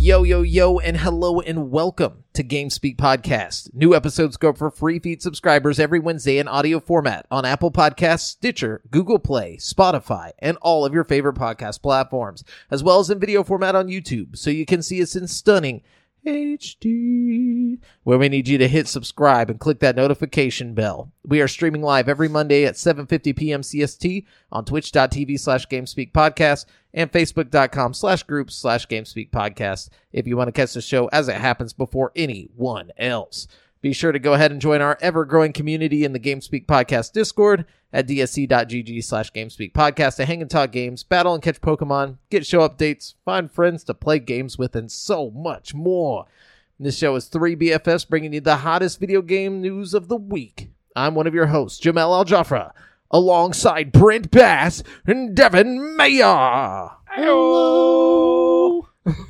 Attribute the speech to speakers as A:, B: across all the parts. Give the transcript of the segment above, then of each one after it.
A: yo, and hello, and welcome to GameSpeak Podcast. New episodes go up for free feed subscribers every Wednesday in audio format on Apple Podcasts, Stitcher, Google Play, Spotify, and all of your favorite podcast platforms, as well as in video format on YouTube, so you can see us in stunning HD, where we need you to hit subscribe and click that notification bell. We are streaming live every Monday at 7.50 p.m. CST on twitch.tv slash GameSpeak Podcast and facebook.com slash group slash GameSpeak Podcast if you want to catch the show as it happens before anyone else. Be sure to go ahead and join our ever-growing community in the GameSpeak Podcast Discord at dsc.gg slash GameSpeak Podcast to hang and talk games, battle and catch Pokemon, get show updates, find friends to play games with, and so much more. This show is 3BFS bringing you the hottest video game news of the week. I'm one of your hosts, Jamel Al Jafra, alongside Brent Bass and Devin Mayer. Hello.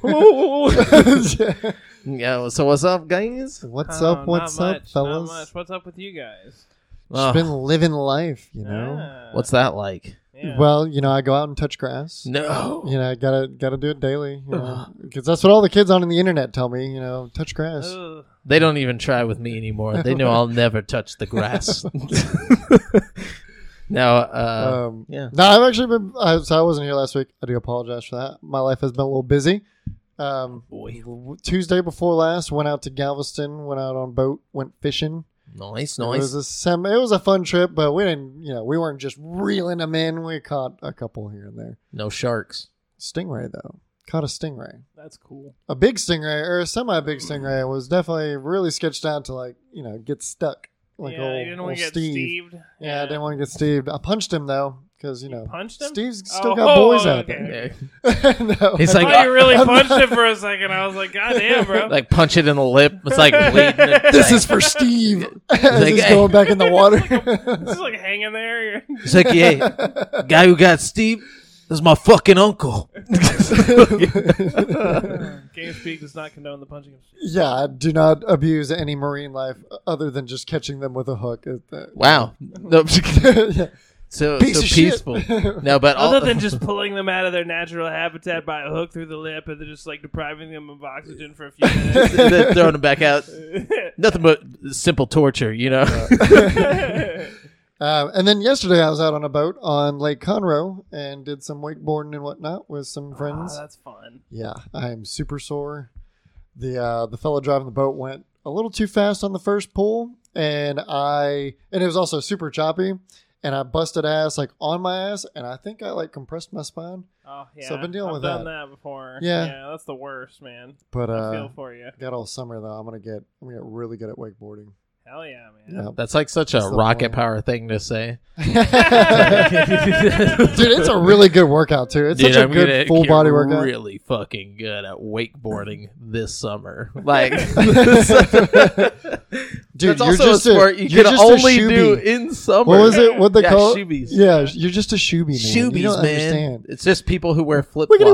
A: yeah, so what's up, guys?
B: what's
C: Oh,
B: up? What's
C: not
B: up,
C: much,
B: fellas?
C: Not much. What's up with you guys?
B: Just been living life, you know.
C: Ah,
A: What's that like?
C: yeah.
B: Well, you know, I go out and touch grass.
A: No.
B: You know, I gotta gotta do it daily, you know, because that's what all the kids on the internet tell me. You know, touch grass.
C: Ugh.
A: They don't even try with me anymore. They know I'll never touch the grass. now, uh,
B: um,
A: yeah.
B: No, I've actually been. I, so I wasn't here last week. I do apologize for that. My life has been a little busy. Um,
A: boy,
B: Tuesday before last, went out to Galveston. Went out on boat. Went fishing.
A: nice,
B: It
A: nice.
B: was a sem- It was a fun trip, but we didn't. You know, we weren't just reeling them in. We caught a couple here and there.
A: No sharks.
B: Stingray though. Caught a stingray.
C: That's cool.
B: a big stingray or a semi big stingray was definitely really sketched out to like you know get stuck like
C: yeah,
B: old,
C: you didn't
B: old
C: want to get
B: Steve.
C: Steved.
B: Yeah, I didn't want to get Steve. I punched him though because you know
C: punched him?
B: Steve's still
C: Oh,
B: got boys
C: oh,
B: out
C: okay.
B: there. no,
A: He's
C: I
A: like,
C: thought you really
B: I'm
C: punched
B: not-
C: him for a second. I was like, God damn, bro.
A: like punch it in the lip. It's like bleeding.
B: this is for Steve. As
A: like,
B: he's
A: "Hey."
B: going back in the water.
C: this is like hanging there.
A: It's like, yeah, guy who got Steve is my fucking uncle.
C: Game speak does not condone the punching of Steve.
B: yeah, do not abuse any marine life other than just catching them with a hook. It-
A: wow. No,
B: yeah.
A: so
B: Piece
A: so
B: of shit.
A: peaceful. No, but all,
C: Other than just pulling them out of their natural habitat by a hook through the lip and then just like depriving them of oxygen for a few minutes.
A: then throwing him back out. Nothing but simple torture, you know.
B: Um, and then yesterday I was out on a boat on Lake Conroe and did some wakeboarding and whatnot with some
C: Ah,
B: friends.
C: that's fun.
B: Yeah, I'm super sore. The uh, the fellow driving the boat went a little too fast on the first pull, and I and it was also super choppy, and I busted ass like on my ass, and I think I like compressed my spine.
C: Oh yeah.
B: So I've been dealing
C: I've
B: with
C: done that. before.
B: Yeah.
C: Yeah, that's the worst, man.
B: But
C: I
B: uh,
C: feel for you.
B: got all summer though. I'm gonna get I'm gonna get really good at wakeboarding.
C: Hell yeah, man.
B: Yeah.
A: That's like such a
B: That's the
A: rocket
B: point.
A: power thing to say.
B: Dude, it's a really good workout too. It's
A: Dude,
B: such a
A: I'm gonna
B: good full
A: get
B: body workout.
A: Really fucking good at wakeboarding this summer. Like,
B: Dude,
A: that's
B: you're
A: also
B: just
A: a sport you
B: you're
A: can
B: just a
A: only do
B: shoebie.
A: in summer.
B: What was it? What they
A: Yeah,
B: call? it?
A: shoebies.
B: Yeah, you're just a shoebie man.
A: Shoobies,
B: you don't
A: man.
B: understand.
A: It's just people who wear flip
B: Wiggity,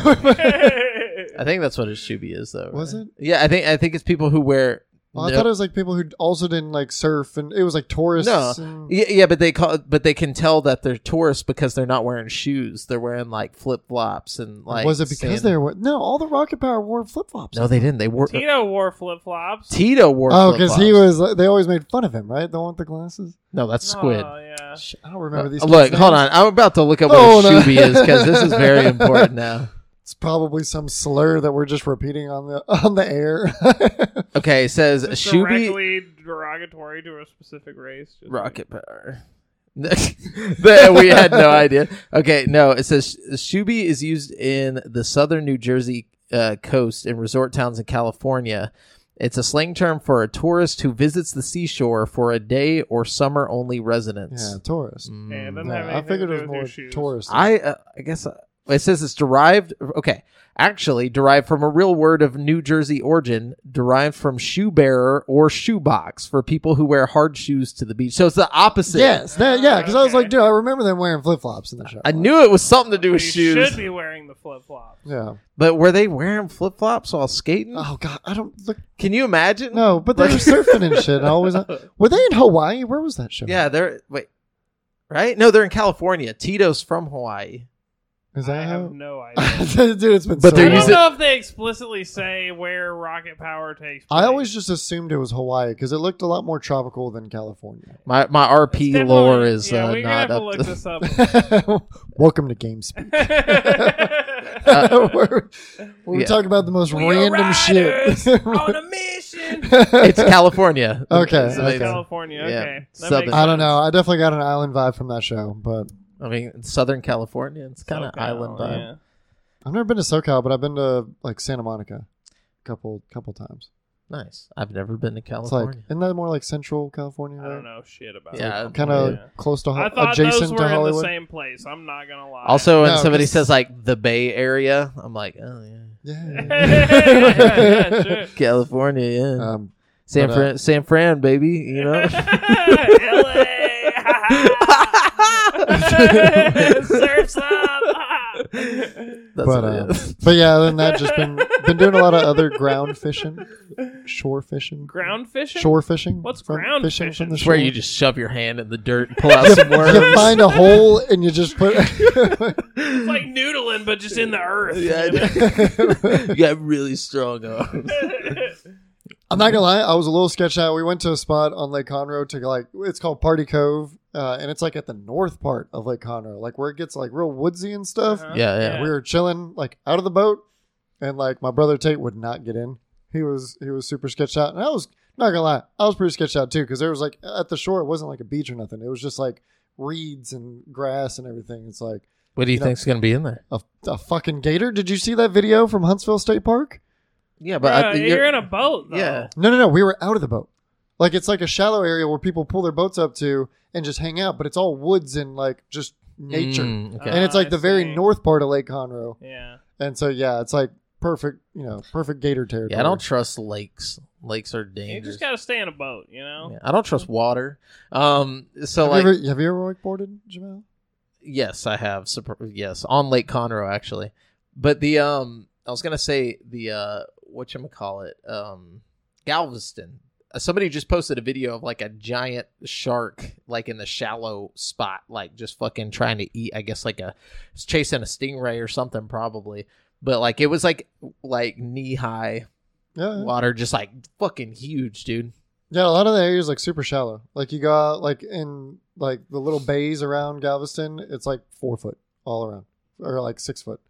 A: flops.
B: wiggity,
A: Right?
B: wiggity.
A: I think that's what a shoebie is, though.
B: Was
A: right?
B: it?
A: Yeah, I think I think it's people who wear.
B: Well, I
A: no-
B: thought it was like people who also didn't like surf, and it was like
A: No.
B: tourists. and-
A: yeah, yeah, but they call, but they can tell that they're tourists because they're not wearing shoes. They're wearing like flip flops and like.
B: was it because
A: sand-
B: they were no? All the Rocket Power wore flip flops.
A: No, they didn't. They wore.
C: Tito wore flip flops.
A: Tito wore.
B: oh, because he
A: flip-flops.
B: was. like, They always made fun of him, right? The one with the glasses.
A: No, that's squid.
C: Oh, yeah.
B: Sh- I don't remember these.
A: Uh, Look,
B: kids'
A: hold
B: names.
A: on. I'm about to look up
B: Oh,
A: what a
B: no.
A: shoebie is because this is very important now.
B: It's probably some slur that we're just repeating on the on the air.
A: Okay, it says
C: It's
A: shoebie
C: directly derogatory to a specific race. Just
A: rocket power. There, we had no idea. Okay, no, it says shoebie is used in the southern New Jersey uh, coast and resort towns in California. It's a slang term for a tourist who visits the seashore for a day or summer only residence.
B: yeah, tourists.
A: Mm.
C: Yeah, it doesn't have
B: Yeah, I
C: anything
B: figured
C: to
B: it
C: do with
B: was
C: your
B: more
C: shoes.
B: tourists.
A: I uh, I guess uh, it says it's derived. Okay, actually derived from a real word of New Jersey origin, derived from shoe bearer or shoebox for people who wear hard shoes to the beach. So it's the opposite.
B: Yes, that, yeah, because I was
C: Okay.
B: like, dude, I remember them wearing flip flops in the show.
A: I knew it was something to do
C: You
A: with shoes,
C: should be wearing the flip flops.
B: Yeah.
A: but were they wearing flip flops while skating?
B: Oh God, I don't look.
A: Can you imagine?
B: No, but they were
A: Like-
B: surfing and shit. I always were they in Hawaii? Where was that show?
A: Yeah, they're wait, right? No, they're in California. Tito's from Hawaii.
B: Is that
C: I
B: how?
C: have no idea.
B: Dude, it's been.
A: But
B: so
A: they're
C: I
B: long.
C: don't
A: using-
C: know if they explicitly say where rocket power takes place.
B: I always just assumed it was Hawaii because it looked a lot more tropical than California.
A: My my RP
C: Definitely-
A: lore is
C: yeah,
A: uh,
C: we're
A: not
C: gonna
A: up.
C: have to
A: To,
C: look
B: Welcome to GameSpeak.
C: this up.
B: where we
A: Uh, Yeah.
B: talk about the most
C: We are
B: random shit.
C: riders on a mission.
A: it's California.
B: Okay,
A: It's
B: okay.
A: amazing.
C: California.
A: Yeah.
C: Okay. That
A: Southern.
C: makes
B: I don't
C: sense.
B: know. I definitely got an island vibe from that show, but
A: I mean, it's Southern California. It's kind of
C: SoCal,
A: island vibe.
C: oh, yeah.
B: I've never been to SoCal, but I've been to like Santa Monica a couple couple times.
A: Nice. I've never been to
B: It's like
A: California.
B: isn't that more like Central California?
C: I don't know shit about
A: Yeah,
C: it.
B: Kind of
C: Yeah.
B: close to Ho-
C: I thought those
B: adjacent
C: were
B: to
C: in the
B: Hollywood.
C: same place. I'm not gonna lie.
A: also, when
B: No,
A: somebody
B: 'cause-
A: says like the Bay Area, I'm like, oh yeah,
B: Yeah.
C: Sure.
A: California, yeah,
B: um,
A: San
B: but, uh,
A: Fran, San Fran, baby, you know.
C: LA. Surf's up.
A: That's
B: but
A: what it
B: uh,
A: is.
B: but yeah, other than that, just been been doing a lot of other ground fishing, shore fishing,
C: ground fishing.
B: shore fishing.
C: What's
B: From-
C: ground
B: fishing?
C: fishing?
B: From the
A: It's
B: shore.
A: where you just shove your hand in the dirt and pull out some
B: you
A: worms.
B: find a hole and you just put.
C: It's like noodling, but just in the earth.
A: Yeah, I know. you got really strong arms.
B: I'm not gonna lie, I was a little sketched out. We went to a spot on Lake Conroe to like it's called Party Cove, uh, and it's like at the north part of Lake Conroe, like where it gets like real woodsy and stuff.
C: Uh-huh.
A: Yeah, yeah.
B: And We were chilling like out of the boat, and like my brother Tate would not get in. He was he was super sketched out, and I was not gonna lie, I was pretty sketched out too because there was like at the shore, it wasn't like a beach or nothing. It was just like reeds and grass and everything. It's like
A: What do you
B: You know-
A: think's gonna be in there?
B: a, a fucking gator. Did you see that video from Huntsville State Park?
A: Yeah,
C: But
A: but I,
C: you're, in a boat. Though.
A: yeah.
B: No, no, no. We were out of the boat. Like it's like a shallow area where people pull their boats up to and just hang out, but it's all woods and like just nature.
A: Mm, okay.
B: And it's
C: Ah,
B: like
C: I
B: the very
C: see.
B: north part of Lake Conroe.
C: Yeah.
B: And so yeah, it's like perfect, you know, perfect gator territory.
A: Yeah, I don't trust lakes. Lakes are
C: You
A: dangerous.
C: just gotta stay in a boat. You know.
A: Yeah, I don't trust water. Um, so
B: have,
A: like,
B: you ever, have you ever wakeboarded, Jamel?
A: yes, I have. Sup- Yes, on Lake Conroe actually. But the um, I was gonna say the uh, what you call it um, Galveston. Uh, Somebody just posted a video of like a giant shark, like in the shallow spot, like just fucking trying to eat. I guess like a it's chasing a stingray or something probably. But like it was like like knee high
B: Yeah.
A: water, just like fucking huge, dude.
B: Yeah, a lot of the areas like super shallow. Like you got like in like the little bays around Galveston, it's like four foot all around. Or like six foot.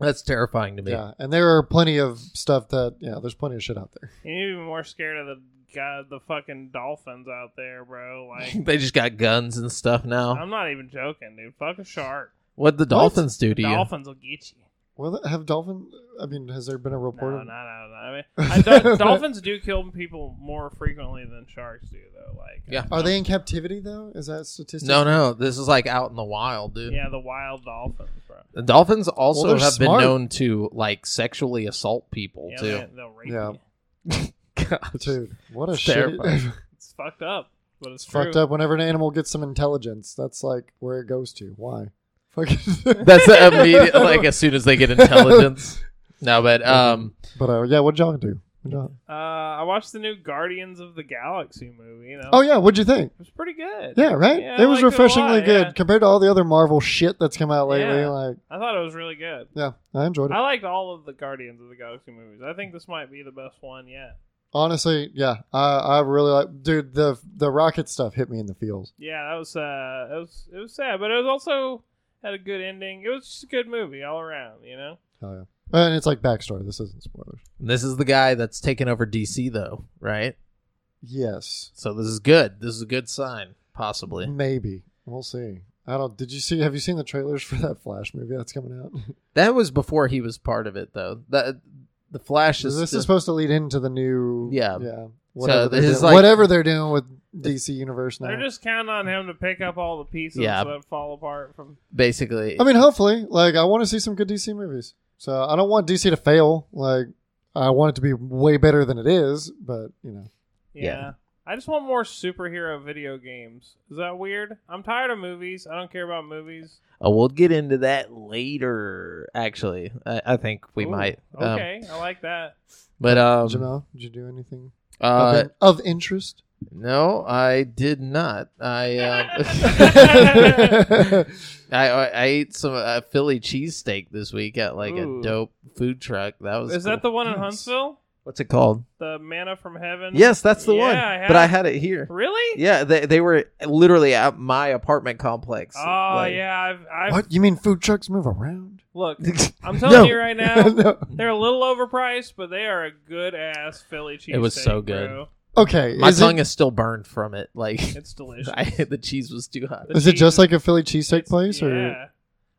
A: That's terrifying to me.
B: Yeah. And there are plenty of stuff that yeah, there's plenty of shit out there.
C: You're even more scared of the god, the fucking dolphins out there, bro. Like,
A: they just got guns and stuff now.
C: I'm not even joking, dude. Fuck a shark.
A: What the dolphins do
C: The
A: to you?
C: dolphins will get you.
B: Well, have dolphin? I mean, has there been a
C: No,
B: report?
C: no,
B: of-
C: no, no. I mean, I do, dolphins do kill people more frequently than sharks do, though. Like, uh,
A: Yeah.
B: Are they in captivity though? Is that statistic?
A: No, no, this is like out in the wild, dude.
C: yeah, the wild dolphins, bro.
A: The dolphins also
B: Well, they're
A: have
B: smart.
A: been known to like sexually assault people
C: Yeah,
A: too.
C: they, they'll rape
B: Yeah.
C: you.
A: Gosh.
B: Dude, what a
A: It's
B: shit!
A: terrifying.
C: It's fucked up, but it's,
B: it's fucked
C: true.
B: up. Whenever an animal gets some intelligence, that's like where it goes to. Why? Fucking.
A: That's the immediate like as soon as they get intelligence. No, but um
B: but uh, yeah, what'd y'all do? What'd y'all-
C: Uh, I watched the new Guardians of the Galaxy movie. You know,
B: Oh yeah, what'd you think?
C: it was pretty good.
B: Yeah, right.
C: Yeah, I
B: it was
C: liked a lot,
B: refreshingly good
C: yeah.
B: compared to all the other Marvel shit that's come out lately.
C: Yeah.
B: Like,
C: I thought it was really good.
B: yeah, I enjoyed it.
C: I liked all of the Guardians of the Galaxy movies. I think this might be the best one yet.
B: Honestly, yeah, I, I really like. Dude, the the rocket stuff hit me in the feels.
C: Yeah, that was uh, it was it was sad, but it was also had a good ending. It was just a good movie all around. You know.
B: Hell yeah. And it's like backstory. This isn't spoilers.
A: this is the guy that's taking over DC though, right?
B: Yes.
A: So this is good. This is a good sign,
B: Mm-hmm.
A: possibly.
B: Maybe we'll see. I don't. Did you see? Have you seen the trailers for that Flash movie that's coming out?
A: That was before he was part of it though. That the Flash is
B: this
A: still-
B: is supposed to lead into the new.
A: Yeah.
B: yeah. Whatever,
A: this
B: they're,
A: is
B: doing,
A: like-
B: whatever they're doing with DC Universe now.
C: They're just counting on him to pick up all the pieces
A: Yeah.
C: that fall apart from.
A: basically
B: I mean, hopefully, like I want to see some good DC movies. So I don't want DC to fail. Like I want it to be way better than it is. But you know,
C: Yeah.
A: Yeah.
C: I just want more superhero video games. Is that weird? I'm tired of movies. I don't care about movies.
A: Oh, we'll get into that later. Actually, I, I think we
C: Ooh,
A: might. Um,
C: Okay, I like that.
A: but um,
B: Jamel, did you do anything
A: uh,
B: of, in- of interest?
A: No, I did not. I um, I, I I ate some uh, Philly cheesesteak this week at like
C: Ooh.
A: a dope food truck. That was
C: Is that
A: cool.
C: the one in
B: Nice.
C: Huntsville?
A: what's it called?
C: The manna from heaven.
A: Yes, that's the
C: Yeah,
A: one.
C: I had
A: but I
C: it.
A: had it here.
C: Really?
A: Yeah, they they were literally at my apartment complex.
C: Oh
A: Like-
C: yeah. I've, I've
B: What? You mean food trucks move around?
C: look. I'm telling
A: No.
C: you right now,
B: no.
C: they're a little overpriced, but they are a good ass Philly cheese.
A: It was so good.
B: Okay.
A: My
B: is
A: tongue
B: it,
A: is still burned from it. Like
C: It's delicious.
A: I, the cheese was too hot.
C: The
B: is it
C: cheese-
B: just like a Philly cheesesteak place,
C: yeah.
B: or Uh,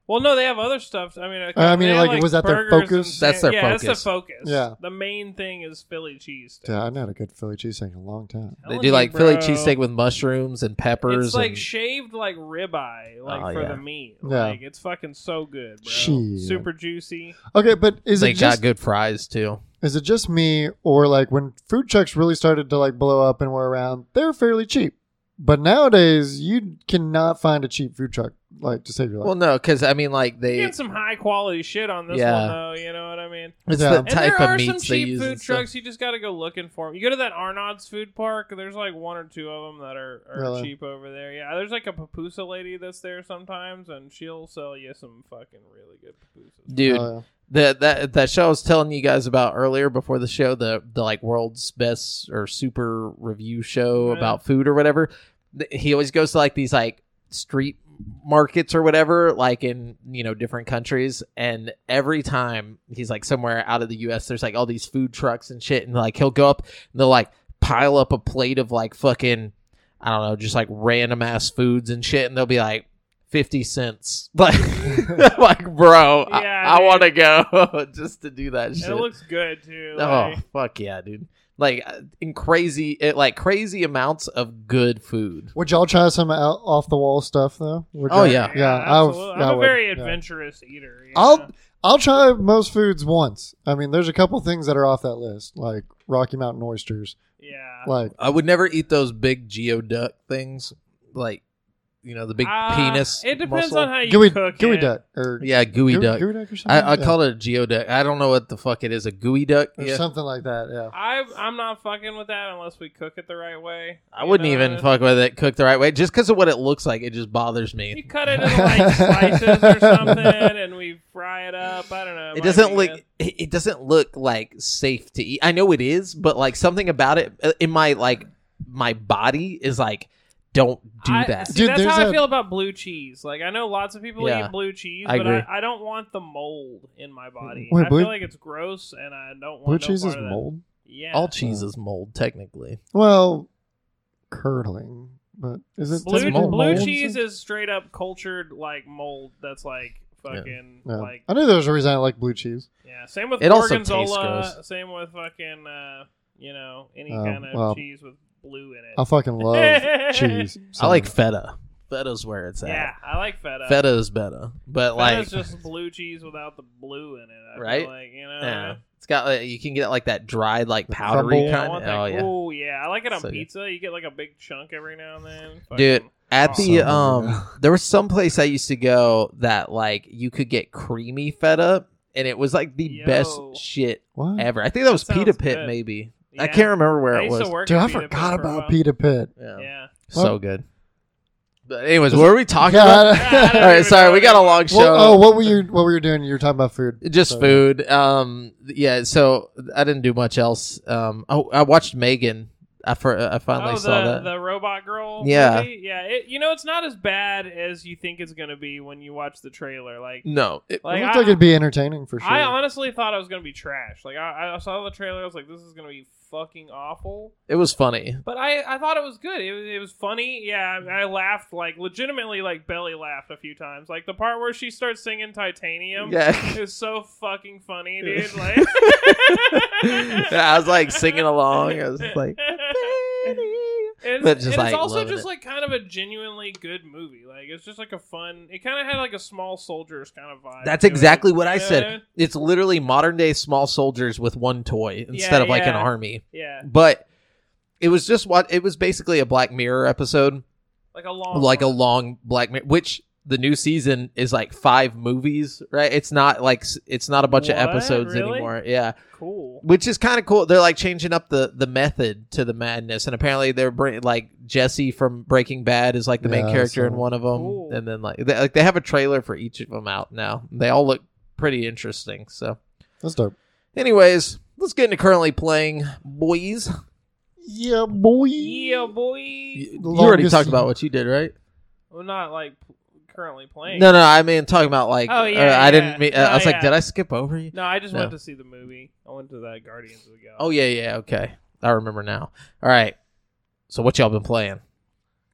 C: Well, no, they have other stuff. I mean, okay,
B: I mean,
C: they
B: like,
C: have,
B: was that their
C: burgers and
B: focus?
A: That's their
C: yeah,
A: focus.
C: that's the focus.
B: Yeah.
C: the main thing is Philly cheese.
B: yeah, I've not had a good Philly cheesesteak in a long time.
A: They do like Philly cheesesteak with mushrooms and peppers.
C: Oh, It's like
A: and-
C: shaved like ribeye, like
A: Oh,
C: for
A: yeah.
C: the meat.
B: Yeah.
C: Like it's fucking so good, bro.
B: Shit.
C: Super juicy.
B: Okay, but is
A: they
B: it just
A: got good fries too.
B: is it just me or like when food trucks really started to like blow up and were around, they're fairly cheap. But nowadays, you cannot find a cheap food truck like to save your life.
A: Well, no, because I mean, like they,
C: Getting some high quality shit on this
A: Yeah.
C: one though. You know what I mean?
A: it's
B: Yeah.
A: the
B: And
C: And
A: type
C: there
A: of
C: are some
A: meats they
C: cheap
A: use.
C: food
A: and stuff.
C: trucks. You just got to go looking for them. You go to that Arnold's food park. There's like one or two of them that are, are
B: Really?
C: cheap over there. Yeah, there's like a pupusa lady that's there sometimes, and she'll sell you some fucking really good pupusas.
A: Dude,
B: Uh,
A: the that that show I was telling you guys about earlier before the show, the the like world's best or super review show
C: Yeah.
A: about food or whatever. th- He always goes to like these like street markets or whatever, like in you know different countries. And every time he's like somewhere out of the U.S., there's like all these food trucks and shit, and like he'll go up and they'll like pile up a plate of like fucking I don't know, just like random ass foods and shit, and they'll be like. 50 cents like like bro I-
C: Yeah,
A: I,
C: dude.
A: want to go uh, just to do that shit
C: And it looks good too.
A: oh
C: like-
A: fuck yeah dude like uh, in crazy it, like crazy amounts of good food
B: would y'all try some out, off the wall stuff though? Would
A: Oh,
B: y'all-
A: yeah.
B: yeah. I would-
C: absolutely.
B: yeah, I
C: I'm a
B: would,
C: very
B: yeah.
C: adventurous eater. you
B: I'll
C: know?
B: I'll try most foods once. I mean, there's a couple things that are off that list, like Rocky Mountain oysters.
C: yeah.
B: Like,
A: i would never eat those big geoduck things like you know the big
C: Uh,
A: penis
C: It depends
A: muscle.
C: on how you
B: gooey,
C: cook
B: gooey
C: it.
B: duck or
A: yeah gooey
B: gooey,
A: duck
B: gooey duck or something.
A: i, I
B: Yeah.
A: call it a geoduck i don't know what the fuck it is a gooey duck
B: or
A: yeah.
B: something like that. Yeah.
C: I I'm not fucking with that unless we cook it the right way.
A: i
C: you
A: wouldn't
C: know?
A: even fuck with it cooked the right way just because of what it looks like it just bothers me
C: You cut it into like slices or something, and we fry it up. I don't know.
A: it
C: might
A: doesn't
C: be
A: look
C: good.
A: it it doesn't look like safe to eat i know it is but like something about it uh, in my like my body is like don't do
C: I-
A: that
C: See,
B: Dude,
C: that's
B: there's
C: how I
B: a-
C: feel about blue cheese. Like I know lots of people
A: Yeah.
C: eat blue cheese,
A: I
C: but
A: agree.
C: I, I don't want the mold in my body.
B: Wait,
C: I
B: blue-
C: feel like it's gross, and I don't want
B: Blue
C: no
B: cheese
C: part
B: is
C: of that.
B: mold.
C: Yeah,
A: all cheese is mold technically
B: Well, curdling, but is it
C: blue,
B: technically
A: mold.
C: blue
B: mold?
C: cheese is straight up cultured like mold. That's like fucking
B: Yeah.
C: like
B: I knew there was a reason I like blue cheese.
C: yeah. Same with
A: It also tastes
C: gorgonzola.
A: gross.
C: Same with fucking uh, you know any
B: Oh,
C: kind of
B: well.
C: cheese with blue in it.
B: I fucking love cheese.
A: i like feta feta's where it's at
C: Yeah, I like feta.
A: feta is better but
C: Feta's
A: like
C: just blue cheese without the blue in it. I feel
A: Right?
C: like you know.
A: yeah. it's got like, you can get like that dried like powdery
B: crumble.
C: Yeah, I
A: kind
C: want that-
A: oh yeah
C: Ooh, yeah. I like it on
A: So good.
C: pizza. You get like a big chunk every now and then.
A: Dude,
C: Fucking-
A: At the
B: Awesome.
A: um, there was some place I used to go that like you could get creamy feta, and it was like the best
C: Yo.
A: shit
B: What?
A: ever. I think that was
C: That
A: Pita
C: sounds
A: Pit,
C: good.
A: maybe.
C: yeah.
A: I can't remember where
C: I
A: it
C: used
A: was.
C: to work
B: Dude,
C: at
B: I
C: Pita Pit
B: forgot
C: for a while.
B: about Pita Pit.
A: Yeah.
C: Yeah.
A: so
B: Well-
A: good. But anyways, what are we talking about?
B: Yeah, I-
A: All right, sorry, we got a long show.
B: Well, oh, what were you? What were you doing? You were talking about food.
A: Just
B: Sorry.
A: food. Um, yeah. So I didn't do much else. Um, oh, I watched Megan. I for, I finally
C: oh, the,
A: saw that.
C: the robot girl.
A: Yeah.
C: movie? yeah. It, you know, it's not as bad as you think it's gonna be when you watch the trailer. Like,
A: no, it-
C: like
B: it looked
C: I,
B: like it'd be entertaining for sure.
C: I honestly thought it was gonna be trash. Like, I, I saw the trailer. I was like, this is gonna be fucking awful.
A: it was funny.
C: But I, I thought it was good. It was, it was funny. Yeah, I, I laughed like legitimately, like belly laughed a few times. Like the part where she starts singing Titanium.
A: Yeah.
C: It's so fucking funny, dude. Like,
A: I was like singing along. I was just like,
C: It's,
A: But just,
C: and
A: like,
C: it's also
A: loving
C: just
A: it.
C: like kind of a genuinely good movie. Like it's just like a fun. It kind of had like a small soldiers kind of vibe.
A: That's
C: to it.
A: exactly what I
C: You know
A: said.
C: I mean?
A: It's literally modern day small soldiers with one toy instead
C: Yeah,
A: of like an
C: yeah.
A: army.
C: Yeah,
A: But it was just what it was basically a Black Mirror episode,
C: like a long,
A: like a
C: one.
A: long Black Mirror, which the new season is like five movies, right? It's not like s- it's not a bunch of
C: What?
A: episodes
C: Really?
A: anymore. Yeah,
C: Cool.
A: which is kind of cool. They're like changing up the the method to the madness, and apparently they're br- like Jesse from Breaking Bad is like the main
B: Yeah,
A: character in
B: so-
A: one of them,
C: Cool.
A: and then like they, like they have a trailer for each of them out now. They all look pretty interesting. So,
B: That's dope.
A: anyways, let's get into currently playing, boys.
B: Yeah, boy.
C: Yeah, boy.
A: You, you already
B: Longest-
A: talked about what you did, right?
C: I'm not like p- currently playing.
A: No, no, I mean talking about like.
C: Oh, yeah,
A: uh, I
C: yeah.
A: didn't. Mean, uh, I
C: No,
A: was like,
C: yeah.
A: did I skip over you?
C: No, I just
A: No.
C: went to see the movie. I went to the Guardians of the Galaxy.
A: Oh yeah, yeah. Okay, I remember now. All right. So what y'all been playing?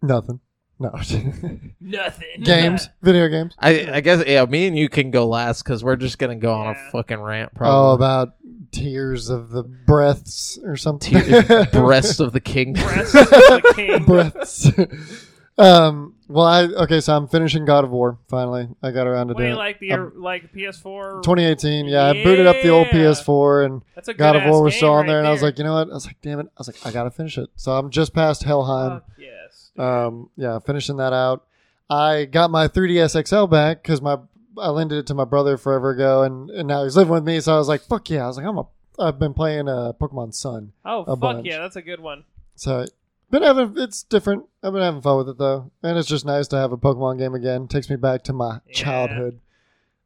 B: Nothing. No.
C: Nothing.
B: games. Video games.
A: I I guess yeah. Me and you can go last because we're just gonna go on a
C: Yeah.
A: fucking rant.
B: Oh,
A: Probably.
B: about tears of the breaths or something.
A: Tear- breast of the kingdom.
C: Breasts of the king.
B: breaths. um. Well, I okay. So I'm finishing God of War. Finally, I got around to
C: Wait,
B: doing it.
C: like the
B: Um,
C: like PS4.
B: 2018. Yeah, I booted up the old
C: Yeah.
B: PS4 and
C: That's a good
B: God of War was
C: game
B: still on
C: right
B: there, and I was like, you know what? I was like, damn it. I was like, I gotta finish it. So I'm just past Helheim.
C: Fuck yes.
B: Um, yeah, finishing that out. I got my 3DS XL back because my I lended it to my brother forever ago, and, and now he's living with me. So I was like, fuck yeah. I was like, I'm a I've been playing uh, Pokemon Sun.
C: Oh fuck
B: bunch.
C: yeah, that's a good one.
B: So been having it's different. I've been having fun with it though, and it's just nice to have a Pokemon game again. Takes me back to my
C: Yeah.
B: childhood.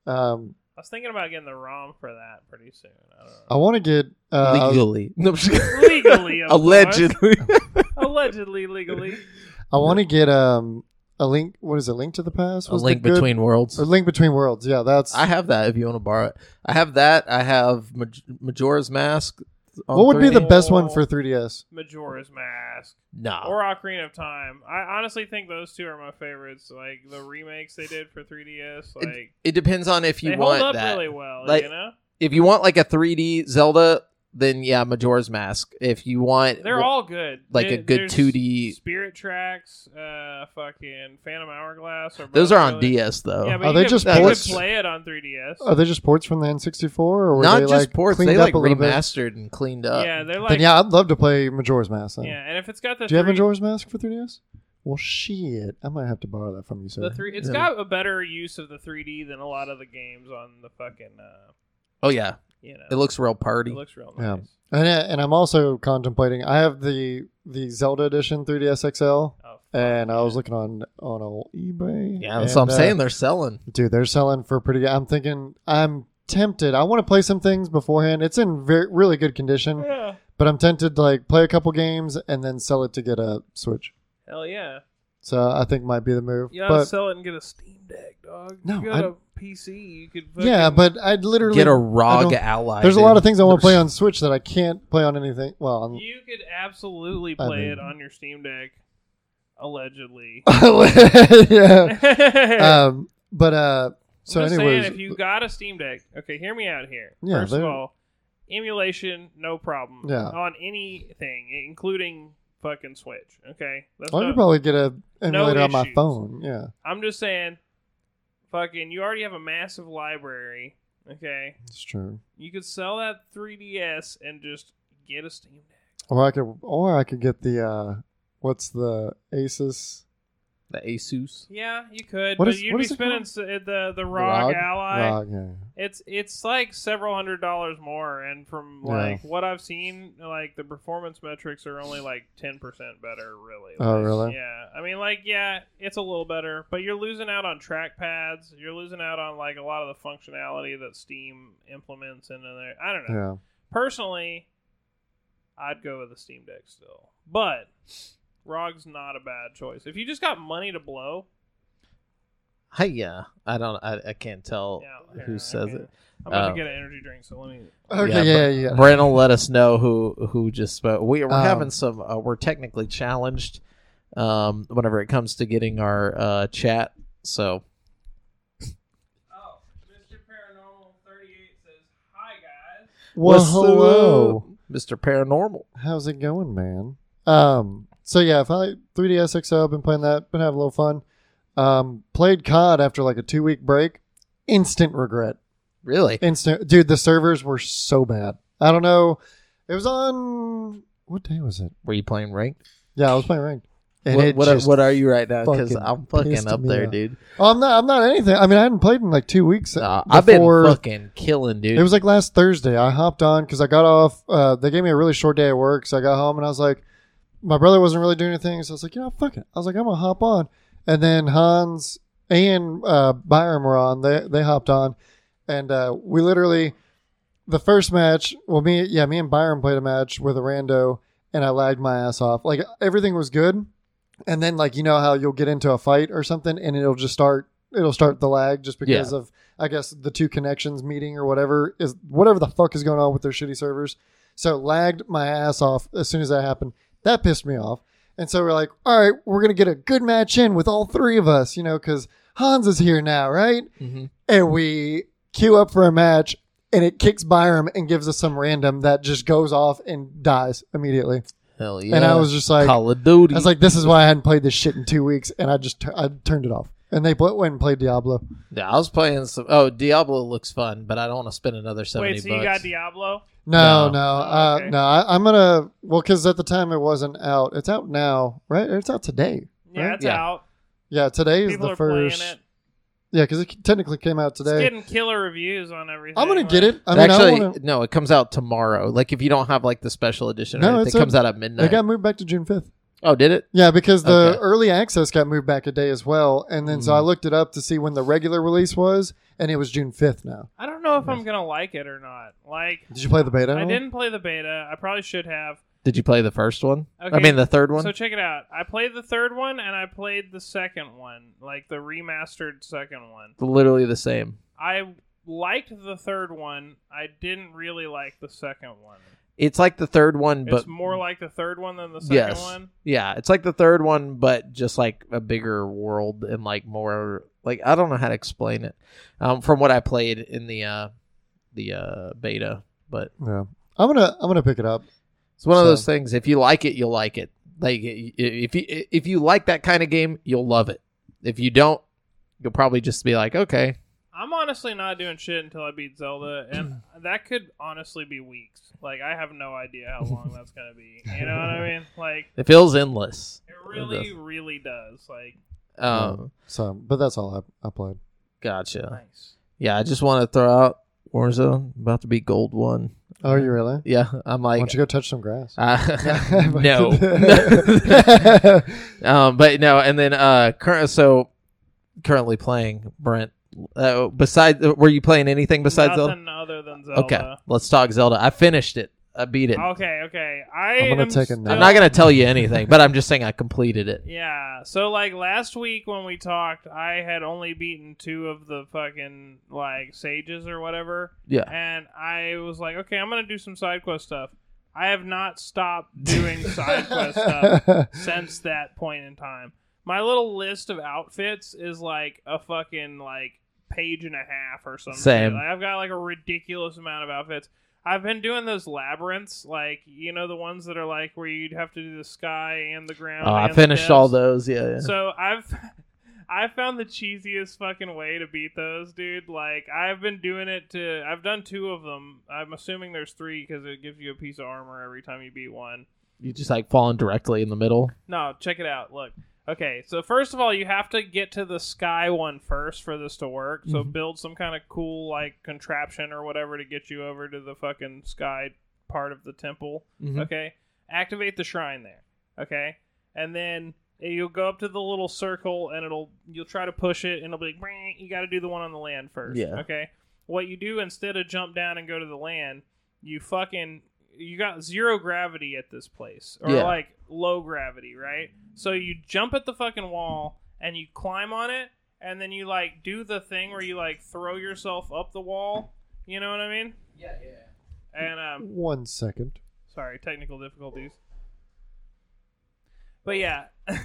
B: Um,
C: I was thinking about getting the ROM for that pretty soon. I don't
B: I want to get uh, I was-
A: legally. No, I'm just kidding.
C: know. legally, of
A: Allegedly.
C: course. allegedly, legally.
B: I want to get um a link. What is it? Link to the past?
A: a
B: Was
A: link
B: the good-
A: between worlds.
B: or link between worlds. Yeah, that's
A: I have that if you want to borrow it. I have that. I have Maj- Majora's Mask. on
B: what would be the
A: 3D.
B: best one for 3ds.
C: Majora's Mask
B: Ah.
A: Nah.
C: or Ocarina of Time. I honestly think those two are my favorites. Like the remakes they did for 3DS, like
A: it depends on if you
C: they
A: want
C: hold up
A: that.
C: really well.
A: Like,
C: you know,
A: If you want like a 3D Zelda, then yeah, Majora's Mask. If you want,
C: they're all good.
A: like
C: They-
A: a good
C: there's
A: 2D
C: Spirit Tracks, uh, fucking Phantom Hourglass. Or
A: those are on DS
C: Yeah,
A: though.
C: but
B: Are
C: you
B: they
C: could-
B: just Uh,
C: you could
A: ports?
C: play it on 3DS.
B: Are they just ports from the N64 or were
A: Not
B: they
A: just
B: like
A: ports.
B: cleaned
A: They
B: up
A: like
B: a little bit?
A: remastered and cleaned
B: uh,
A: up.
C: yeah, they're
B: then
C: like
B: yeah, I'd love to play Majora's Mask. Then.
C: Yeah, and if it's got the
B: Do you have
C: three,
B: Majora's Mask for 3ds? Well, shit, I might have to borrow that from you, sir.
C: the three, it's
A: Yeah.
C: got a better use of the 3D than a lot of the games on the fucking, uh,
A: Oh yeah,
C: you know,
A: it looks real
C: it
A: party.
C: looks real
B: Yeah.
C: nice.
B: and, I- and I'm also contemplating. I have the the Zelda edition 3ds XL,
C: Oh, fuck
B: and I
C: yeah.
B: was looking on on old eBay.
A: yeah, that's
B: and,
A: what I'm
B: uh,
A: saying. They're selling.
B: dude they're selling for pretty i'm thinking i'm tempted i want to play some things beforehand it's in very really good condition
C: Yeah.
B: but i'm tempted to like play a couple games and then sell it to get a switch
C: Hell yeah.
B: so i think might be the move
C: You gotta
B: but
C: sell it and get a Steam Deck, dog.
B: No,
C: you got a PC. You could fucking,
B: yeah but i'd literally
A: Get a
B: I
A: ROG
B: don't-
A: ally.
B: there's a lot of
A: dude.
B: things i want to play on switch that i can't play on anything well on,
C: you could absolutely
B: Um, I
C: play
B: mean-
C: it on your Steam Deck, allegedly.
B: yeah um but uh so
C: I'm just
B: anyways
C: saying, if you got a Steam Deck, okay, hear me out here.
B: Yeah,
C: First of
B: they're-
C: all, emulation, no problem.
B: Yeah.
C: On anything, including fucking Switch. Okay, that's
B: i
C: no-
B: could probably get a emulator on my
C: issues.
B: phone yeah
C: I'm just saying, fucking, you already have a massive library. Okay,
B: it's true
C: you could sell that 3DS and just get a Steam Deck.
B: or i could or i could get the uh what's the asus
A: the Asus.
C: Yeah, you could,
B: What
C: but
B: is-
C: you'd
B: what
C: be
B: is it
C: spending
B: called?
C: s- uh, the the ROG,
B: ROG?
C: Ally.
B: Rock, yeah.
C: It's it's like several hundred dollars more, and from
B: Yeah.
C: like what I've seen, like the performance metrics are only like ten percent better, really.
B: Oh,
C: Like,
B: really?
C: Yeah, I mean, like, yeah, it's a little better, but you're losing out on track pads. You're losing out on like a lot of the functionality that Steam implements into there. I don't know.
B: Yeah.
C: Personally, I'd go with the Steam Deck still, but ROG's not a bad choice if you just got money to blow.
A: Hi, yeah. I don't. I, I can't tell
C: Yeah,
A: who
C: yeah,
A: says
C: okay.
A: it.
C: I'm about
B: Oh.
A: Um,
C: to get an energy drink, so let me.
B: Okay. Yeah. Yeah. yeah.
A: Brent will let us know who who just spoke. We, we're
B: Um,
A: having some. Uh, we're technically challenged. Um, whenever it comes to getting our uh chat, so
C: Oh, Mr. Paranormal 38 says, Hi, guys.
B: Well,
A: What's
B: hello.
A: up, Mr. Paranormal.
B: How's it going, man? Um. So yeah, finally 3ds XL. Been playing that. Been having a little fun. Um. Played COD after like a two week break. Instant regret.
A: Really?
B: Instant. Dude, the servers were so bad. I don't know. It was on. What day was it?
A: Were you playing ranked?
B: Yeah, I was playing ranked. And
A: what
B: it
A: what, are,
B: just-
A: what are you right now? Because
B: fucking
A: I'm fucking
B: pissed
A: up
B: me
A: there,
B: off.
A: dude.
B: Oh, I'm not. I'm not anything. I mean, I hadn't played in like two weeks.
A: Nah, I've been
B: before-
A: fucking killing, dude.
B: It was like last Thursday. I hopped on because I got off. Uh, they gave me a really short day at work, so I got home and I was like, my brother wasn't really doing anything, so I was like, you know, fuck it. I was like, I'm gonna hop on. And then Hans and uh, Byron were on. They they hopped on, and uh, we literally the first match. Well, me yeah, me and Byron played a match with a rando, and I lagged my ass off. Like everything was good, and then like you know how you'll get into a fight or something, and it'll just start. It'll start the lag just because of I guess the two connections meeting or whatever is whatever the fuck is going on with their shitty servers. So lagged my ass off as soon as that happened. That pissed me off. And so we're like, all right, we're gonna get a good match in with all three of us, you know, because Hans is here now, right?
A: Mhm.
B: And we queue up for a match, and it kicks Byram and gives us some random that just goes off and dies immediately.
A: Hell yeah.
B: And I was just like,
A: Call of Duty.
B: I was like, this is why I hadn't played this shit in two weeks, and I just tur- I turned it off. And they pl- went and played Diablo.
A: yeah, I was playing some. Oh, Diablo looks fun, but I don't want to spend another seventy
C: Wait, so
A: bucks.
C: you got Diablo?
B: No,
A: No.
B: no,
C: Oh,
B: uh,
C: okay.
B: no. I, I'm gonna well, because at the time it wasn't out. It's out now, right? It's out today.
C: Yeah,
B: Right?
C: it's
A: Yeah.
C: out.
B: Yeah, today is
C: People
B: the
C: are
B: first.
C: playing it.
B: Yeah, because it technically came out
C: It's
B: today.
C: getting killer reviews on everything.
B: I'm gonna
C: like-
B: get it. I
A: It
B: mean,
A: actually,
B: I wanna,
A: no, it comes out tomorrow. Like if you don't have like the special edition, or
B: No,
A: anything,
B: it's
A: it
B: a-
A: comes out at
B: they
A: midnight.
B: got moved back to June 5th.
A: oh, did it?
B: Yeah, because the
A: Okay.
B: early access got moved back a day as well, and then so
A: Mm.
B: I looked it up to see when the regular release was, and it was June 5th. Now,
C: I don't know if I'm gonna like it or not. Like,
B: did you play the beta? at
C: I
B: all?
C: didn't play the beta. I probably should have.
A: Did you play the first one? I
C: Okay.
A: mean, the third one.
C: So check it out. I played the third one and I played the second one, like the remastered second one.
A: Literally the same.
C: I liked the third one. I didn't really like the second one.
A: It's like the third one, but
C: it's more like the third one than the second
A: yes,
C: one.
A: yeah, it's like the third one, but just like a bigger world and like more like I don't know how to explain it. Um, from what I played in the uh, the uh, beta, but
B: Yeah, I'm gonna I'm gonna pick it up.
A: It's one of
B: So-
A: those things. If you like it, you'll like it. Like i- if you if you like that kind of game, you'll love it. If you don't, you'll probably just be like, okay,
C: I'm honestly not doing shit until I beat Zelda, and that could honestly be weeks. Like I have no idea how long that's gonna be. You know what I mean? Like
A: it feels endless.
C: it really, really does. Like
A: Um,
B: So, but that's all I, I played.
A: gotcha.
C: nice.
A: Yeah, I just want to throw out Warzone. About to be gold one.
B: Oh, you really?
A: Yeah, I'm
B: Why
A: like,
B: don't you go touch some grass?
A: uh, no. um, but no, and then uh, current so currently playing Brent. Uh, besides, were you playing anything besides Zelda?
C: nothing other than Zelda.
A: Okay, let's talk Zelda. I finished it. I beat it.
C: Okay, okay. I
B: I'm gonna
C: am
B: take a nap.
A: I'm
C: still-
A: not gonna tell you anything, but I'm just saying I completed it.
C: Yeah. So like last week when we talked, I had only beaten two of the fucking like sages or whatever,
A: Yeah.
C: and I was like, okay, I'm gonna do some side quest stuff. I have not stopped doing side quest stuff since that point in time. My little list of outfits is like a fucking like page and a half or something.
A: Same.
C: Like, I've got like a ridiculous amount of outfits. I've been doing those labyrinths, like you know the ones that are like where you'd have to do the sky and the ground.
A: Oh, I
C: and the
A: finished all
C: depths.
A: those. Yeah. yeah.
C: So I've I found the cheesiest fucking way to beat those, dude. Like I've been doing it to I've done two of them. I'm assuming there's three because it gives you a piece of armor every time you beat one.
A: you just like falling directly in the middle.
C: No, check it out. Look. Okay, so first of all, you have to get to the sky one first for this to work. So
A: Mhm.
C: build some kind of cool like contraption or whatever to get you over to the fucking sky part of the temple.
B: Mm-hmm.
A: Mm-hmm.
C: Okay. Activate the shrine there. Okay. And then you'll go up to the little circle and it'll you'll try to push it and it'll be like "Bring." you got to do the one on the land first.
A: Yeah.
C: Okay. What you do instead of jump down and go to the land, you fucking you got zero gravity at this place or
A: Yeah.
C: like low gravity, right? So you jump at the fucking wall and you climb on it and then you like do the thing where you like throw yourself up the wall. You know what I mean?
A: Yeah, yeah.
C: And um
B: One second.
C: Sorry, technical difficulties. But yeah. no,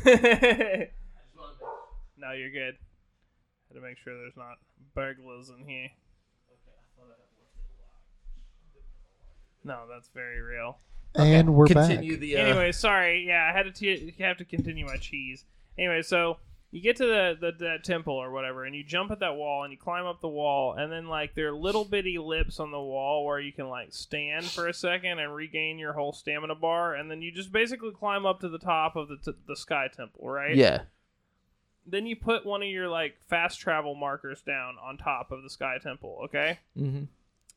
C: you're good. Had to make sure there's not burglars in here. No, that's very real.
B: And we're
A: Continue
B: back.
A: the. Uh,
C: Anyway, sorry. Yeah, I had to t- have to continue my cheese. Anyway, so you get to the, the that temple or whatever, and you jump at that wall, and you climb up the wall, and then like there are little bitty lips on the wall where you can like stand for a second and regain your whole stamina bar, and then you just basically climb up to the top of the t- the sky temple, right?
A: Yeah.
C: Then you put one of your like fast travel markers down on top of the sky temple, okay?
A: Mm-hmm.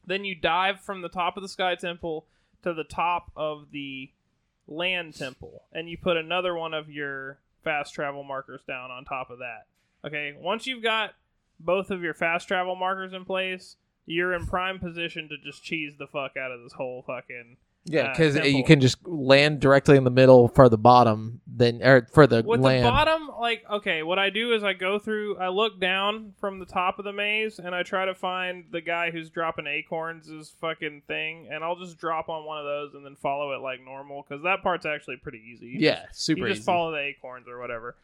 C: Then you dive from the top of the sky temple to the top of the land temple, and you put another one of your fast travel markers down on top of that. Okay, once you've got both of your fast travel markers in place, you're in prime position to just cheese the fuck out of this whole fucking.
A: Yeah,
C: Uh,
A: because you
C: temple.
A: can just land directly in the middle for the bottom, then or for the
C: With
A: land.
C: the bottom, like, okay, what I do is I go through, I look down from the top of the maze, and I try to find the guy who's dropping acorns' fucking thing, and I'll just drop on one of those and then follow it like normal, because that part's actually pretty easy. You
A: yeah, super
C: you just
A: easy.
C: follow the acorns or whatever.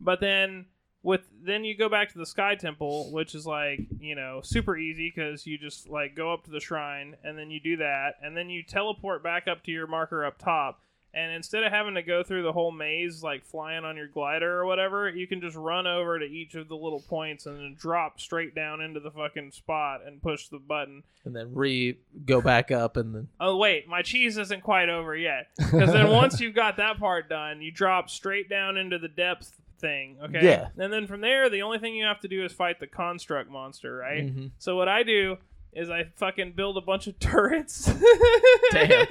C: But then with then you go back to the sky temple, which is like you know super easy because you just like go up to the shrine and then you do that, and then you teleport back up to your marker up top. And instead of having to go through the whole maze like flying on your glider or whatever, you can just run over to each of the little points and then drop straight down into the fucking spot and push the button.
A: and then re go back up and then
C: Oh wait, my cheese isn't quite over yet. Because then once you've got that part done, you drop straight down into the depth thing. Okay.
A: Yeah.
C: And then from there, the only thing you have to do is fight the construct monster, right?
A: Mhm.
C: So what I do is I fucking build a bunch of turrets,
A: Damn.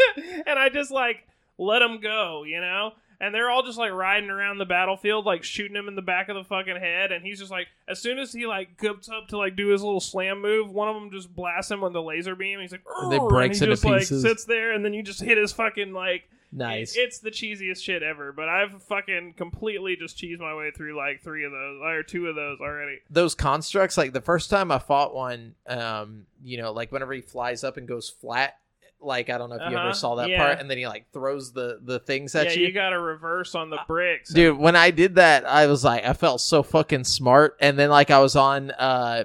C: and I just like let them go, you know. And they're all just like riding around the battlefield, like shooting him in the back of the fucking head. And he's just like, as soon as he like gets up to like do his little slam move, one of them just blasts him with the laser beam. And he's like,
A: And then
C: "Urgh,"
A: breaks
C: he
A: into
C: just, like,
A: pieces.
C: sits there, and then you just hit his fucking like
A: nice.
C: it- it's the cheesiest shit ever, but I've fucking completely just cheesed my way through like three of those or two of those already.
A: those constructs like the first time i fought one um you know like whenever he flies up and goes flat like i don't know if you
C: Uh-huh,
A: ever saw that
C: yeah.
A: part and then he like throws the the things at
C: yeah,
A: you, Uh,
C: you got to reverse on the bricks.
A: dude when i did that i was like i felt so fucking smart and then like i was on uh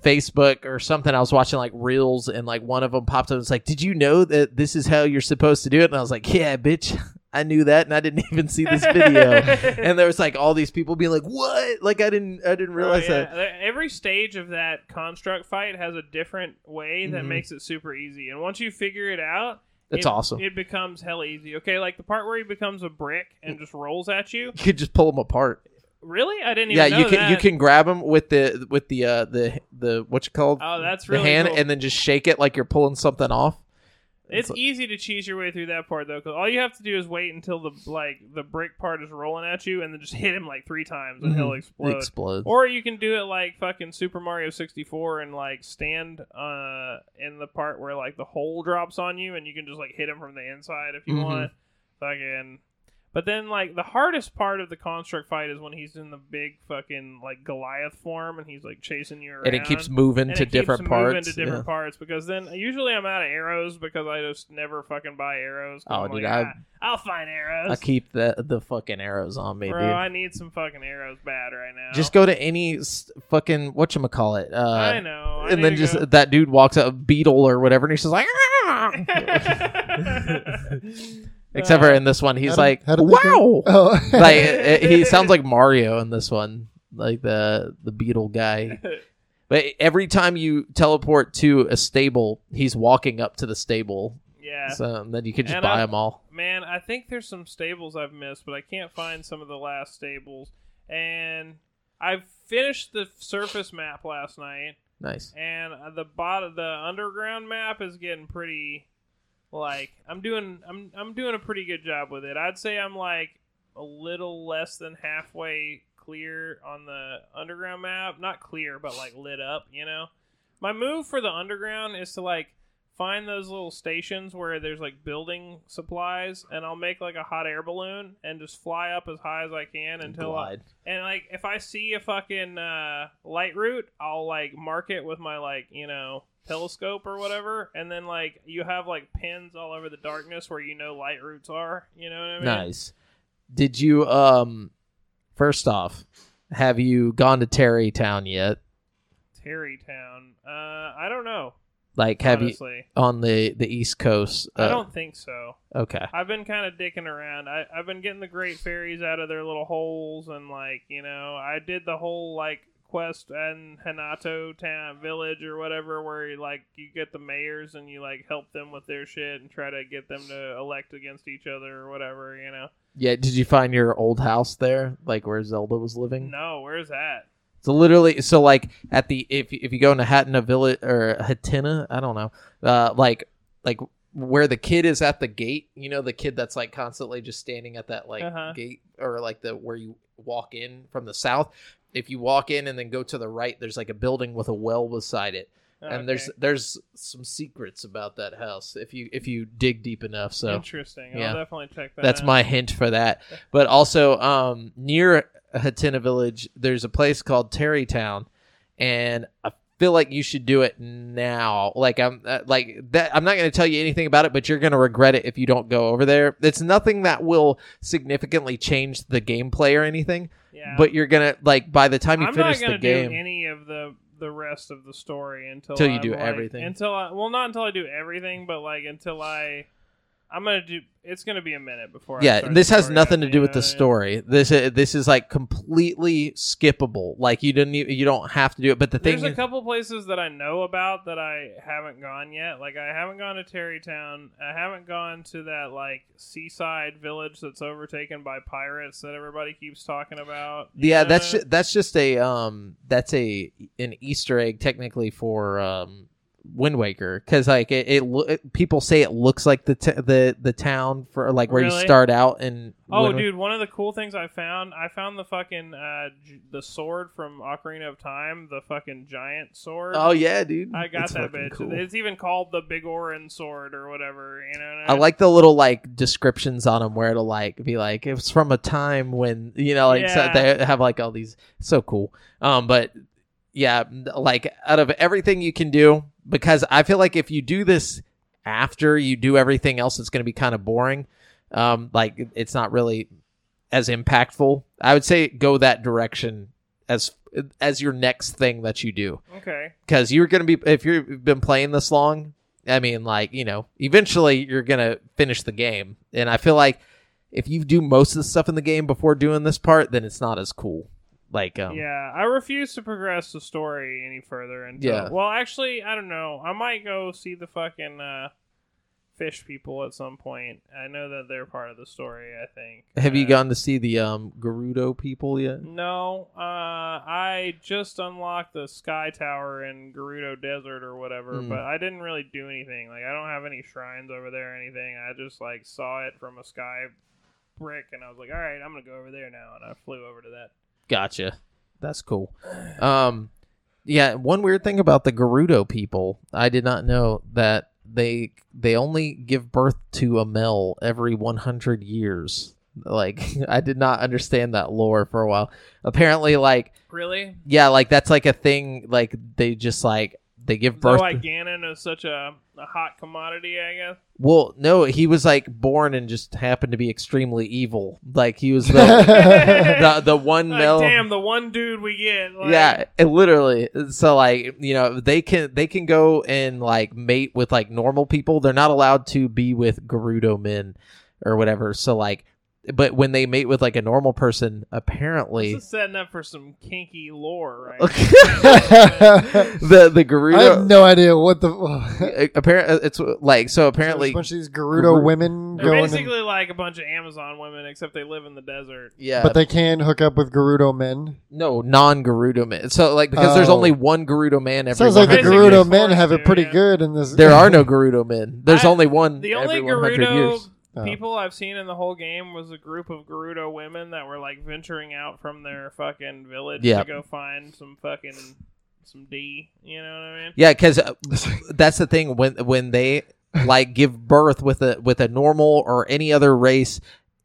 A: facebook or something i was watching like reels and like one of them popped up it's like did you know that this is how you're supposed to do it and i was like yeah bitch i knew that and i didn't even see this video and there was like all these people being like what like i didn't i didn't
C: Oh,
A: realize
C: yeah.
A: that
C: Every stage of that construct fight has a different way that
A: Mhm.
C: makes it super easy. And once you figure it out,
A: it's
C: it-
A: awesome
C: It becomes hell easy. Okay, like the part where he becomes a brick and just rolls at you.
A: you could just pull them apart.
C: Really? I didn't even
A: Yeah,
C: know
A: you can
C: that.
A: you can grab them with the with the uh the the what you called
C: Oh, that's
A: the
C: really
A: hand,
C: cool.
A: and then just shake it like you're pulling something off.
C: It's
A: It's like-
C: easy to cheese your way through that part though, because all you have to do is wait until the like the brick part is rolling at you, and then just hit him like three times, and he'll
A: Mhm.
C: explode.
A: It explodes.
C: or you can do it like fucking Super Mario 64 and like stand uh in the part where like the hole drops on you, and you can just like hit him from the inside if you
A: Mhm.
C: want. Fucking. But then like the hardest part of the construct fight is when he's in the big fucking like Goliath form, and he's like chasing you around
A: and it keeps moving
C: and
A: to
C: it keeps
A: different
C: moving
A: parts.
C: to different parts because then usually I'm out of arrows because I just never fucking buy arrows. 'cause
A: Oh,
C: I'm
A: dude,
C: like,
A: I-
C: "Ah, I'll find
A: Yeah. I
C: arrows.
A: keep the the fucking arrows on me,
C: Bro,
A: dude.
C: I need some fucking arrows bad right now.
A: Just go to any s- fucking what you call it,
C: I
A: uh,
C: know. I
A: and then
C: need to
A: just
C: go-
A: that dude walks up, beetle or whatever, and he's just like. "Ah!"
C: Uh,
A: Except for in this one, he's
B: How do-
A: like,
B: how do they
A: "Wow!"
B: Oh,
A: like it, it- he sounds like Mario in this one, like the the beetle guy. But every time you teleport to a stable, he's walking up to the stable,
C: yeah.
A: so and then you could just
C: And uh,
A: buy
C: I'm-
A: them all.
C: Man, I think there's some stables I've missed, but I can't find some of the last stables. And I finished the surface map last night.
A: Nice.
C: and uh, the bottom the underground map is getting pretty like i'm doing i'm i'm doing a pretty good job with it i'd say i'm like a little less than halfway clear on the underground map not clear but like lit up you know my move for the underground is to like find those little stations where there's like building supplies and i'll make like a hot air balloon and just fly up as high as i can until I,
A: Glide.
C: and like, if I see a fucking uh, light route, I'll like mark it with my like you know telescope or whatever, and then like you have like pins all over the darkness where you know light routes are. You know what I mean?
A: nice. Did you um? First off, have you gone to Terrytown yet?
C: Terrytown. Uh, I don't know.
A: Like, have you
C: honestly.
A: on the the East Coast?
C: I
A: uh,
C: don't think so.
A: Okay.
C: I've been kind of dicking around. I, I've been getting the great fairies out of their little holes, and like you know, I did the whole like quest and Hanato town village or whatever, where you, like you get the mayors and you like help them with their shit and try to get them to elect against each other or whatever. You know,
A: Yeah. Did you find your old house there, like where Zelda was living?
C: no, where's that?
A: So literally, so like at the if if you go into Hatina Village or Hatina, I don't know, uh, like like where the kid is at the gate. You know, the kid that's like constantly just standing at that like
C: Uh-huh.
A: gate or like the where you walk in from the south. If you walk in and then go to the right, there's like a building with a well beside it,
C: Okay.
A: and there's there's some secrets about that house if you if you dig deep enough. So
C: interesting.
A: yeah.
C: I'll definitely check that.
A: that's
C: out.
A: my hint for that. But also, um, near Hatina Village, there's a place called Terrytown, and I feel like you should do it now. Like I'm, uh, like that. I'm not going to tell you anything about it, but you're going to regret it if you don't go over there. It's nothing that will significantly change the gameplay or anything,
C: Yeah.
A: but you're gonna like by the time you
C: I'm
A: finish
C: not gonna
A: the game.
C: do any of the the rest of the story until
A: Till you
C: I'm,
A: do
C: like-
A: everything.
C: Until I well, not until I do everything, but like until I, I'm gonna do. It's gonna be a minute before. I
A: yeah,
C: start
A: this
C: the
A: has
C: story
A: nothing to
C: up,
A: do
C: you
A: with
C: know?
A: the story. This i- this is like completely skippable. Like you didn't e- you don't have to do it. But the
C: There's
A: thing
C: a
A: is-
C: couple places that I know about that I haven't gone yet. Like I haven't gone to Terrytown. I haven't gone to that like seaside village that's overtaken by pirates that everybody keeps talking about. you
A: Yeah, that's
C: know?
A: ju- that's just a um that's a an Easter egg technically for um Wind Waker because like it, it, lo- it people say it looks like the t- the the town for like where you
C: Really?
A: start out and
C: Oh, dude, one of the cool things I found, I found the fucking uh, j- the sword from Ocarina of Time, the fucking giant sword.
A: oh yeah dude
C: I got
A: That's
C: that
A: fucking
C: bitch.
A: cool.
C: It's even called the Big Orin sword or whatever. You know. what
A: I like the little like descriptions on them where it'll like be like it was from a time when you know like so
C: Yeah.
A: they have like all these so cool. Um, but yeah, like out of everything you can do, because I feel like if you do this after you do everything else, it's going to be kind of boring. Um, like it- it's not really as impactful. I would say go that direction as as your next thing that you do
C: Okay.
A: because you're gonna be if you've been playing this long i mean like you know eventually you're gonna finish the game and i feel like if you do most of the stuff in the game before doing this part then it's not as cool like um
C: Yeah, I refuse to progress the story any further. Until,
A: Yeah.
C: Well, actually, I don't know. I might go see the fucking uh, fish people at some point. I know that they're part of the story. I think.
A: have you
C: Uh,
A: gone to see the um gerudo people yet
C: No, uh, I just unlocked the Sky Tower in Gerudo Desert or whatever,
A: Hmm.
C: but I didn't really do anything. Like, I don't have any shrines over there or anything. I just, like, saw it from a sky brick, and I was like, all right, I'm going to go over there now, and I flew over to that.
A: gotcha that's cool um yeah one weird thing about the gerudo people i did not know that they they only give birth to a male every 100 years like i did not understand that lore for a while apparently like
C: Really?
A: yeah, like that's like a thing. Like they just like they give birth.
C: That's why Ganon is such a, a hot commodity, I guess.
A: well, no, he was like born and just happened to be extremely evil. Like he was the the, the one
C: Like,
A: male.
C: damn, the one dude we get. Like,
A: yeah, it literally. So like you know they can they can go and like mate with like normal people. They're not allowed to be with Gerudo men or whatever. So like, but when they mate with like a normal person, apparently.
C: This is setting up for some kinky lore, right?
A: the the
B: I have
A: Gerudo
B: no idea what the.
A: apparently it's like so apparently
B: There's a bunch of these Gerudo
A: Gerudo-
B: women
C: They're
B: going, and-
C: basically like a bunch of Amazon women, except they live in the desert.
A: yeah
B: but they can hook up with Gerudo men.
A: No, non Gerudo man. So like because there's
B: Oh.
A: only one Gerudo man every.
B: Sounds like the
A: 100
C: Gerudo-
A: years.
B: Gerudo men
C: Forced
B: have
C: to,
B: it pretty
C: yeah.
B: good in this.
A: There are no Gerudo men. There's
C: I-
A: only one.
C: The only
A: Mm, every 100
C: Gerudo
A: years.
B: Oh.
C: people I've seen in the whole game was a group of Gerudo women that were like venturing out from their fucking village
A: Yeah.
C: to go find some fucking some D. You know what I mean?
A: Yeah, because uh, that's the thing when when they like give birth with a with a normal or any other race,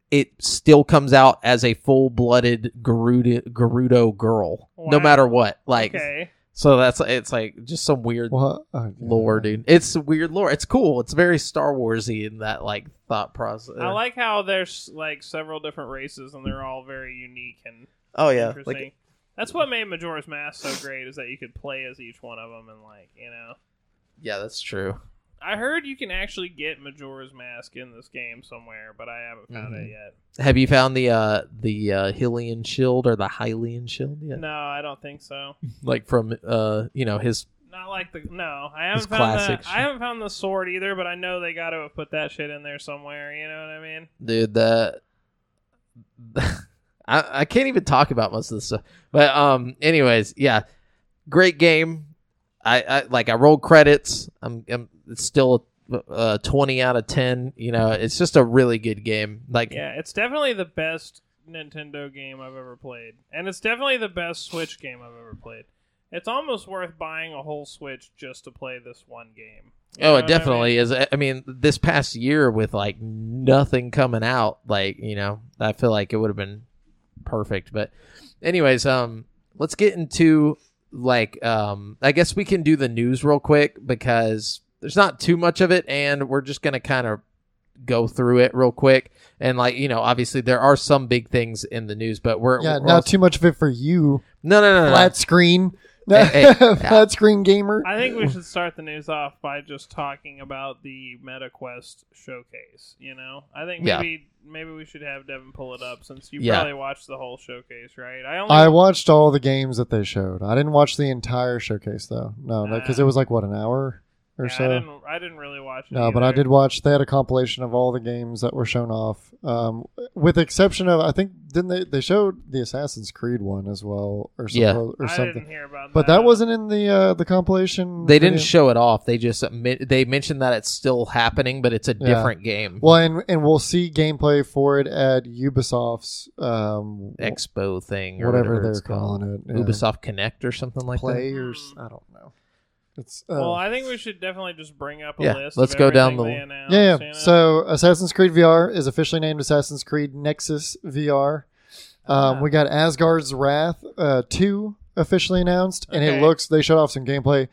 A: it still comes out as a full blooded Gerudo Gerudo girl, no
C: Wow.
A: matter what. Like
C: okay.
A: so that's it's like just some weird.
B: What? Oh,
A: Lore, dude, it's weird lore. It's cool. It's very Star Warsy in that like thought process.
C: I like how there's like several different races and they're all very unique and
A: oh yeah,
C: interesting.
A: like
C: That's what made Majora's Mask so great is that you could play as each one of them and like you know
A: Yeah, that's true.
C: I heard you can actually get Majora's Mask in this game somewhere, but I haven't found
A: Mm-hmm.
C: it yet.
A: Have you found the uh the uh Hylian shield or the Hylian shield yet?
C: No, I don't think so.
A: Like from uh you know his
C: Not like the no. I haven't
A: It's
C: found
A: classics.
C: the, I haven't found the sword either, but I know they got to have put that shit in there somewhere. You know what I mean?
A: dude the I, I can't even talk about most of this stuff but um anyways yeah great game i, I like i rolled credits i'm, I'm it's still a, a 20 out of 10 you know it's just a really good game like
C: Yeah, it's definitely the best Nintendo game I've ever played, and it's definitely the best Switch game I've ever played. It's almost worth buying a whole Switch just to play this one game. You know
A: oh
C: what I
A: it
C: mean?
A: definitely is i mean this past year with like nothing coming out like you know i feel like it would have been perfect but anyways um let's get into like um i guess we can do the news real quick because there's not too much of it and we're just gonna kind of go through it real quick and like you know obviously there are some big things in the news but we're
B: Yeah,
A: we're
B: not
A: also-
B: too much of it for you.
A: no no no, no, no.
B: Flat screen.
A: Hey, hey,
B: Flat screen gamer.
C: I think we should start the news off by just talking about the MetaQuest showcase. You know, I think
A: Yeah.
C: maybe maybe we should have Devin pull it up since you
A: Yeah.
C: probably watched the whole showcase, right? I only
B: I watched all the games that they showed. I didn't watch the entire showcase though. No, because it was like what an hour or
C: yeah,
B: so.
C: I didn't, I didn't really watch. It
B: No, but I
C: either.
B: did watch. They had a compilation of all the games that were shown off, um, with the exception of I think didn't they they showed the Assassin's Creed one as well or some,
A: Yeah.
B: or
C: I
B: something.
C: didn't hear about
B: But that wasn't in the uh, the compilation.
A: they didn't
B: video.
A: show it off they just admit, they mentioned that it's still happening but it's a
B: Yeah.
A: different game
B: well, and and we'll see gameplay for it at Ubisoft's um,
A: expo thing or
B: whatever,
A: whatever,
B: they're
A: it's
B: calling
A: called.
B: it. yeah.
A: Ubisoft Connect or something like
B: players. I don't know. It's uh,
C: Well, I think we should definitely just bring up a
A: Yeah,
C: list.
A: let's
C: of
A: go down the-
C: everything they announced,
B: Yeah,
C: you
B: yeah.
C: know?
B: So Assassin's Creed VR is officially named Assassin's Creed Nexus VR. Um,
C: Ah.
B: We got Asgard's Wrath uh, 2 officially announced, and it
C: Okay.
B: looks, they showed off some gameplay.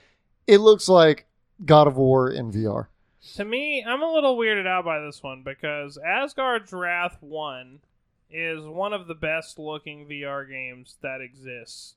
B: It looks like God of War in VR.
C: to me, I'm a little weirded out by this one because Asgard's Wrath One is one of the best looking VR games that exists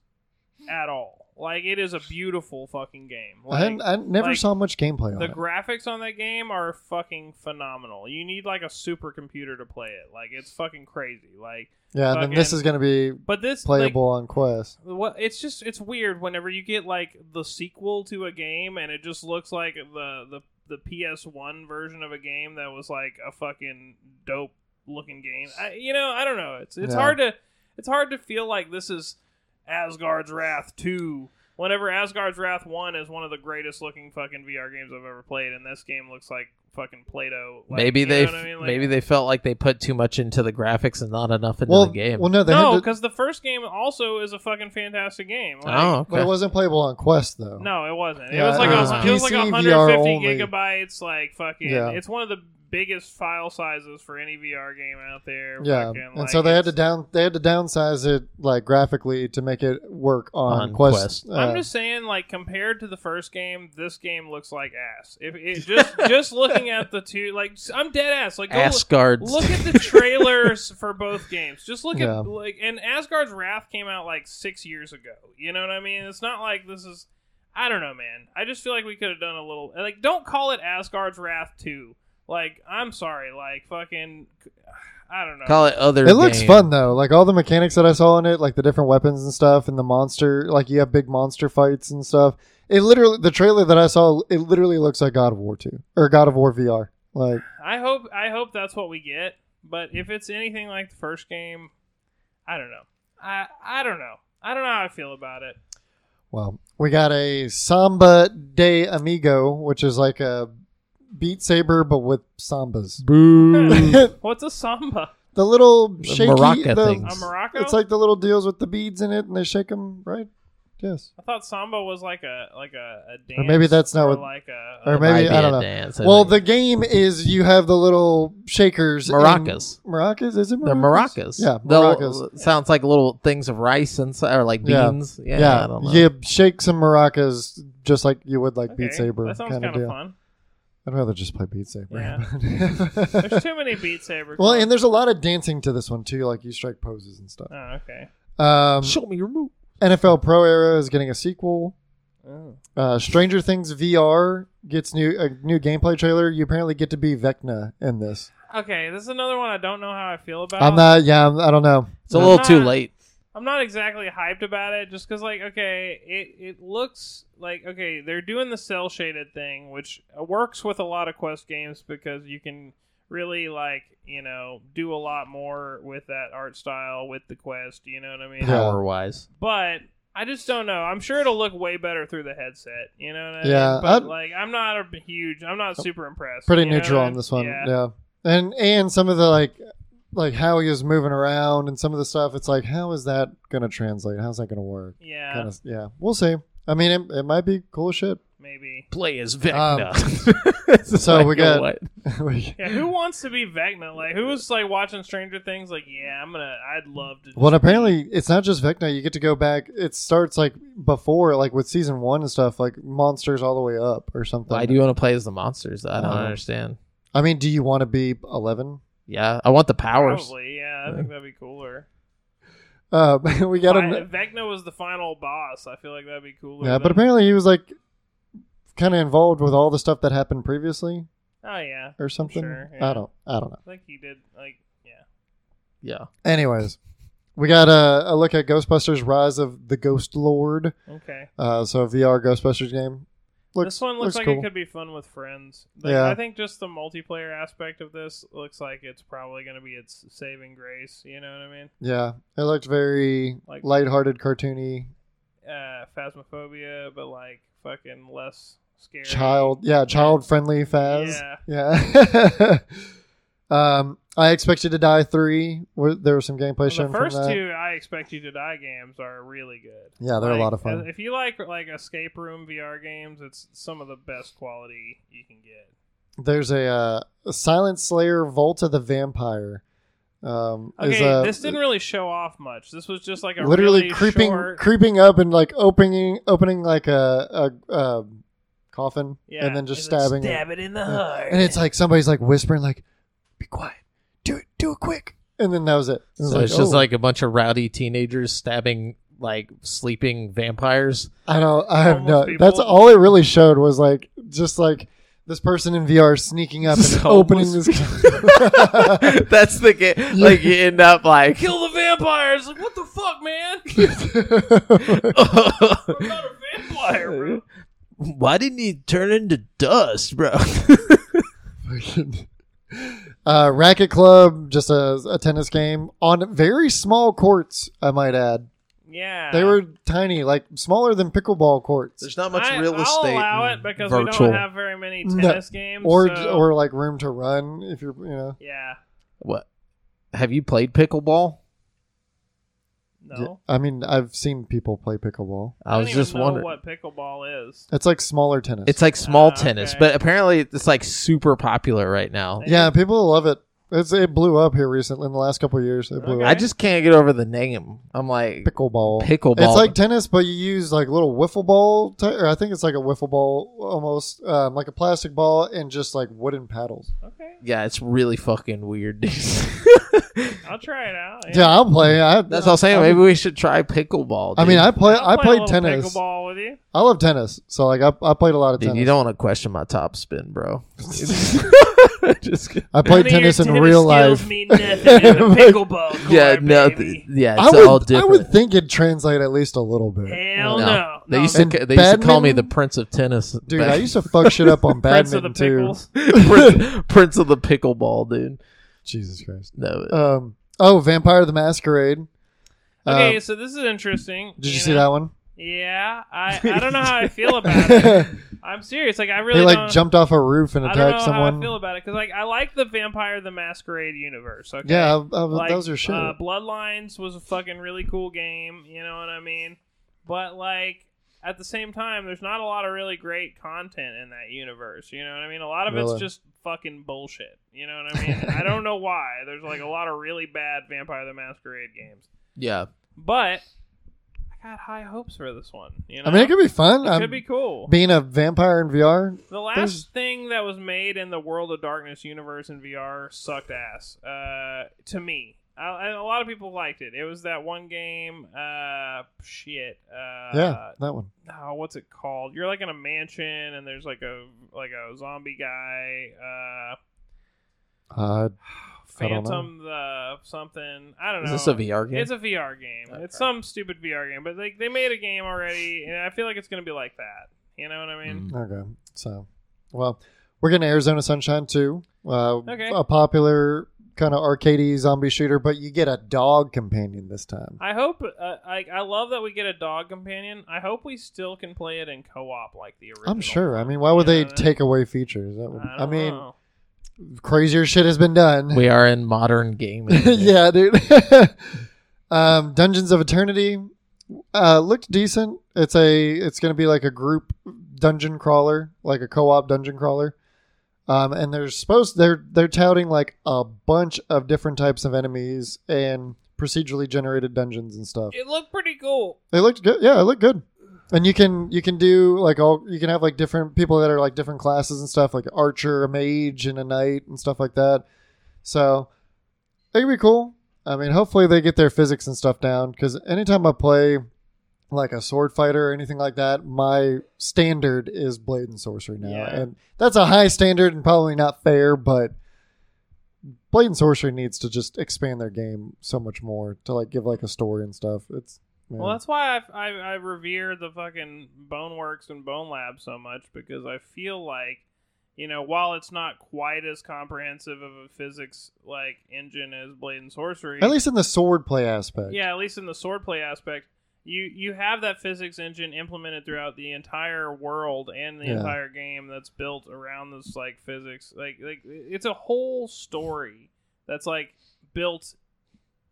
C: at all. Like it is a beautiful fucking game.
B: I,
C: Like,
B: hadn't- I never
C: like,
B: saw much gameplay on
C: the
B: it.
C: graphics on that game are fucking phenomenal. You need like a supercomputer to play it. Like it's fucking crazy. Like,
B: yeah, and then this
C: fucking
B: is going to be
C: but this like,
B: playable on Quest.
C: what it's just it's weird whenever you get like the sequel to a game and it just looks like the the the PS1 version of a game that was like a fucking dope looking game. I, you know, I don't know. It's it's
B: Yeah.
C: hard to it's hard to feel like this is Asgard's Wrath 2 whenever Asgard's Wrath 1 is one of the greatest looking fucking VR games I've ever played and this game looks like fucking Play-Doh.
A: that.
C: Like,
A: maybe
C: you know
A: they
C: what I mean? Like-
A: maybe they felt like they put too much into the graphics and not enough into
B: Well,
A: the game.
B: well, no, they
C: No,
B: had to,
C: cuz the first game also is a fucking fantastic game. Like,
A: oh,
B: but
A: okay.
B: it wasn't playable on Quest, though.
C: No, it wasn't.
B: Yeah, uh,
C: it was like
A: it
C: a,
A: was
C: hun- it was like
B: PC,
C: 150
B: VR only.
C: gigabytes. Like fucking,
B: Yeah.
C: it's one of the biggest file sizes for any VR game out there.
B: Yeah,
C: fucking,
B: and
C: like,
B: so they had to
C: it's-
B: down they had to downsize it like graphically to make it work on,
A: On
B: Quest.
A: Quest.
B: uh,
C: I'm just saying, like compared to the first game, this game looks like ass. If it just just looking at the two, like I'm dead ass. Like go look-
A: Asgard's
C: Look at the trailers for both games. Just look
B: Yeah.
C: at like and Asgard's Wrath came out like six years ago. You know what I mean? It's not like this is I don't know, man. I just feel like we could have done a little like don't call it Asgard's Wrath two. Like, I'm sorry, like fucking I don't know.
A: call it other.
B: It looks
A: game.
B: fun though. Like all the mechanics that I saw in it, like the different weapons and stuff, and the monster. Like you have big monster fights and stuff. It literally, the trailer that I saw, it literally looks like God of War Two or God of War VR. Like
C: I hope I hope that's what we get. But if it's anything like the first game, I don't know. I I don't know. I don't know how I feel about it.
B: Well, we got a Samba de Amigo, which is like a Beat Saber but with sambas.
A: Boo.
B: the
C: What's a samba?
B: little
A: The
B: shaky
A: maraca
B: the-
C: A
A: things.
C: maraca?
B: It's like the little deals with the beads in it, and they shake them right. Yes.
C: I thought samba was like a like a, a dance,
B: Or maybe that's not
C: or
B: what-
C: like a,
B: or
C: a-
B: maybe-
A: Might be
B: I don't
A: a
B: know.
A: Dance, I
B: Well,
A: think.
B: the game is you have the little shakers, in-
A: maracas.
B: Maracas, is it?
A: They're maracas.
B: Yeah,
A: They'll-
B: maracas.
A: sounds like little things of rice inside, or like
B: Yeah.
A: beans. Yeah,
B: Yeah,
A: I don't know.
B: you shake some maracas just like you would like Beat
C: Okay,
B: Saber
C: That sounds
B: kind of
C: kind of
B: deal.
C: fun.
B: I'd rather just play Beat Saber.
C: There's too many Beat Saber.
B: well,
C: games.
B: and there's a lot of dancing to this one too. Like you strike poses and stuff.
C: oh, okay.
B: Um,
A: Show me your move.
B: NFL Pro Era is getting a sequel.
C: Oh.
B: Uh, Stranger Things VR gets new a new gameplay trailer. You apparently get to be Vecna in this.
C: Okay, this is another one I don't know how I feel about.
B: I'm not. Yeah, I'm, I don't know.
A: It's a little too
C: Ah.
A: late.
C: I'm not exactly hyped about it, just because like okay, it it looks like okay they're doing the cell shaded thing, which works with a lot of quest games because you can really like you know do a lot more with that art style with the quest. You know what I mean?
B: Yeah.
A: Power wise,
C: But I just don't know. I'm sure it'll look way better through the headset. You know what I mean?
B: Yeah,
C: But
B: I'd-
C: like I'm not a huge. I'm not super impressed.
B: Pretty
C: you know
B: neutral
C: what I
B: on
C: mean?
B: this one.
C: Yeah.
B: Yeah. and and some of the like like how he was moving around and some of the stuff. It's like how is that gonna translate? How's that gonna work?
C: Yeah,
B: Kinda, yeah, we'll see. I mean, it, it might be cool as shit.
C: maybe.
A: play as Vecna. It's
B: Um, so
A: like,
B: we
A: you know
B: got-
A: what?
B: We-
C: Yeah, who wants to be Vecna? Like, who was like watching Stranger Things? Like, yeah, I'm gonna. I'd love to. just
B: Well, and
C: be-
B: apparently it's not just Vecna. You get to go back. It starts like before, like with season one and stuff, like monsters all the way up or something.
A: Why do you want to play as the monsters? I don't
B: Um,
A: understand.
B: I mean, do you want to be eleven?
A: Yeah, I want the powers.
C: Probably, yeah. I think that'd be cooler.
B: Uh, we got
C: Fi-
B: him.
C: if Vecna was the final boss. I feel like that'd be cooler.
B: Yeah, but
C: than-
B: apparently he was like kind of involved with all the stuff that happened previously
C: oh yeah,
B: or something.
C: Sure, yeah.
B: I don't. I don't know.
C: I think he did. Like, yeah,
A: Yeah,
B: Anyways, we got a, a look at Ghostbusters: Rise of the Ghost Lord.
C: okay.
B: Uh, so VR Ghostbusters game. Looks,
C: this one looks, like
B: cool.
C: it could be fun with friends. Like,
B: Yeah.
C: I think just the multiplayer aspect of this looks like it's probably going to be its saving grace. You know what I mean?
B: Yeah, it looked very
C: Like-
B: lighthearted, cartoony,
C: Uh, phasmophobia, but like fucking less scary.
B: child yeah child friendly faz yeah, um i expected to die three Were- there was some gameplay
C: Well,
B: shown
C: the first
B: from that
C: two I expect you to die games are really good.
B: yeah they're
C: Like,
B: a lot of fun
C: uh, If you like like escape room VR games, it's some of the best quality you can get.
B: there's a, uh, a silent slayer vault of the vampire um is,
C: Okay,
B: uh,
C: this didn't really show off much. This was just like a
B: literally
C: really
B: creeping
C: short-
B: creeping up and like opening opening like a a, a coffin
C: yeah,
B: and then just
C: it's like,
B: stabbing it.
C: Stab it in the
B: Yeah.
C: heart.
B: and it's like somebody's like whispering like be quiet do it do it quick and then that was it, It was
A: so it's just
B: oh.
A: like a bunch of rowdy teenagers stabbing like sleeping vampires.
B: I don't. I have no.
C: Homeless people.
B: That's all it really showed was like just like this person in VR sneaking up and
A: Just
B: opening
A: homeless
B: this.
A: That's the game. Like you end up like.
C: Kill the vampires! Like what the fuck, man? I'm not a vampire, bro.
A: Why didn't he turn into dust, bro?
B: uh, racket club, just a, a tennis game on very small courts. I might add,
C: Yeah,
B: they were tiny, like smaller than pickleball courts,
A: There's not much
C: I,
A: real estate.
C: I'll allow
A: in
C: it because
A: virtual.
C: we don't have very many
B: No.
C: tennis games.
B: or
C: so-
B: or like room to run if you're you know.
C: yeah,
A: What? Have you played pickleball?
C: no.
B: I mean, I've seen people play pickleball.
A: I, was
C: don't even
A: just
C: know
A: wondering.
C: what pickleball is.
B: It's like smaller tennis.
A: It's like small
C: Ah,
A: tennis,
C: okay.
A: but apparently it's like super popular right now.
C: Thank
B: yeah, people love it. It's it blew up here recently in the last couple of years. It blew
C: Okay.
B: up.
A: I just can't get over the name. I'm like
B: pickleball.
A: pickleball.
B: It's like tennis, but you use like little wiffle ball, ty- or I think it's like a wiffle ball almost, um, like a plastic ball, and just like wooden paddles.
C: Okay,
A: yeah, it's really fucking weird. dude.
C: I'll try it out.
B: Yeah, I'll play. I,
A: That's all I'm saying.
B: I,
A: Maybe we should try pickleball.
B: I mean, I play. I
C: I'll play a
B: played
C: little
B: tennis.
C: Pickleball with you.
B: I love tennis, so like I, I played a lot of
A: dude,
B: tennis.
A: you don't want to question my top spin, bro. just kidding.
B: I played
C: None of
B: tennis
C: your
B: in real
C: skills
B: life.
C: Mean nothing in a pickleball court,
A: yeah, no, th-
C: baby.
A: yeah,
B: I
A: it's all
B: would, I
A: different.
B: would think it'd translate at least a little bit.
C: Hell
A: no.
C: no.
A: They
C: No.
A: used to
B: And
A: ca- they used to call me the
B: badminton?
A: Prince of Tennis,
B: Dude, I used to fuck shit up on
C: Prince of
B: badminton
C: the
B: too.
C: pickles.
A: Prince, Prince of the pickleball, dude.
B: Jesus Christ.
A: No,
B: Um. Oh, Vampire the Masquerade.
C: Okay,
A: Uh,
B: Um,
C: so this is interesting.
B: did you
C: you
B: see
C: know?
B: that one?
C: Yeah, I, I don't know how I feel about it. I'm serious. Like I really
B: he like
C: don't,
B: jumped off a roof and
C: I don't know
B: attacked
C: how I
B: someone.
C: feel about it because like I like the Vampire the Masquerade universe. Okay,
B: Yeah, I- I-
C: Like,
B: those are shit.
C: Uh, Bloodlines was a fucking really cool game. You know what I mean? But like at the same time, there's not a lot of really great content in that universe. You know what I mean? A lot of
B: Really?
C: it's just fucking bullshit. You know what I mean? I don't know why. There's like a lot of really bad Vampire the Masquerade games.
A: yeah,
C: But I got high hopes for this one. You know,
B: I mean, it could be fun.
C: It
B: I'm
C: could be cool.
B: being a vampire in VR.
C: The last
B: There's-
C: thing that was made in the World of Darkness universe in VR sucked ass. Uh, to me, I, and a lot of people liked it. It was that one game. Uh, shit. Uh,
B: yeah, that one.
C: oh, what's it called? You're like in a mansion, and there's like a like a zombie guy. Uh,
B: Uh, I don't know.
C: Phantom the something. I don't
A: Is
C: know.
A: this a VR game?
C: It's a VR game.
A: Okay.
C: It's some stupid VR game, but like they made a game already, and I feel like it's gonna be like that. You know what I mean?
B: okay, so well, we're getting Arizona Sunshine too. Uh,
C: Okay.
B: A popular kind of arcadey zombie shooter, but you get a dog companion this time.
C: I hope. Uh, I I love that we get a dog companion. I hope we still can play it in co-op like the original.
B: I'm sure. I mean, why would
C: You
B: they
C: know,
B: take away features? That would,
C: I,
B: I,
C: don't
B: mean,
C: know.
B: crazier shit has been done.
A: We are in modern gaming.
B: yeah, dude. um, Dungeons of Eternity uh, looked decent. It's a it's going to be like a group dungeon crawler, like a co-op dungeon crawler. Um, and they're supposed they're they're touting like a bunch of different types of enemies and procedurally generated dungeons and stuff.
C: it looked pretty cool.
B: It looked good. Yeah, it looked good. And you can you can do like all you can have like different people that are like different classes and stuff, like archer, a mage, and a knight and stuff like that. So it could be cool. I mean, hopefully they get their physics and stuff down because anytime I play like a sword fighter or anything like that, my standard is blade and sorcery now,
C: Yeah.
B: and that's a high standard and probably not fair, but blade and sorcery needs to just expand their game so much more to like give like a story and stuff. It's yeah.
C: Well, that's why I, I I revere the fucking Boneworks and Bone Lab so much because I feel like, you know, while it's not quite as comprehensive of a physics like engine as Blade and Sorcery,
B: At least in the sword play aspect.
C: yeah, at least in the swordplay aspect, you you have that physics engine implemented throughout the entire world and the
B: Yeah.
C: entire game that's built around this like physics. Like like it's a whole story that's like built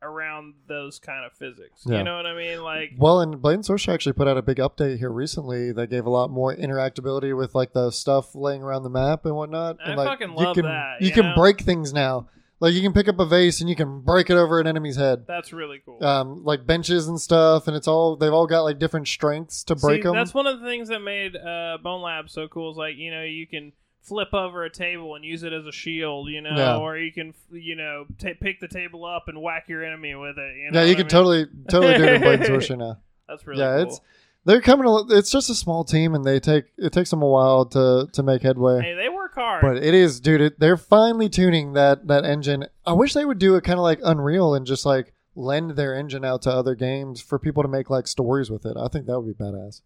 C: around those kind of physics.
B: Yeah.
C: You know what I mean? Like
B: Well, and Blade and Sorcery actually put out a big update here recently that gave a lot more interactability with like the stuff laying around the map and whatnot.
C: I
B: and, like,
C: fucking
B: you
C: love
B: can,
C: that,
B: You
C: you
B: can
C: know?
B: break things now. Like you can pick up a vase and you can break it over an enemy's head.
C: that's really cool.
B: Um, like benches and stuff, and it's all they've all got like different strengths to break
C: See,
B: them.
C: That's one of the things that made uh, Bone Lab so cool. Is like you know you can flip over a table and use it as a shield, you know,
B: Yeah.
C: or you can you know ta pick the table up and whack your enemy with it. You know
B: yeah,
C: what
B: you
C: I
B: can
C: mean?
B: totally totally do it in Blade and Sorcery now.
C: That's really
B: yeah,
C: cool.
B: it's they're coming. al- It's just a small team, and they take it takes them a while to to make headway.
C: Hey, they work hard.
B: But it is, dude. It, they're finally tuning that that engine. I wish they would do it kind of like Unreal and just like lend their engine out to other games for people to make like stories with it. I think that would be badass.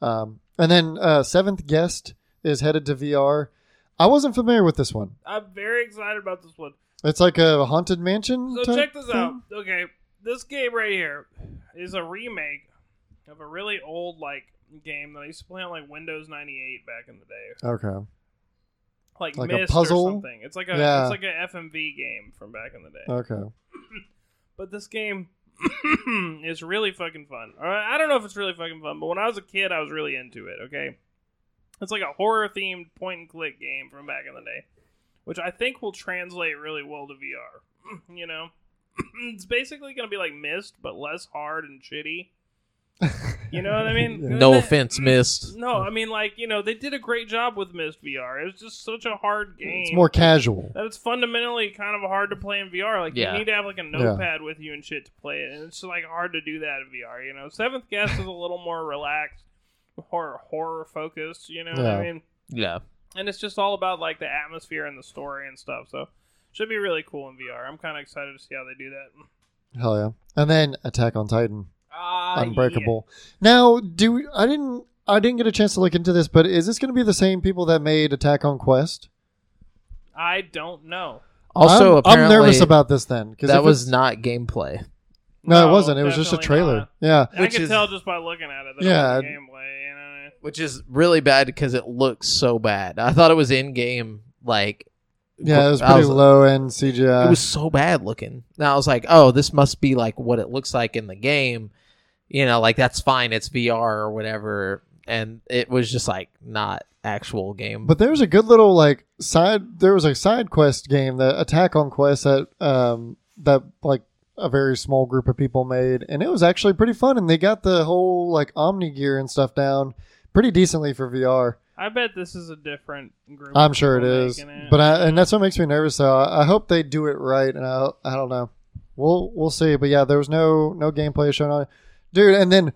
B: Um, and then uh, seventh guest is headed to VR. I wasn't familiar with this one.
C: I'm very excited about this one.
B: It's like a haunted mansion.
C: So
B: type
C: check this
B: thing?
C: out. Okay, this game right here is a remake of a really old like game that I used to play on like Windows 98 back in the day.
B: Okay.
C: Like,
B: Like a
C: Myst
B: puzzle?
C: or something. It's like a
B: Yeah.
C: it's like a FMV game from back in the day.
B: Okay.
C: but this game is really fucking fun. All right, I don't know if it's really fucking fun, but when I was a kid, I was really into it. Okay, it's like a horror themed point and click game from back in the day, which I think will translate really well to VR. you know, it's basically going to be like Mist, but less hard and shitty. You know what I mean?
B: Yeah.
A: No offense, missed.
C: No, I mean like you know they did a great job with Mist VR. It was just such a hard game.
B: It's more casual.
C: That it's fundamentally kind of hard to play in VR. Like
A: Yeah.
C: you need to have like a notepad with you and shit to play it, and it's like hard to do that in VR. You know, Seventh Guest is a little more relaxed, horror horror focused. You know what I
B: Yeah.
C: mean?
A: Yeah.
C: And it's just all about like the atmosphere and the story and stuff. So should be really cool in VR. I'm kind of excited to see how they do that.
B: Hell yeah. And then Attack on Titan.
C: Ah,
B: Unbreakable. Now, do we, I didn't I didn't get a chance to look into this, but is this going to be the same people that made Attack on Quest?
C: yeah. I don't know.
A: Also,
B: I'm, I'm
A: apparently,
B: nervous about this then because
A: that was not gameplay.
B: no, it wasn't. It was just a
C: definitely
B: trailer.
C: not.
B: Yeah,
C: I
A: Which
C: can
A: is-
C: tell just by looking at it. That
B: Yeah.
C: yeah, gameplay. You know?
A: which is really bad because it looks so bad. I thought it was in game, like
B: yeah, it was
A: I
B: pretty
A: was- uh,
B: low end CGI.
A: it was so bad looking. And I was like, oh, this must be like what it looks like in the game. You know, like that's fine. It's VR or whatever, and it was just like not actual game.
B: but there was a good little like side. There was a side quest game, the Attack on Quest that um that like a very small group of people made, and it was actually pretty fun. And they got the whole like Omni gear and stuff down pretty decently for VR.
C: I bet this is a different group.
B: I'm
C: of
B: sure it
C: people
B: is,
C: making it.
B: but I, and that's what makes me nervous. Though I I hope they do it right, and I I don't know. We'll we'll see. But yeah, there was no no gameplay shown on it, dude. And then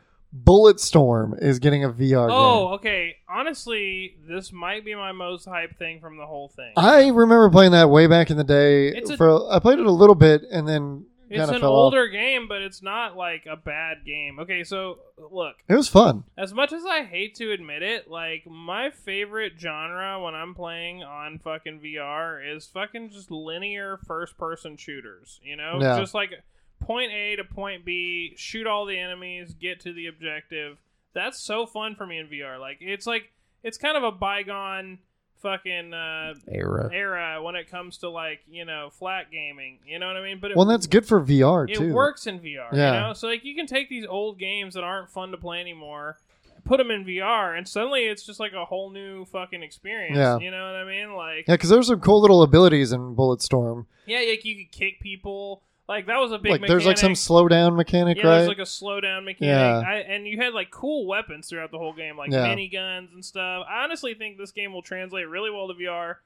B: Bulletstorm is getting a VR game.
C: Oh, okay. Honestly, this might be my most hype thing from the whole thing.
B: I remember playing that way back in the day.
C: It's a-
B: for I played it a little bit and then
C: it's
B: kind of
C: an
B: fell off.
C: older game, but it's not like a bad game. Okay, so look,
B: It was fun.
C: as much as I hate to admit it, like my favorite genre when I'm playing on fucking VR is fucking just linear first person shooters, you know?
B: Yeah.
C: Just like point A to point B, shoot all the enemies, get to the objective. That's so fun for me in VR. Like it's like it's kind of a bygone fucking uh
A: Era.
C: era when it comes to like, you know, flat gaming. You know what I mean? But it,
B: Well, and that's good for VR
C: it
B: too.
C: works in VR.
B: Yeah.
C: You know, so like you can take these old games that aren't fun to play anymore, put them in VR, and suddenly it's just like a whole new fucking experience.
B: Yeah.
C: You know what I mean? Like,
B: Yeah, because there's some cool little abilities in Bulletstorm.
C: yeah, like you could kick people. Like that was a big.
B: Like there's like some
C: mechanic.
B: slowdown mechanic,
C: Yeah,
B: right?
C: there's like a slowdown mechanic,
B: Yeah.
C: I, and you had like cool weapons throughout the whole game, like
B: Yeah.
C: miniguns and stuff. I honestly think this game will translate really well to VR.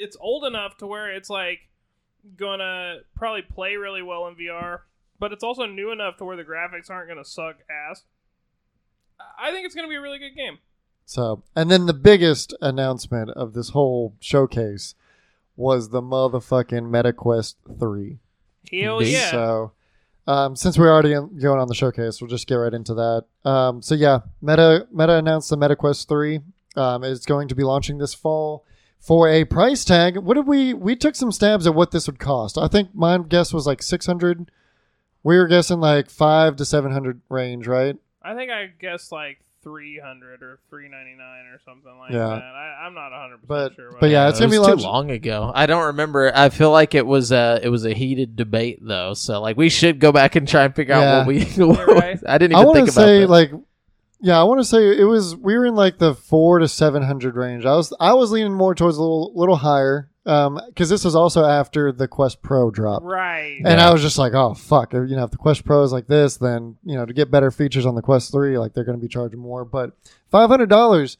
C: It's old enough to where it's like gonna probably play really well in VR, but it's also new enough to where the graphics aren't gonna suck ass. I- I think it's gonna be a really good game.
B: So, and then the biggest announcement of this whole showcase was the motherfucking MetaQuest 3.
C: Hell
A: Indeed.
C: yeah!
B: So, um, since we're already in, going on the showcase, we'll just get right into that. Um, so yeah, Meta Meta announced the MetaQuest 3. Um, it's going to be launching this fall for a price tag. What did we we took some stabs at what this would cost? I think my guess was like 600. We were guessing like 5 to 700 range, right?
C: I think I guessed like three hundred or three ninety nine or something like
B: Yeah.
C: that. I, I'm not hundred
B: But
C: percent sure. what
B: but
C: I-
B: yeah, it's
A: it
B: going to
A: was
B: be
A: too
B: launching
A: long ago. I don't remember. I feel like it was a it was a heated debate though. So like we should go back and try and figure
B: Yeah.
A: out what we.
C: right.
A: I didn't
B: I
A: even
B: want
A: think
B: to
A: about
B: say
A: that.
B: like, yeah, I want to say it was we were in like the four to seven hundred range. I was I was leaning more towards a little little higher because this was also after the Quest Pro drop,
C: right.
B: and
A: Yeah.
B: I was just like, oh fuck, you know, if the Quest Pro is like this, then you know, to get better features on the Quest Three, like they're going to be charging more. But five hundred dollars,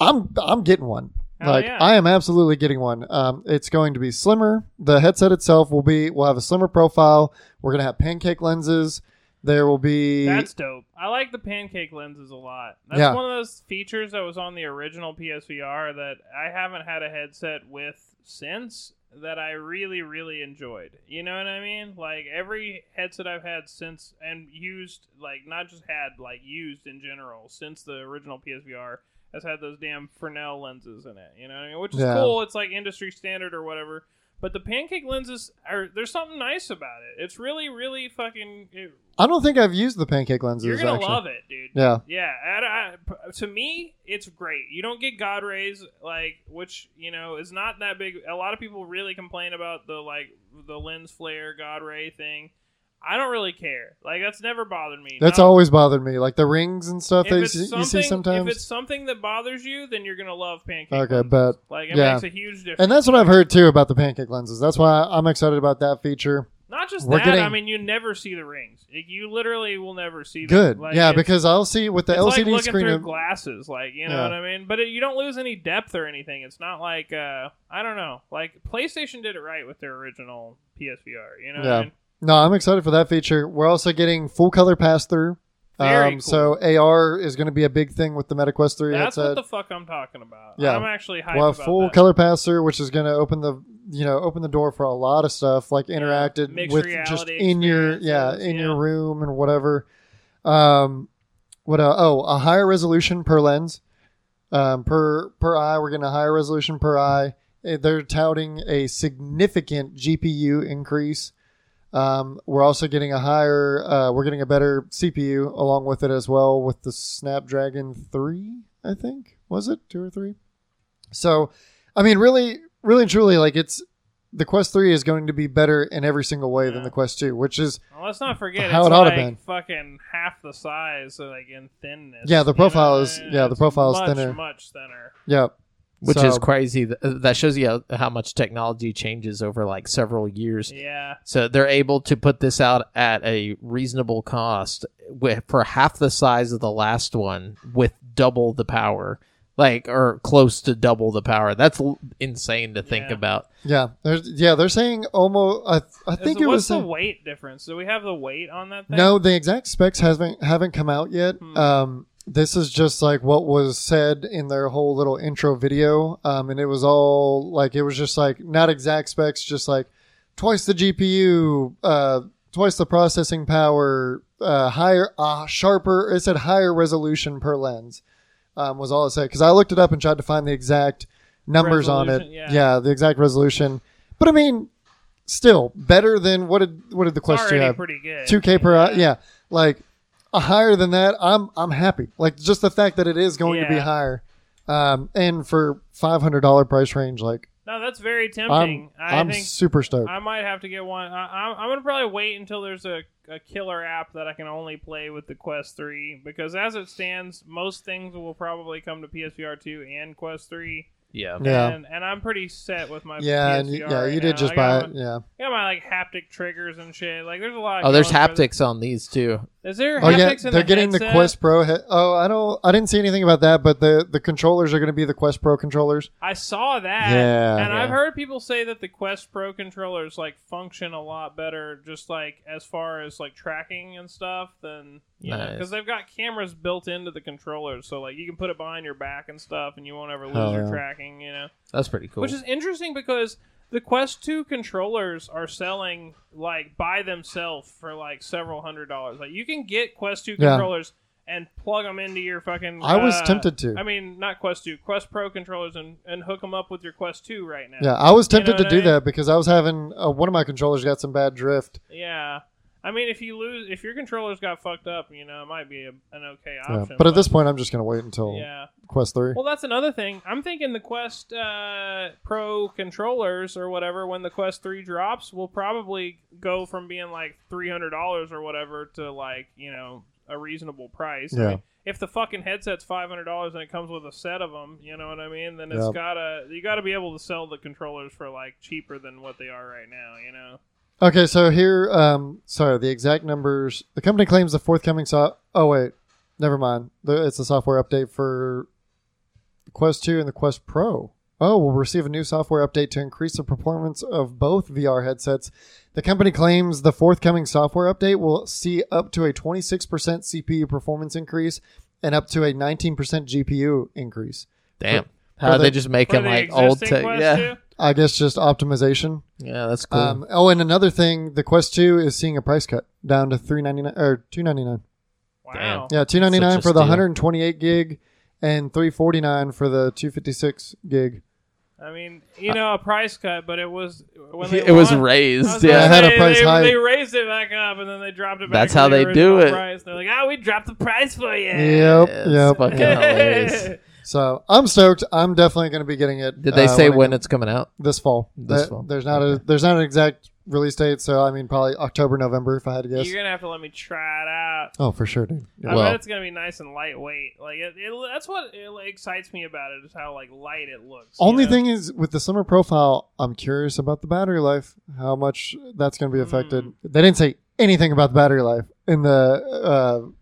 B: I'm I'm getting one.
C: Hell
B: like
C: yeah.
B: I am absolutely getting one. Um, it's going to be slimmer. The headset itself will be will have a slimmer profile. We're gonna have pancake lenses. There will be
C: That's dope. I like the pancake lenses a lot. That's
B: Yeah.
C: one of those features that was on the original PSVR that I haven't had a headset with since that I really, really enjoyed. You know what I mean? Like every headset I've had since and used, like not just had, like used in general since the original PSVR has had those damn Fresnel lenses in it. You know what I mean? Which is
B: Yeah.
C: cool. It's like industry standard or whatever. But the pancake lenses are there's something nice about it. It's really, really fucking. It,
B: I don't think I've used the pancake lenses.
C: you're gonna
B: actually.
C: love it, dude.
B: Yeah,
C: Yeah, and I- p- to me, it's great. You don't get God rays, like which you know is not that big. A lot of people really complain about the like the lens flare God ray thing. I don't really care. Like that's never bothered me.
B: that's
C: Not-
B: always bothered me. Like the rings and stuff
C: If
B: that you
C: it's
B: see, you
C: something-
B: see sometimes.
C: If it's something that bothers you, then you're gonna love pancake.
B: okay,
C: lenses.
B: but
C: like it
B: yeah.
C: makes a huge difference.
B: and that's what I've heard too about the pancake lenses. That's why I'm excited about that feature.
C: not just
B: we're
C: that.
B: getting-
C: I mean, you never see the rings. Like, you literally will never see. them.
B: Good,
C: Like,
B: yeah,
C: it's-
B: because I'll see with the
C: it's like
B: LCD
C: looking
B: screen.
C: through
B: of-
C: glasses, like you know
B: Yeah.
C: what I mean. But it, you don't lose any depth or anything. It's not like uh, I don't know. Like PlayStation did it right with their original PSVR. You know, what
B: Yeah.
C: I mean?
B: no, I'm excited for that feature. We're also getting full color pass through.
C: Very
B: Um,
C: cool.
B: So AR is going to be a big thing with the MetaQuest 3
C: that's
B: headset.
C: what the fuck I'm talking about.
B: Yeah.
C: I'm actually hyped
B: well,
C: about
B: full
C: that.
B: color pass through, which is going to open the you know open the door for a lot of stuff like interacted
C: Mixed
B: with
C: reality
B: just in your yeah
C: experiences,
B: in
C: yeah.
B: your room and whatever. Um, what uh, oh a higher resolution per lens, um, per per eye. We're getting a higher resolution per eye. Eh, They're touting a significant GPU increase. Um, we're also getting a higher. Uh, we're getting a better CPU along with it as well with the Snapdragon three. I think was it two or three. So, I mean, really, really, and truly, like it's the Quest Three is going to be better in every single way than
C: Yeah.
B: the Quest Two, which is
C: Well, let's not forget
B: How
C: it's
B: it oughta
C: like
B: been.
C: fucking half the size, so, like in thinness.
B: Yeah, the
C: you
B: profile
C: know?
B: is- yeah, the
C: It's
B: profile is
C: much,
B: thinner.
C: much thinner.
B: yeah,
A: which
B: So-
A: is crazy. Th- That shows you how, how much technology changes over like several years.
C: Yeah,
A: So they're able to put this out at a reasonable cost with, for half the size of the last one with double the power. like or close to double the power. That's l- insane to think
C: Yeah.
A: about.
B: Yeah, there's, yeah, they're saying almost. I, I
C: Is-
B: think it
C: what's
B: was
C: the
B: saying-
C: weight difference? Do we have the weight on that thing?
B: no. The exact specs haven't haven't come out yet.
C: Hmm.
B: Um, this is just like what was said in their whole little intro video. Um, and it was all like it was just like not exact specs, just like twice the GPU, uh, twice the processing power, uh, higher, uh, sharper. It said higher resolution per lens. Um, was all it said because I looked it up and tried to find the exact numbers on it.
C: Resolution, yeah.
B: the exact resolution. But I mean, still better than what did what did the
C: it's
B: question
C: already
B: have?
C: pretty good.
B: two K per hour. Yeah, like a higher than that, I'm I'm happy. Like just the fact that it is going to be
C: Yeah.
B: higher, um, and for five hundred dollar price range, like
C: No, that's very tempting.
B: I'm
C: I
B: I'm
C: think
B: super stoked.
C: I might have to get one. I, I'm, I'm gonna probably wait until there's a, a killer app that I can only play with the Quest Three because as it stands, most things will probably come to PSVR two and Quest Three.
A: Yeah.
B: yeah,
C: And, and I'm pretty set with my
B: yeah,
C: PSVR
B: and you, yeah.
C: right
B: You did
C: now.
B: just
C: I
B: buy
C: got
B: it.
C: my-
B: Yeah.
C: I got my like haptic triggers and shit. Like there's a lot.
A: Oh, there's
C: going for
A: haptics on these too.
C: Is there
B: Oh
C: haptics
B: yeah,
C: in
B: they're getting the
C: headset?
B: Quest Pro. He- oh, I don't. I didn't see anything about that, but the the controllers are going to be the Quest Pro controllers.
C: I saw that.
B: Yeah.
C: and I've
A: Yeah.
C: heard people say that the Quest Pro controllers like function a lot better, just like as far as like tracking and stuff, than you know,
A: Nice.
C: because Uh, they've got cameras built into the controllers, so like you can put it behind your back and stuff, and you won't ever lose
B: Hell
C: your
B: Oh, yeah.
C: tracking. You know,
A: That's pretty cool.
C: which is interesting because the Quest Two controllers are selling like by themselves for like several hundred dollars. Like you can get Quest Two
B: Yeah.
C: controllers and plug them into your fucking.
B: I was
C: uh,
B: tempted to.
C: I mean, not Quest 2, Quest Pro controllers and, and hook them up with your Quest 2 right now.
B: yeah, I was
C: You
B: tempted
C: know
B: to
C: what
B: do
C: I mean?
B: that because I was having uh, one of my controllers got some bad drift.
C: Yeah. I mean, if you lose, if your controllers got fucked up, you know, it might be a, an okay
B: Yeah.
C: option.
B: But at this point, I'm just going to wait until
C: yeah.
B: Quest Three.
C: Well, that's another thing. I'm thinking the Quest uh, Pro controllers or whatever, when the Quest 3 drops, will probably go from being like $300 or whatever to like, you know, a reasonable price. I
B: Yeah.
C: mean, if the fucking headset's $500 and it comes with a set of them, you know what I mean? Then it's
B: Yeah.
C: gotta, you gotta be able to sell the controllers for like cheaper than what they are right now, you know?
B: Okay, so here, um, sorry, the exact numbers. The company claims the forthcoming so. Oh wait, never mind. The, it's a software update for the Quest Two and the Quest Pro. Oh, we'll receive a new software update to increase the performance of both VR headsets. The company claims the forthcoming software update will see up to a 26% CPU performance increase and up to a 19% GPU increase.
A: Damn.
B: for-
A: How
B: for
A: they
B: the-
A: just make
C: For
A: them
C: the
A: like old
C: existing
A: tech?
C: Quest
A: Yeah.
C: 2?
B: I guess just optimization.
A: Yeah, that's cool.
B: Um, oh, and another thing, the Quest Two is seeing a price cut down to three ninety nine or two ninety nine.
C: Wow.
B: Yeah, two ninety nine
A: Such a
B: for the
A: steal.
B: one hundred twenty eight gig, and three forty nine for the two fifty six gig.
C: I mean, you know, a price cut, but it was when they
A: it was
C: launched- I
A: raised.
C: was gonna
A: Yeah.
B: I had a
C: say,
B: price
C: they,
B: hike.
C: They raised it back up and then they dropped it back.
A: That's
C: to
A: how
C: the
A: they do
C: original
A: it.
C: Price. They're like, oh, we dropped the price for you.
B: Yep,
A: It's
B: yep.
A: fucking
B: yep.
A: hilarious.
B: So I'm stoked. I'm definitely going to be getting it.
A: Did they
B: uh,
A: say
B: it-
A: when it's coming out?
B: this fall?
A: This
B: There-
A: fall.
B: There's not a there's not an exact release date, so I mean probably October November if I had to guess.
C: You're gonna have to let me try it out.
B: Oh, for sure, dude. Yeah.
C: I
A: Well-
C: bet it's gonna be nice and lightweight. Like it, it, that's what it, like, excites me about it is how like light it looks. you
B: Only
C: know?
B: thing is with the summer profile, I'm curious about the battery life. How much that's going to be affected?
C: Mm.
B: They didn't say anything about the battery life in the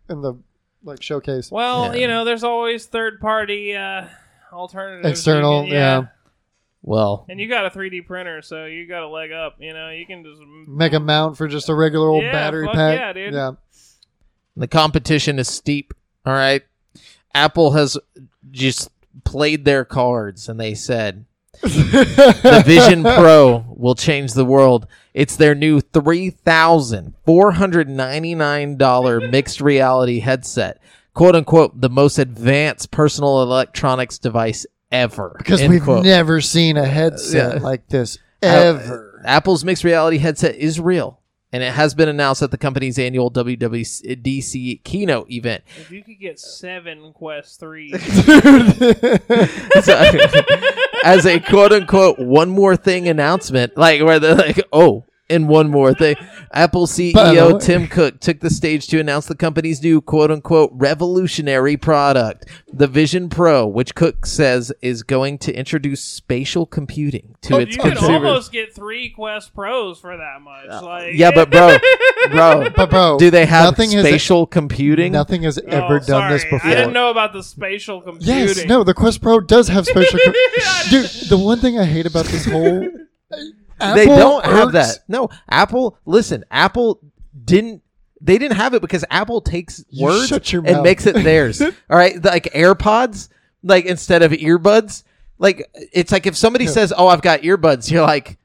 B: uh, in the like showcase.
C: Well,
A: Yeah.
C: you know, there's always third party uh, alternatives.
B: External,
C: You
B: yeah.
A: Well,
C: And you got a 3D printer, so you got a leg up. You know, you can just
B: Make a mount for just a regular old
C: Yeah,
B: battery
C: fuck
B: pack.
C: yeah, dude.
B: Yeah,
A: the competition is steep. All right. Apple has just played their cards and they said the
B: the
A: Vision Pro will change the world. It's their new $3,499 mixed reality headset. Quote unquote, the most advanced personal electronics device ever.
B: because
A: End
B: we've
A: quote. Uh,
B: never seen a headset
A: Yeah.
B: like this
A: Ap-
B: ever.
A: Uh, Apple's mixed reality headset is real, and it has been announced at the company's annual WWDC keynote event.
C: if you could get seven Quest three.
A: So, as a quote unquote one more thing announcement, like where they're like, oh, And one more thing. Apple CEO
B: Hello.
A: Tim Cook took the stage to announce the company's new quote unquote revolutionary product, the Vision Pro, which Cook says is going to introduce spatial computing to its
C: Oh, you could
A: consumers.
C: almost get three Quest Pros for that much. like,
A: yeah, but bro, bro,
B: But bro,
A: do they have
B: nothing has-
A: spatial computing?
B: Nothing has
C: Oh,
B: ever done this
C: sorry.
B: before.
C: I didn't know about the spatial computing.
B: Yes, no, the Quest Pro does have spatial. co- Dude, the one thing I hate about this whole Apple
A: they don't have
B: irks-
A: that. No, Apple. Listen, Apple didn't. They didn't have it because Apple takes
B: You
A: words
B: shut your
A: and
B: mouth.
A: makes it theirs. All right, like AirPods, like instead of earbuds, like it's like if somebody
B: No.
A: says, "Oh, I've got earbuds," you're like,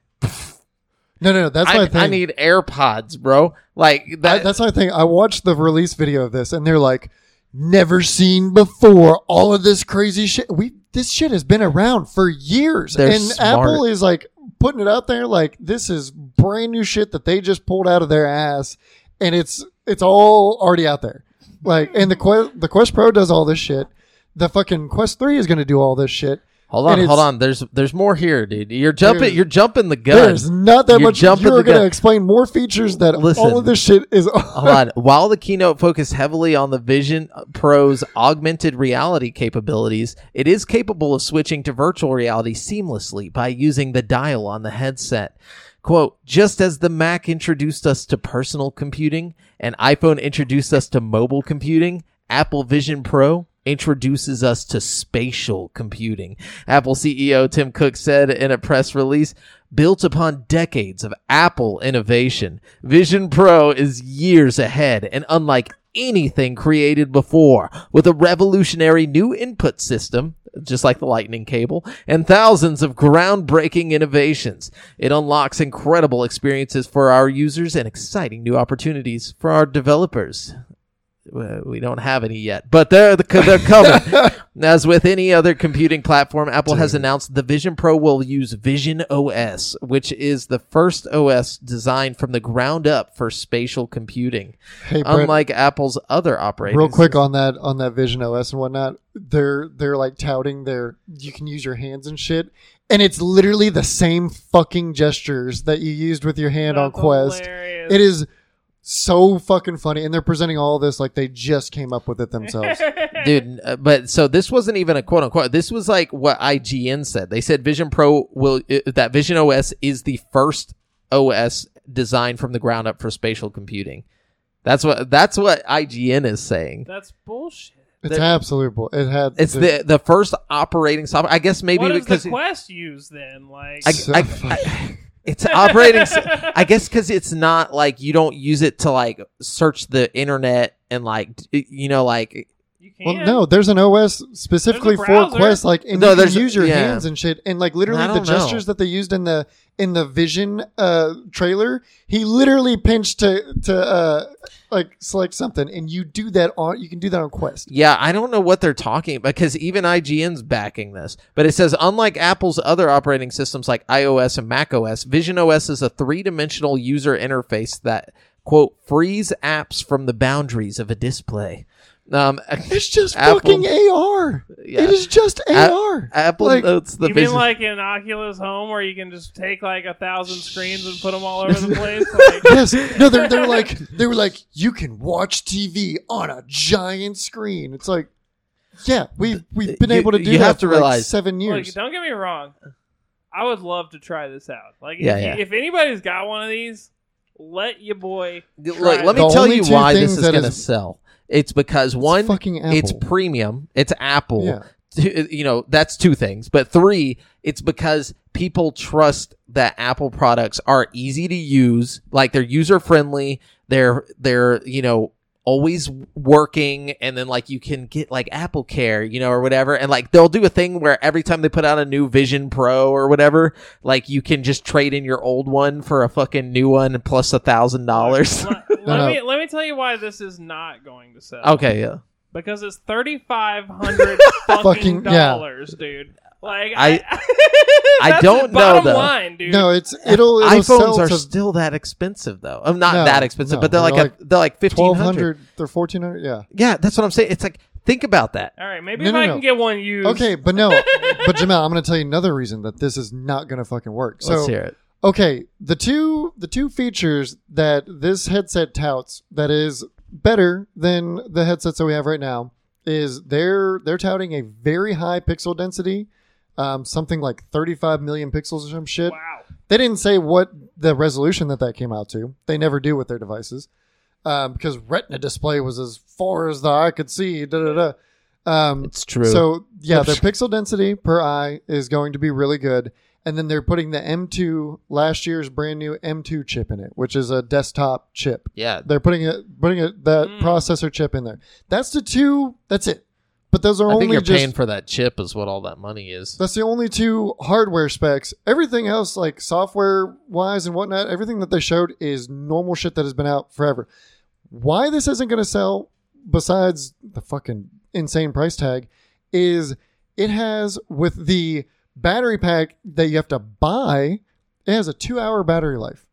B: No, no, no. That's my
A: I,
B: thing.
A: "I need AirPods, bro." Like
B: I-
A: that.
B: that's my thing. I watched the release video of this, and they're like, "Never seen before. All of this crazy shit. We this shit has been around for years,
A: They're
B: and
A: smart.
B: Apple is like putting it out there like this is brand new shit that they just pulled out of their ass, and it's it's all already out there. Like, and the Quest the Quest Pro does all this shit. The fucking Quest Three is going to do all this shit.
A: hold on,
B: and
A: hold
B: it's-
A: on. There's there's more here, dude. You're jumping.
B: There's-
A: you're jumping the gun.
B: There's not that
A: You're
B: much.
A: jumping
B: You're
A: the
B: going
A: gun.
B: to explain more features that
A: Listen.
B: all of this shit is.
A: Hold on. While the keynote focused heavily on the Vision Pro's augmented reality capabilities, it is capable of switching to virtual reality seamlessly by using the dial on the headset. Quote, just as the Mac introduced us to personal computing and iPhone introduced us to mobile computing, Apple Vision Pro introduces us to spatial computing. Apple CEO Tim Cook said in a press release, built upon decades of Apple innovation, Vision Pro is years ahead and unlike anything created before with a revolutionary new input system just like the lightning cable and thousands of groundbreaking innovations it unlocks incredible experiences for our users and exciting new opportunities for our developers uh, we don't have any yet, but they're the, they're coming. As with any other computing platform, Apple has announced the Vision Pro will use Vision OS, which is the first OS designed from the ground up for spatial computing.
B: hey, Brett,
A: Unlike Apple's other operating
B: real quick on that on that Vision OS and whatnot, they're they're like touting their you can use your hands and shit, and it's literally the same fucking gestures that you used with your hand on
C: That's
B: Quest.
C: hilarious.
B: It is so fucking funny, and they're presenting all this like they just came up with it themselves.
A: dude. uh, But so this wasn't even a quote unquote. This was like what IGN said. They said Vision Pro will uh, that Vision OS is the first OS designed from the ground up for spatial computing. That's what that's what IGN is saying.
C: That's bullshit.
B: it's absolute bull. It had
A: It's the the first operating software. I guess maybe
C: what does
A: because
C: the Quest use then? Like,
A: I-
B: so
A: I-
B: funny.
A: it's operating. s- I guess because it's not like you don't use it to like search the internet and like d- you know like
C: you
B: Well,
C: can't.
B: no, there's an OS specifically
C: There's a
B: for
C: browser.
B: Quest, like and
A: No,
B: you
A: there's-
B: can use your
A: yeah.
B: hands and shit, and like literally
A: I
B: the
A: don't
B: gestures that they used in the in the Vision uh, trailer, he literally pinched to to uh, like select something, and you do that on you can do that on Quest.
A: Yeah, I don't know what they're talking about because even IGN's backing this. But it says unlike Apple's other operating systems like iOS and macOS, Vision OS is a three-dimensional user interface that quote frees apps from the boundaries of a display. Um,
B: It's just
A: Apple-
B: fucking AR.
A: yeah.
B: It is just
A: A-
B: AR.
A: Apple
B: like-
A: notes the
C: you
A: vision.
C: mean like in Oculus Home where you can just take like a thousand screens and put them all over the place? Like,
B: yes. No, they're they're like they were like you can watch TV on a giant screen. It's like. Yeah, we we've been
A: Uh, You-
B: able to do
A: you
B: that
A: have to
B: for like,
A: realize-
B: seven
C: Look,
B: years.
C: don't get me wrong. I would love to try this out. Like,
A: Yeah,
C: if,
A: yeah.
C: if anybody's got one of these, let your boy.
A: Look, let me
B: The
A: tell
B: only
A: you
B: two
A: why this
B: things
A: is
B: that
A: going to
B: is-
A: sell. It's because
B: It's
A: one,
B: fucking Apple.
A: it's premium, it's Apple.
B: Yeah.
A: Two- you know, that's two things. But three, it's because people trust that Apple products are easy to use, like they're user friendly, they're they're, you know, always working and then like you can get like Apple Care, you know, or whatever. And like they'll do a thing where every time they put out a new Vision Pro or whatever, like you can just trade in your old one for a fucking new one plus a thousand dollars.
C: Let, let
B: No, no.
C: me let me tell you why this is not going to sell.
A: Okay, yeah.
C: because it's thirty five hundred
B: Fucking-
C: fucking
B: yeah.
C: dollars, dude. Like
A: I-
C: I,
A: I
C: that's
A: don't know,
C: the bottom
A: though.
C: line, dude.
B: No, it's it'll, it'll
A: iPhones
B: sell
A: are
B: to
A: still that expensive though. I'm not
B: No,
A: that expensive,
B: no,
A: but they're
B: they're
A: like, a, they're like fifteen
B: twelve
A: hundred.
B: hundred. They're fourteen hundred. Yeah.
A: Yeah, that's what I'm saying. It's like think about that.
C: All right, maybe
B: No,
C: if
B: no,
C: I
B: no.
C: can get one used.
B: Okay, but no, but Jamal, I'm going to tell you another reason that this is not going to fucking work. So
A: Let's hear it.
B: Okay, the two the two features that this headset touts that is better than the headsets that we have right now is they're they're touting a very high pixel density, um, something like 35 million pixels or some shit.
C: wow.
B: They didn't say what the resolution that that came out to. They never do with their devices um, because Retina display was as far as the eye could see. Da da da. Um,
A: It's true.
B: so yeah, their pixel density per eye is going to be really good, and then they're putting the M2 last year's brand new M2 chip in it, which is a desktop chip.
A: yeah,
B: They're putting it putting it that
C: Mm.
B: processor chip in there. That's the two. That's it. But those are
A: I
B: only
A: think you're
B: just
A: paying for that chip is what all that money is.
B: that's the only two hardware specs. Everything else, like software wise and whatnot, everything that they showed is normal shit that has been out forever. Why this isn't going to sell, besides the fucking insane price tag, is it has with the battery pack that you have to buy, it has a two hour battery life.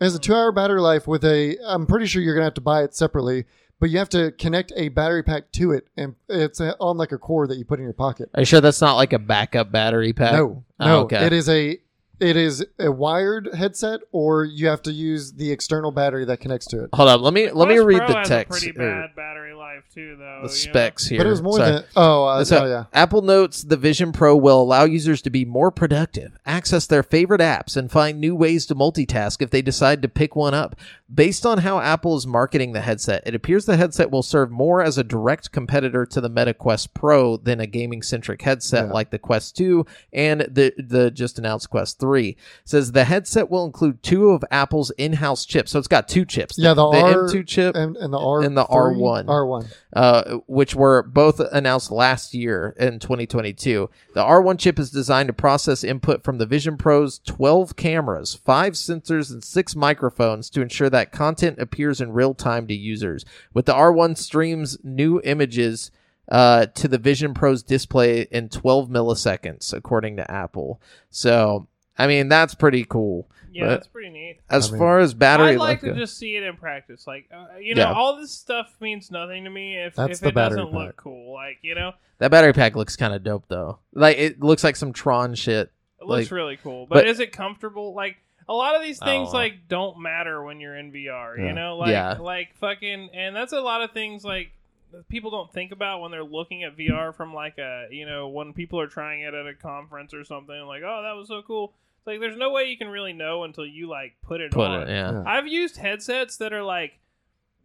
B: It has a two hour battery life with a, I'm pretty sure you're going to have to buy it separately, but you have to connect a battery pack to it, and it's uh, on like a cord that you put in your pocket.
A: Are you sure that's not like a backup battery pack?
B: No,
A: Oh,
B: no.
A: okay.
B: It is a it is a wired headset, or you have to use the external battery that connects to it.
A: Hold up. Let me let me
C: Quest
A: read
C: Pro
A: the
C: has
A: text.
C: A pretty
A: or
C: bad battery life too, though.
A: The
C: you know?
A: specs here.
B: But it was more
A: Sorry.
B: than oh, uh,
A: So,
B: oh yeah.
A: Apple notes the Vision Pro will allow users to be more productive, access their favorite apps, and find new ways to multitask if they decide to pick one up. Based on how Apple is marketing the headset, it appears the headset will serve more as a direct competitor to the Meta Quest Pro than a gaming centric headset
B: Yeah.
A: like the Quest 2 and the, the just announced Quest 3. It says the headset will include two of Apple's in house chips. So it's got two chips.
B: Yeah, the R-
A: M2 chip
B: And, and the R
A: And the R1.
B: R one.
A: uh, which were both announced last year in 2022. The R1 chip is designed to process input from the Vision Pro's 12 cameras, five sensors, and six microphones to ensure that content appears in real time to users. With the R1 streams new images uh, to the Vision Pro's display in 12 milliseconds, according to Apple. So, I mean, that's pretty cool.
C: Yeah,
A: But-
C: that's pretty neat.
A: As
B: I mean-
A: far as battery
C: I'd like
A: life
C: to
A: goes-
C: just see it in practice. Like, uh, you know,
A: Yeah.
C: all this stuff means nothing to me if,
B: That's
C: if
B: the
C: it doesn't
B: battery pack.
C: look cool. Like, you know,
A: that battery pack looks kind of dope, though. Like, it looks like some Tron shit.
C: it looks
A: Like-
C: really cool. But,
A: but-
C: is it comfortable? Like, a lot of these things
A: Oh.
C: like don't matter when you're in VR.
B: Yeah.
C: You know, like
A: Yeah.
C: like fucking, and that's a lot of things like that people don't think about when they're looking at VR from like a you know when people are trying it at a conference or something. Like, oh, that was so cool. It's Like, there's no way you can really know until you like put it
A: Put
C: on.
A: it, yeah.
B: Yeah.
C: I've used headsets that are like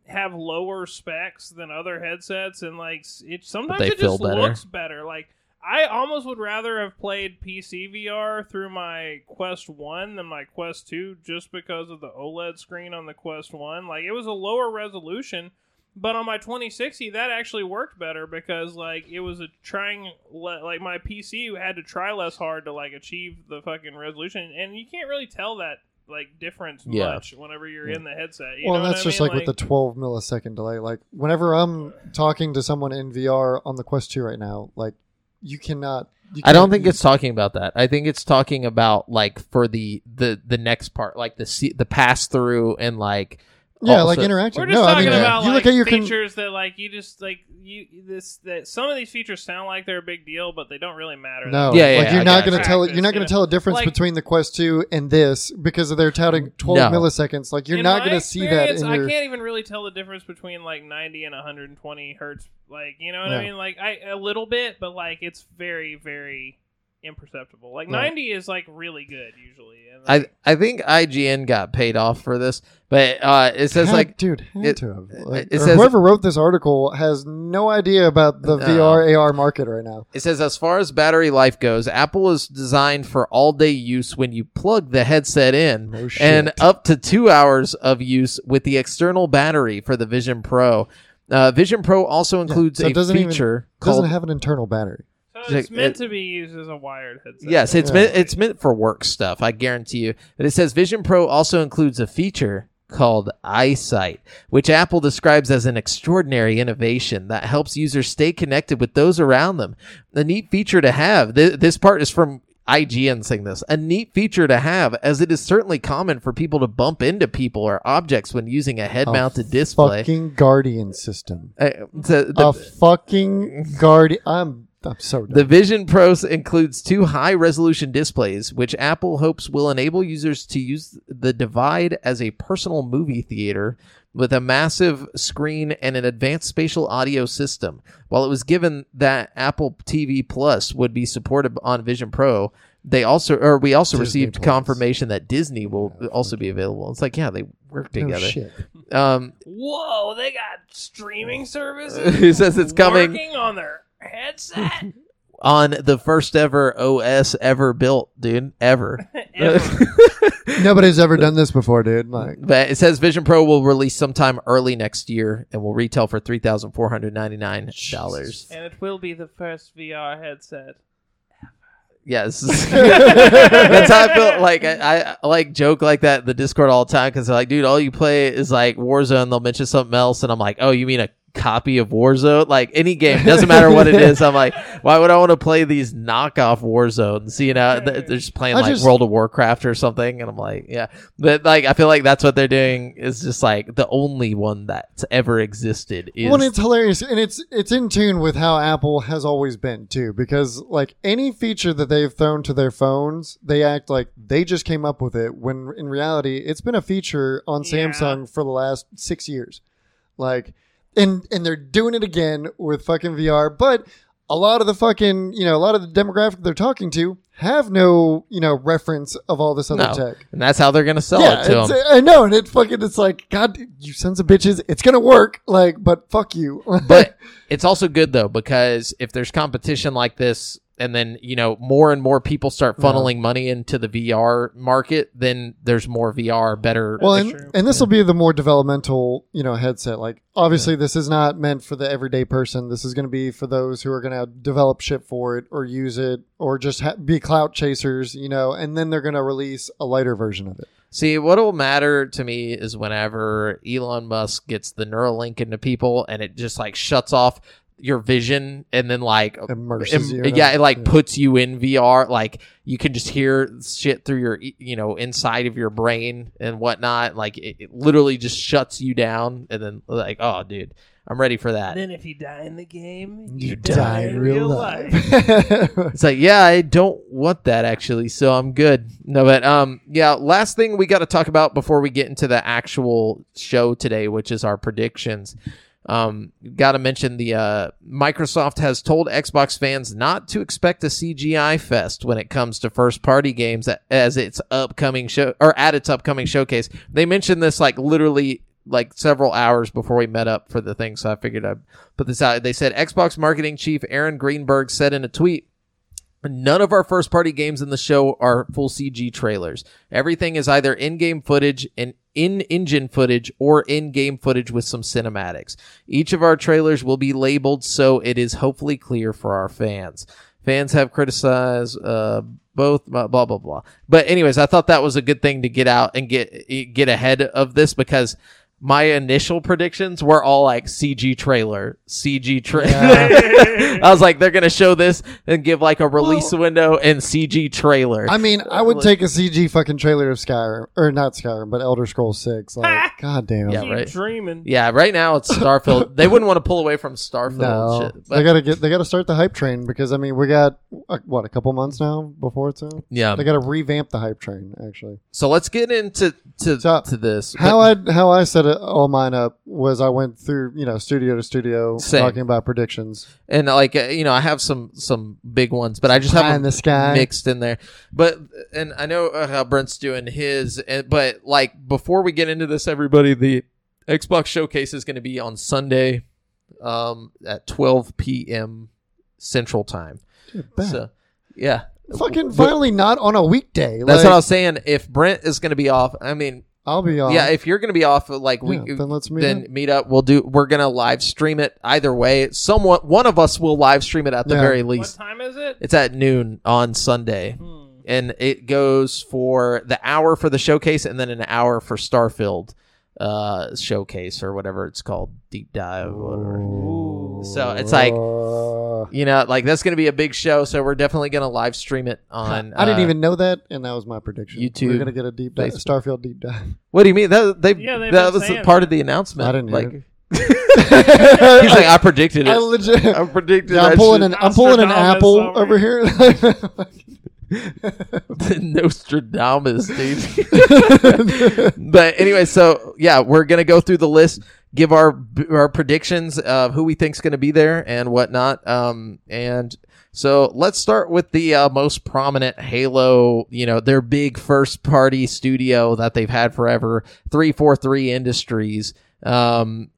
C: have lower specs than other headsets, and like s- it sometimes
A: they
C: it
A: feel
C: just
A: better.
C: looks better. Like I almost would rather have played PC VR through my Quest One than my Quest Two, just because of the OLED screen on the Quest One. Like it was a lower resolution, but on my 2060, that actually worked better because like it was a trying le- like my PC had to try less hard to like achieve the fucking resolution, and you can't really tell that like difference
A: Yeah.
C: much whenever you're in the headset. You
B: Well,
C: know
B: that's
C: what
B: just
C: I mean?
B: like, with the 12 millisecond delay. Like whenever I'm talking to someone in VR on the Quest 2 right now, like you cannot. You
A: I don't
B: can't-
A: think it's talking about that. I think it's talking about like for the the the next part, like the se- the pass through and like
B: yeah,
A: also-
B: like interaction.
C: We're just
B: no, I
C: talking
B: mean,
C: about
B: you
C: like
B: look at your con-
C: features that like you just like you this that some of these features sound like they're a big deal, but they don't really matter.
B: No,
A: Yeah, yeah,
B: like you're
A: I
B: not
A: gotcha.
B: gonna tell it. You're not gonna
C: Yeah.
B: tell a difference
C: Like-
B: between the Quest Two and this because of their touting 12
A: No.
B: milliseconds. Like you're
C: In
B: not
C: my
B: gonna see that
C: experience,
B: in your.
C: I can't even really tell the difference between like 90 and 120 hertz. Like you know what I
B: Yeah.
C: mean? Like I a little bit, but like it's very very imperceptible. Like
B: Yeah.
C: 90 is like really good usually. And,
A: I
C: like,
A: I think IGN got paid off for this, but uh it says
B: Had-
A: like
B: dude, had
A: it-
B: to have. Like,
A: it
B: or
A: says-
B: whoever wrote this article has no idea about the
A: No.
B: VR AR market right now.
A: it says as far as battery life goes, Apple is designed for all day use when you plug the headset in.
B: No shit.
A: and up to two hours of use with the external battery for the Vision Pro. Uh, Vision Pro also includes
B: so it
A: a
B: doesn't even-
A: feature
B: doesn't
A: called
B: have an internal battery.
C: so it's
A: Like,
C: meant
A: it-
C: to be used as a wired headset.
A: Yes, it's
B: Yeah.
A: meant it's meant for work stuff. I guarantee you. But it says Vision Pro also includes a feature called Eyesight, which Apple describes as an extraordinary innovation that helps users stay connected with those around them. A neat feature to have. Th- this part is from IGN saying this. A neat feature to have, as it is certainly common for people to bump into people or objects when using a
B: Oh,
A: head-mounted display.
B: Fucking Guardian system.
A: Uh, so the-
B: a fucking Guardian. I'm I'm so
A: The
B: done.
A: Vision Pro s- includes two high resolution displays, which Apple hopes will enable users to use the Divide as a personal movie theater with a massive screen and an advanced spatial audio system. While it was given that Apple TV Plus would be supported on Vision Pro, they also, or we also
B: Disney
A: received
B: Plus.
A: confirmation that Disney will
B: Yeah,
A: also
B: fuck
A: be available. It's like, yeah, they work
B: No
A: together.
B: shit.
A: um,
C: Whoa, they got streaming services.
A: it says it's coming
C: Working on their headset.
A: on the first ever OS ever built, dude, ever.
C: Ever.
B: Nobody's ever done this before, dude. Like,
A: But it says Vision Pro will release sometime early next year and will retail for three thousand four hundred ninety nine dollars.
C: and it will be the first VR headset.
A: Yes, that's how I feel. Like I, I like joke like that in the Discord all the time because like, dude, all you play is like Warzone. They'll mention something else, and I'm like, oh, you mean a copy of Warzone? Like any game doesn't matter what it is. I'm like, why would I want to play these knockoff Warzones? You know, th- they're just playing
B: I
A: like
B: just-
A: World of Warcraft or something, and I'm like, yeah. But like, I feel like that's what they're doing is just like the only one that's ever existed is
B: well, and it's hilarious, and it's it's in tune with how Apple has always been too, because like any feature that they've thrown to their phones, they act like they just came up with it. When in reality, it's been a feature on
C: Yeah.
B: Samsung for the last six years, like, and and they're doing it again with fucking VR, but. A lot of the fucking, you know, a lot of the demographic they're talking to have no, you know, reference of all this other
A: No.
B: tech.
A: and that's how they're gonna sell it to
B: it's,
A: them.
B: I know, and it fucking it's like, God, you sons of bitches, it's gonna work. Like, but fuck you.
A: but it's also good though because if there's competition like this and then you know more and more people start
B: Yeah.
A: funneling money into the vr market then there's more vr better
B: well,
C: That's
B: and,
C: true.
B: and this will be the more developmental, you know, headset. Like, obviously, this is not meant for the everyday person. This is gonna be for those who are gonna develop shit for it or use it or just ha- be clout chasers, you know. And then they're gonna release a lighter version of it.
A: see what will matter to me is whenever elon musk gets the neuralink into people and it just like shuts off your vision and then like
B: Immerses
A: Im-
B: you. in
A: yeah,
B: it.
A: it like puts you in VR. Like you can just hear shit through your, e- you know, inside of your brain and whatnot. Like it, it literally just shuts you down. And then like, oh, dude, I'm ready for that.
C: then if you die in the game,
B: you, die in real life.
A: It's like, yeah, I don't want that actually, so I'm good. No, but um, yeah. Last thing we got to talk about before we get into the actual show today, which is our predictions. Um, got to mention the uh, Microsoft has told Xbox fans not to expect a CGI fest when it comes to first party games a- as its upcoming show or at its upcoming showcase. They mentioned this like literally like several hours before we met up for the thing, so I figured I'd put this out. They said Xbox marketing chief Aaron Greenberg said in a tweet. None of our first party games in the show are full CG trailers. Everything is either in game footage and in engine footage or in game footage with some cinematics. Each of our trailers will be labeled so it is hopefully clear for our fans. Fans have criticized uh, both blah blah blah. blah. But anyways, I thought that was a good thing to get out and get get ahead of this because my initial predictions were all like CG trailer, CG trailer. I was like, they're gonna show this and give like a release window and CG trailer.
B: I mean, I would take a CG fucking trailer of Skyrim, or not Skyrim, but Elder Scrolls Six. Like, goddamn,
A: Yeah,
C: Keep
A: right.
C: dreaming.
A: yeah, right now it's Starfield. they wouldn't want to pull away from Starfield.
B: no,
A: and shit,
B: they
A: but,
B: gotta get, they gotta start the hype train because I mean, we got uh, what a couple months now before it's out.
A: yeah.
B: They gotta revamp the hype train. Actually,
A: So let's get into to
B: So,
A: to this.
B: how I how I set it, all mine up was I went through you know studio to studio
A: Same.
B: talking about predictions.
A: and like uh, you know, I have some some big ones, but I just have
B: Pie in the sky.
A: mixed in there. But and I know uh, how Brent's doing his, and, but like before we get into this, everybody, the Xbox showcase is going to be on Sunday, um, at 12 p.m. Central Time.
B: Bad.
A: So yeah,
B: fucking
A: Wh-
B: finally not on a weekday.
A: That's
B: like,
A: what I was saying. If Brent is going to be off, I mean,
B: I'll be on.
A: yeah, if you're going to be off, like we
B: Yeah, then let's meet.
A: then
B: up.
A: meet up. We'll do. We're going to live stream it either way. Someone, one of us will live stream it at the
B: Yeah.
A: very
C: What
A: least.
C: time is it?
A: It's at noon on Sunday,
C: Hmm.
A: and it goes for the hour for the showcase, and then an hour for Starfield uh showcase or whatever it's called deep dive whatever
C: Ooh.
A: So it's like-
B: Uh,
A: you know like that's gonna be a big show so we're definitely gonna live stream it on
B: I didn't
A: uh,
B: even know that, and that was my prediction.
A: YouTube,
B: We're gonna get a deep dive,
A: Facebook.
B: Starfield deep dive.
A: what do you mean that they
C: Yeah, they've
A: that
C: been
A: was
C: saying
A: part of
C: that.
A: the announcement
B: I didn't hear
A: like
B: it.
A: He's like, I predicted
B: I
A: it.
B: legit.
A: I predicted.
B: Yeah, I'm
A: that
B: pulling an I'm pulling an
C: Nostradamus
B: apple
C: over
B: over here.
A: shit. Nostradamus, dude. but anyway, so yeah, we're gonna go through the list, give our our predictions of who we think's gonna be there and whatnot. Um, and so let's start with the uh, most prominent Halo. You know, their big first party studio that they've had forever, three four three Industries. Um,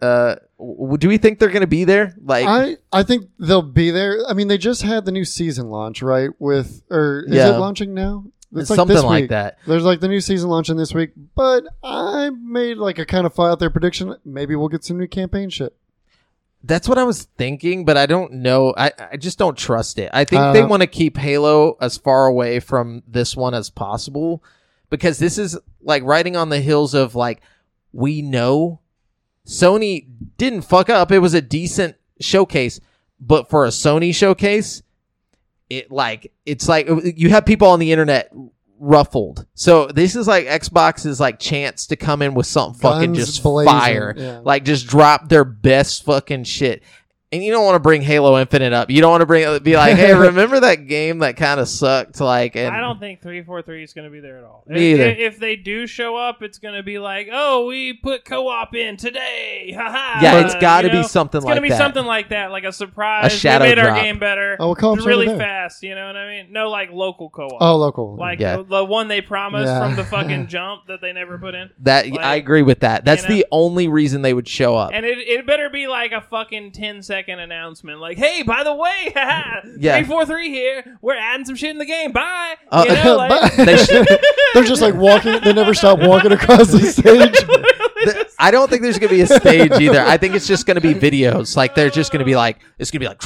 A: uh, w- do we think they're gonna be there? Like,
B: I I think they'll be there. I mean, they just had the new season launch, right? With or is
A: Yeah.
B: it launching now? It's like
A: something
B: this
A: like
B: week.
A: that.
B: There's like the new season launching this week, but I made like a kind of file out there prediction. Maybe we'll get some new campaign shit.
A: That's what I was thinking, but I don't know. I, I just don't trust it. I think
B: I don't
A: they
B: know.
A: want to keep Halo as far away from this one as possible because this is like riding on the heels of like, we know Sony didn't fuck up. It was a decent showcase, but for a Sony showcase, it like, it's like you have people on the internet ruffled. So this is like Xbox's like chance to come in with something fucking
B: Guns
A: just
B: blazing.
A: fire
B: Yeah.
A: like just drop their best fucking shit. And you don't want to bring Halo Infinite up. You don't want to bring be like, hey, remember that game that kind of sucked? Like, and
C: I don't think 343 is going to be there at all.
A: Me
C: if,
A: either.
C: If they do show up, it's going to be like, oh, we put co op in today. Ha ha.
A: yeah, it's got to
C: You know?
A: be something
C: It's
A: like
C: gonna be
A: that.
C: something like that, like a surprise.
A: A shadow
C: we made
A: drop.
C: our game better.
B: Oh, we'll call them
C: really
B: Sunday.
C: fast. You know what I mean? No, like local co-op.
B: Oh, local.
C: like
A: Yeah.
C: the, the one they promised
B: Yeah.
C: from the fucking jump that they never put in.
A: that
C: like,
A: I agree with that. That's
C: you know?
A: the only reason they would show up.
C: And it, it better be like a fucking 10 second announcement. Like, hey, by the way,
A: Yeah.
C: 343 here. We're adding some shit in the game. Bye.
A: Uh,
C: you know, like,
B: But-
A: They should-
B: They're just like walking. They never stop walking across the stage.
A: Th- I don't think there's gonna be a stage either. I think it's just gonna be videos. Like they're just gonna be like it's gonna be like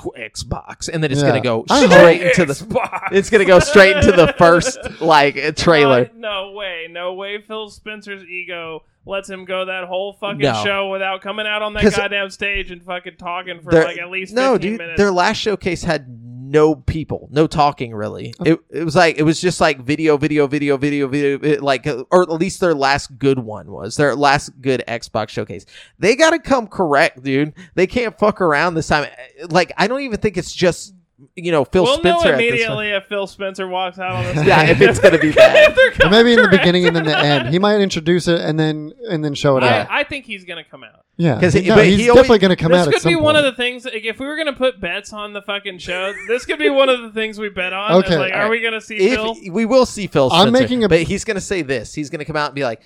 A: Xbox, and then it's
B: Yeah.
A: gonna go
B: I hope-
A: straight into the.
C: Xbox.
A: It's gonna go straight into the first like trailer.
C: Uh, no way. No way Phil Spencer's ego lets him go that whole fucking
A: No.
C: show without coming out on that
A: 'Cause-
C: goddamn stage and fucking talking for
A: Their-
C: like at least 15
A: no, dude.
C: minutes.
A: Their last showcase had no people, no talking really. It, it was like it was just like video, video, video, video, video. It, like, uh, or at least their last good one was their last good Xbox showcase. They got to come correct, dude. They can't fuck around this time. Like, I don't even think it's just you know Phil
C: we'll
A: Spencer
C: know
A: at this
C: immediately if Phil Spencer walks out on the
A: point.
C: stage.
A: Yeah, if it's gonna be bad.
C: If they're coming
B: Maybe in the
C: correct.
B: beginning and then the end. He might introduce it and then and then show it out.
C: I, I think he's gonna come out.
B: Yeah,
A: 'Cause he-
B: no,
A: but
B: he's
A: he always-
B: definitely going to come
C: this
B: out
C: could
B: at some
C: be
B: point.
C: one of the things. Like, if we were gonna put bets on the fucking show, this could be one of the things we bet on. It's
B: Okay.
C: like, are we gonna see Phil?
A: If we will see Phil Spencer,
B: I'm making a-
A: but he's gonna say this. He's gonna come out and be like,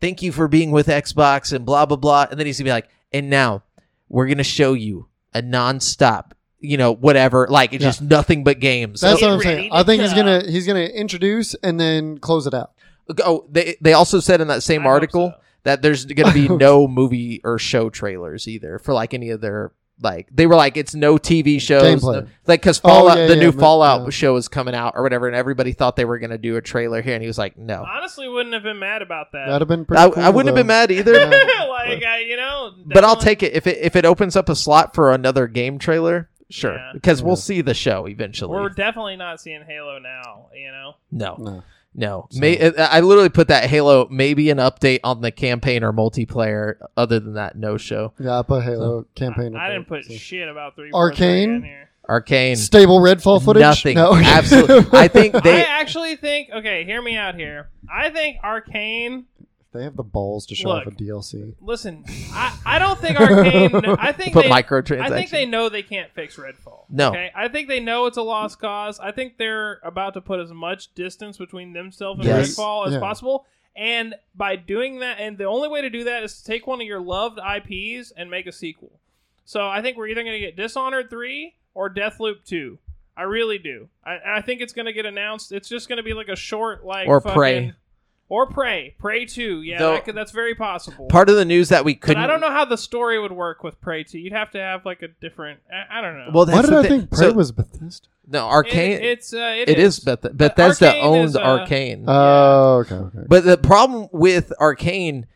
A: "Thank you for being with Xbox," and blah blah blah, and then he's gonna be like, "And now we're gonna show you a nonstop, you know, whatever, like it's
B: Yeah.
A: just nothing but games."
B: That's
C: Get
B: what I'm
C: ready
B: saying.
C: to
B: I think he's
C: go.
B: gonna he's gonna introduce and then close it out.
A: oh, they they also said in that
C: I
A: same
C: hope
A: article
C: so.
A: that there's gonna be no movie or show trailers either for like any of their. Like they were like it's no TV shows,
B: Gameplay.
A: no- like because
B: Oh,
A: Fallout,
B: yeah,
A: the
B: yeah,
A: new
B: but-
A: Fallout
B: yeah.
A: show is coming out or whatever, and everybody thought they were gonna do a trailer here, and he was like, "No,
C: Honestly, wouldn't have been mad about that.
B: That'd have been pretty.
A: I,
B: cool,
A: I wouldn't have been
B: though.
A: mad either."
C: like, I, you know.
A: but I'll
C: definitely-
A: take it if it if it opens up a slot for another game trailer. Sure,
C: Yeah.
A: because
B: Yeah.
A: we'll see the show eventually.
C: We're definitely not seeing Halo now. You know.
A: no,
B: No.
A: no.
B: So-
A: May, I I literally put that Halo. Maybe an update on the campaign or multiplayer. Other than that, no show.
B: Yeah, I put Halo campaign.
C: I, I
B: up
C: didn't
B: there,
C: put
B: so.
C: shit about three.
B: Arcane?
C: in here.
A: Arcane.
B: stable Redfall footage.
A: Nothing.
B: No.
A: Absolutely. I think
C: I
A: they.
C: actually think. Okay, hear me out here. I think Arcane.
B: they have the balls to show off a
C: Look.
B: DLC.
C: Listen, I, I don't think Arcane. I think
A: put
C: they,
A: microtransactions.
C: I think they know they can't fix Redfall.
A: No.
C: Okay? I think they know it's a lost cause. I think they're about to put as much distance between themselves and
A: Yes.
C: Redfall as
B: Yeah.
C: possible. And by doing that, and the only way to do that is to take one of your loved IPs and make a sequel. So I think we're either going to get Dishonored 3 or Deathloop 2. I really do. I, and I think it's going to get announced. It's just going to be like a short, like.
A: Or
C: fucking-
A: Prey.
C: Or Prey. Prey 2. Yeah,
A: Though-
C: that could, that's very possible.
A: Part of the news that we
C: But
A: couldn't.
C: I don't know how the story would work with Prey 2. You'd have to have like a different. I, I don't know.
A: Well, that's
B: Why did
A: the
B: I
A: thing.
B: think Prey
A: So-
B: was Bethesda?
A: no
C: It-
A: Arcane.
C: it's uh, it,
A: it is Beth- Bethesda
C: Arcane
A: owned
C: is, uh,
A: Arcane.
B: Oh, okay, okay.
A: But the problem with Arcane,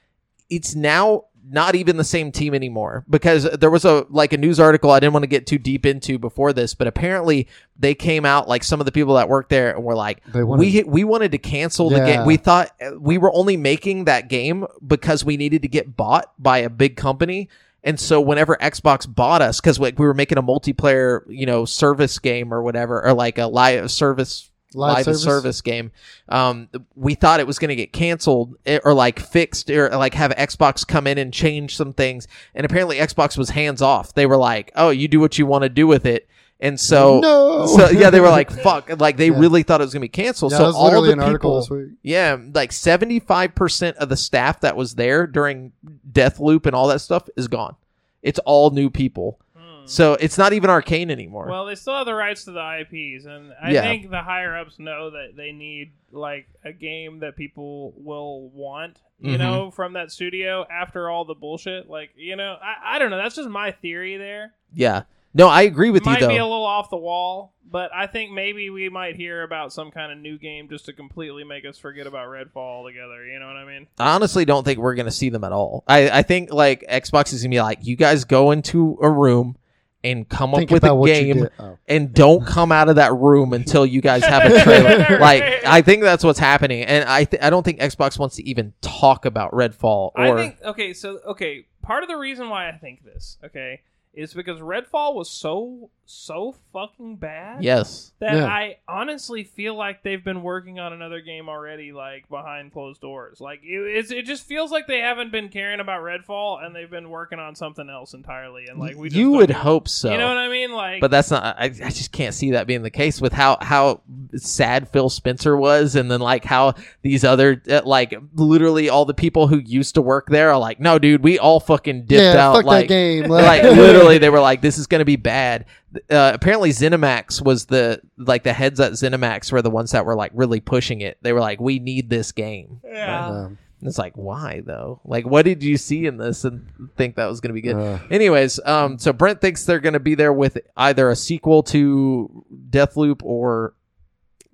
A: it's now not even the same team anymore because there was a like a news article I didn't want to get too deep into before this, but apparently they came out like some of the people that worked there and were like,
B: They wanted,
A: we we wanted to cancel the
B: Yeah.
A: game. We thought uh, we were only making that game because we needed to get bought by a big company. And so whenever Xbox bought us, because like we were making a multiplayer, you know, service game or whatever, or like a live service live, service. game, um, we thought it was going to get canceled eh, or like fixed or like have Xbox come in and change some things. And apparently Xbox was hands off. They were like, "Oh, you do what you want to do with it." And so
B: no.
A: so yeah, they were like, "Fuck!" Like they
B: Yeah.
A: really thought it was gonna be canceled.
B: Yeah,
A: so
B: that was
A: all
B: literally
A: the
B: an
A: people,
B: article this week.
A: yeah, like seventy five percent of the staff that was there during Death Loop and all that stuff is gone. It's all new people,
C: Hmm.
A: so it's not even Arcane anymore.
C: Well, they still have the rights to the IPs, and I
A: Yeah.
C: think the higher ups know that they need like a game that people will want, you
A: Mhm.
C: know, from that studio after all the bullshit. Like, you know, I, I don't know. That's just my theory there.
A: yeah, no, I agree with
C: might
A: you
C: be a
A: though.
C: little off the wall, but I think maybe we might hear about some kind of new game just to completely make us forget about Redfall altogether. You know what I mean?
A: I honestly don't think we're gonna see them at all. I I think like Xbox is gonna be like, you guys go into a room and come
B: Think
A: up with
B: about
A: a
B: what you
A: game
B: did. Oh.
A: and don't come out of that room until you guys have a trailer. like I think that's what's happening, and I th- I don't think Xbox wants to even talk about Redfall or
C: I think okay, so okay, part of the reason why I think this, okay, is because Redfall was so so fucking bad
A: yes,
C: that
B: Yeah.
C: I honestly feel like they've been working on another game already, like behind closed doors. Like it, it's, it just feels like they haven't been caring about Redfall and they've been working on something else entirely. And like we, just
A: you
C: don't
A: would
C: know.
A: hope so.
C: you know what I mean? Like,
A: but that's not. I, I just can't see that being the case with how how sad Phil Spencer was, and then like how these other uh, like literally all the people who used to work there are like, no, dude, we all fucking dipped
B: yeah,
A: out.
B: fuck
A: like
B: that game.
A: like literally they were like this is going to be bad uh, apparently zenimax was the like the heads at zenimax were the ones that were like really pushing it they were like we need this game
C: yeah.
B: Um,
A: and it's like why though like what did you see in this and think that was going to be good
B: uh,
A: anyways um so brent thinks they're going to be there with either a sequel to deathloop or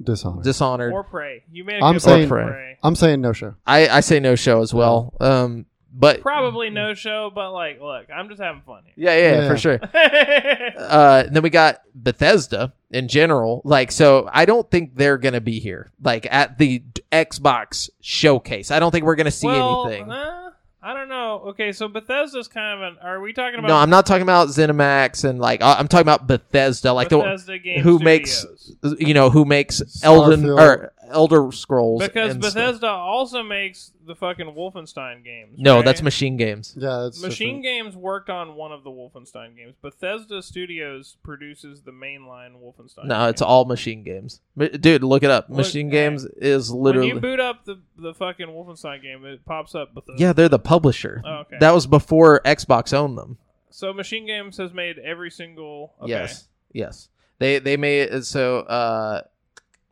B: Dishonored.
A: dishonored
C: Or pray. You made. A
B: I'm
C: good
B: saying-
C: point,
A: Or
C: pray.
B: I'm saying no show.
A: i i say no show as well um but
B: Mm-hmm.
C: Probably no show, but like, look, I'm just having fun here.
A: yeah, yeah, yeah.
B: Yeah.
A: for sure
C: Yeah.
A: uh, then we got Bethesda in general. Like, so I don't think they're gonna be here. Like at the d- Xbox showcase, I don't think we're gonna see
C: well,
A: anything.
C: uh, I don't know. Okay, so Bethesda's kind of an. Are we talking about
A: No, I'm not talking about Zenimax and like I- I'm talking about Bethesda, like
C: Bethesda Game
A: who makes-
C: Studios?
A: the you know who makes Elden
B: Starfield.
A: or Elder Scrolls
C: because
A: and stuff.
C: Bethesda also makes the fucking Wolfenstein games.
A: No,
C: right?
A: that's Machine Games.
B: Yeah, that's
C: Machine Games worked on one of the Wolfenstein games. Bethesda Studios produces the mainline Wolfenstein.
A: No, it's
C: game.
A: all Machine Games. M- Dude, look it up.
C: Look,
A: Machine
C: hey,
A: Games is
C: When
A: literally
C: you boot up the the fucking Wolfenstein game, it pops up Bethesda.
A: yeah, they're the publisher.
C: Oh, okay.
A: That was before Xbox owned them.
C: So Machine Games has made every single. Okay.
A: Yes. Yes. They they made so uh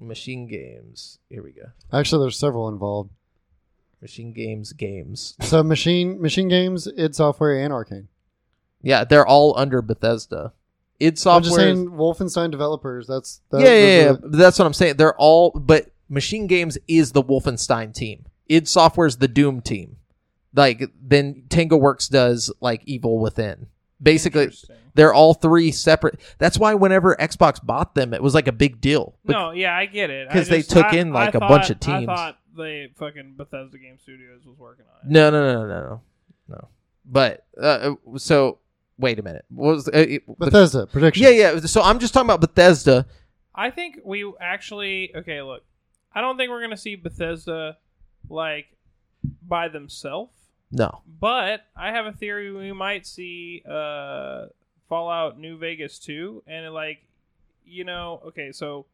A: Machine Games. Here we go.
B: Actually, there's several involved.
A: Machine Games games.
B: So machine machine games, id Software, and Arcane.
A: Yeah, they're all under Bethesda. Id
B: I'm just
A: Software.
B: saying Wolfenstein developers. That's that,
A: yeah, yeah,
B: those
A: yeah.
B: are
A: That's what I'm saying. They're all but Machine Games is the Wolfenstein team. Id Software's the Doom team. Like then TangoWorks does like Evil Within. Basically,
C: Interesting.
A: they're all three separate. That's why whenever Xbox bought them, it was like a big deal.
C: no, yeah, I get it. I
A: 'Cause they
C: just-
A: took
C: I-
A: in,
C: I
A: like, a
C: thought-
A: bunch of
C: I
A: teams.
C: thought they fucking Bethesda Game Studios was working on it.
A: No, no, no, no, no, no, no. But uh, so wait a minute. What was the, uh, it- the-
B: Bethesda prediction.
A: yeah, yeah. So I'm just talking about Bethesda.
C: I think we actually okay. Look, I don't think we're gonna see Bethesda like by themselves,
A: No,
C: but I have a theory we might see uh, Fallout New Vegas two, and like you know, okay, so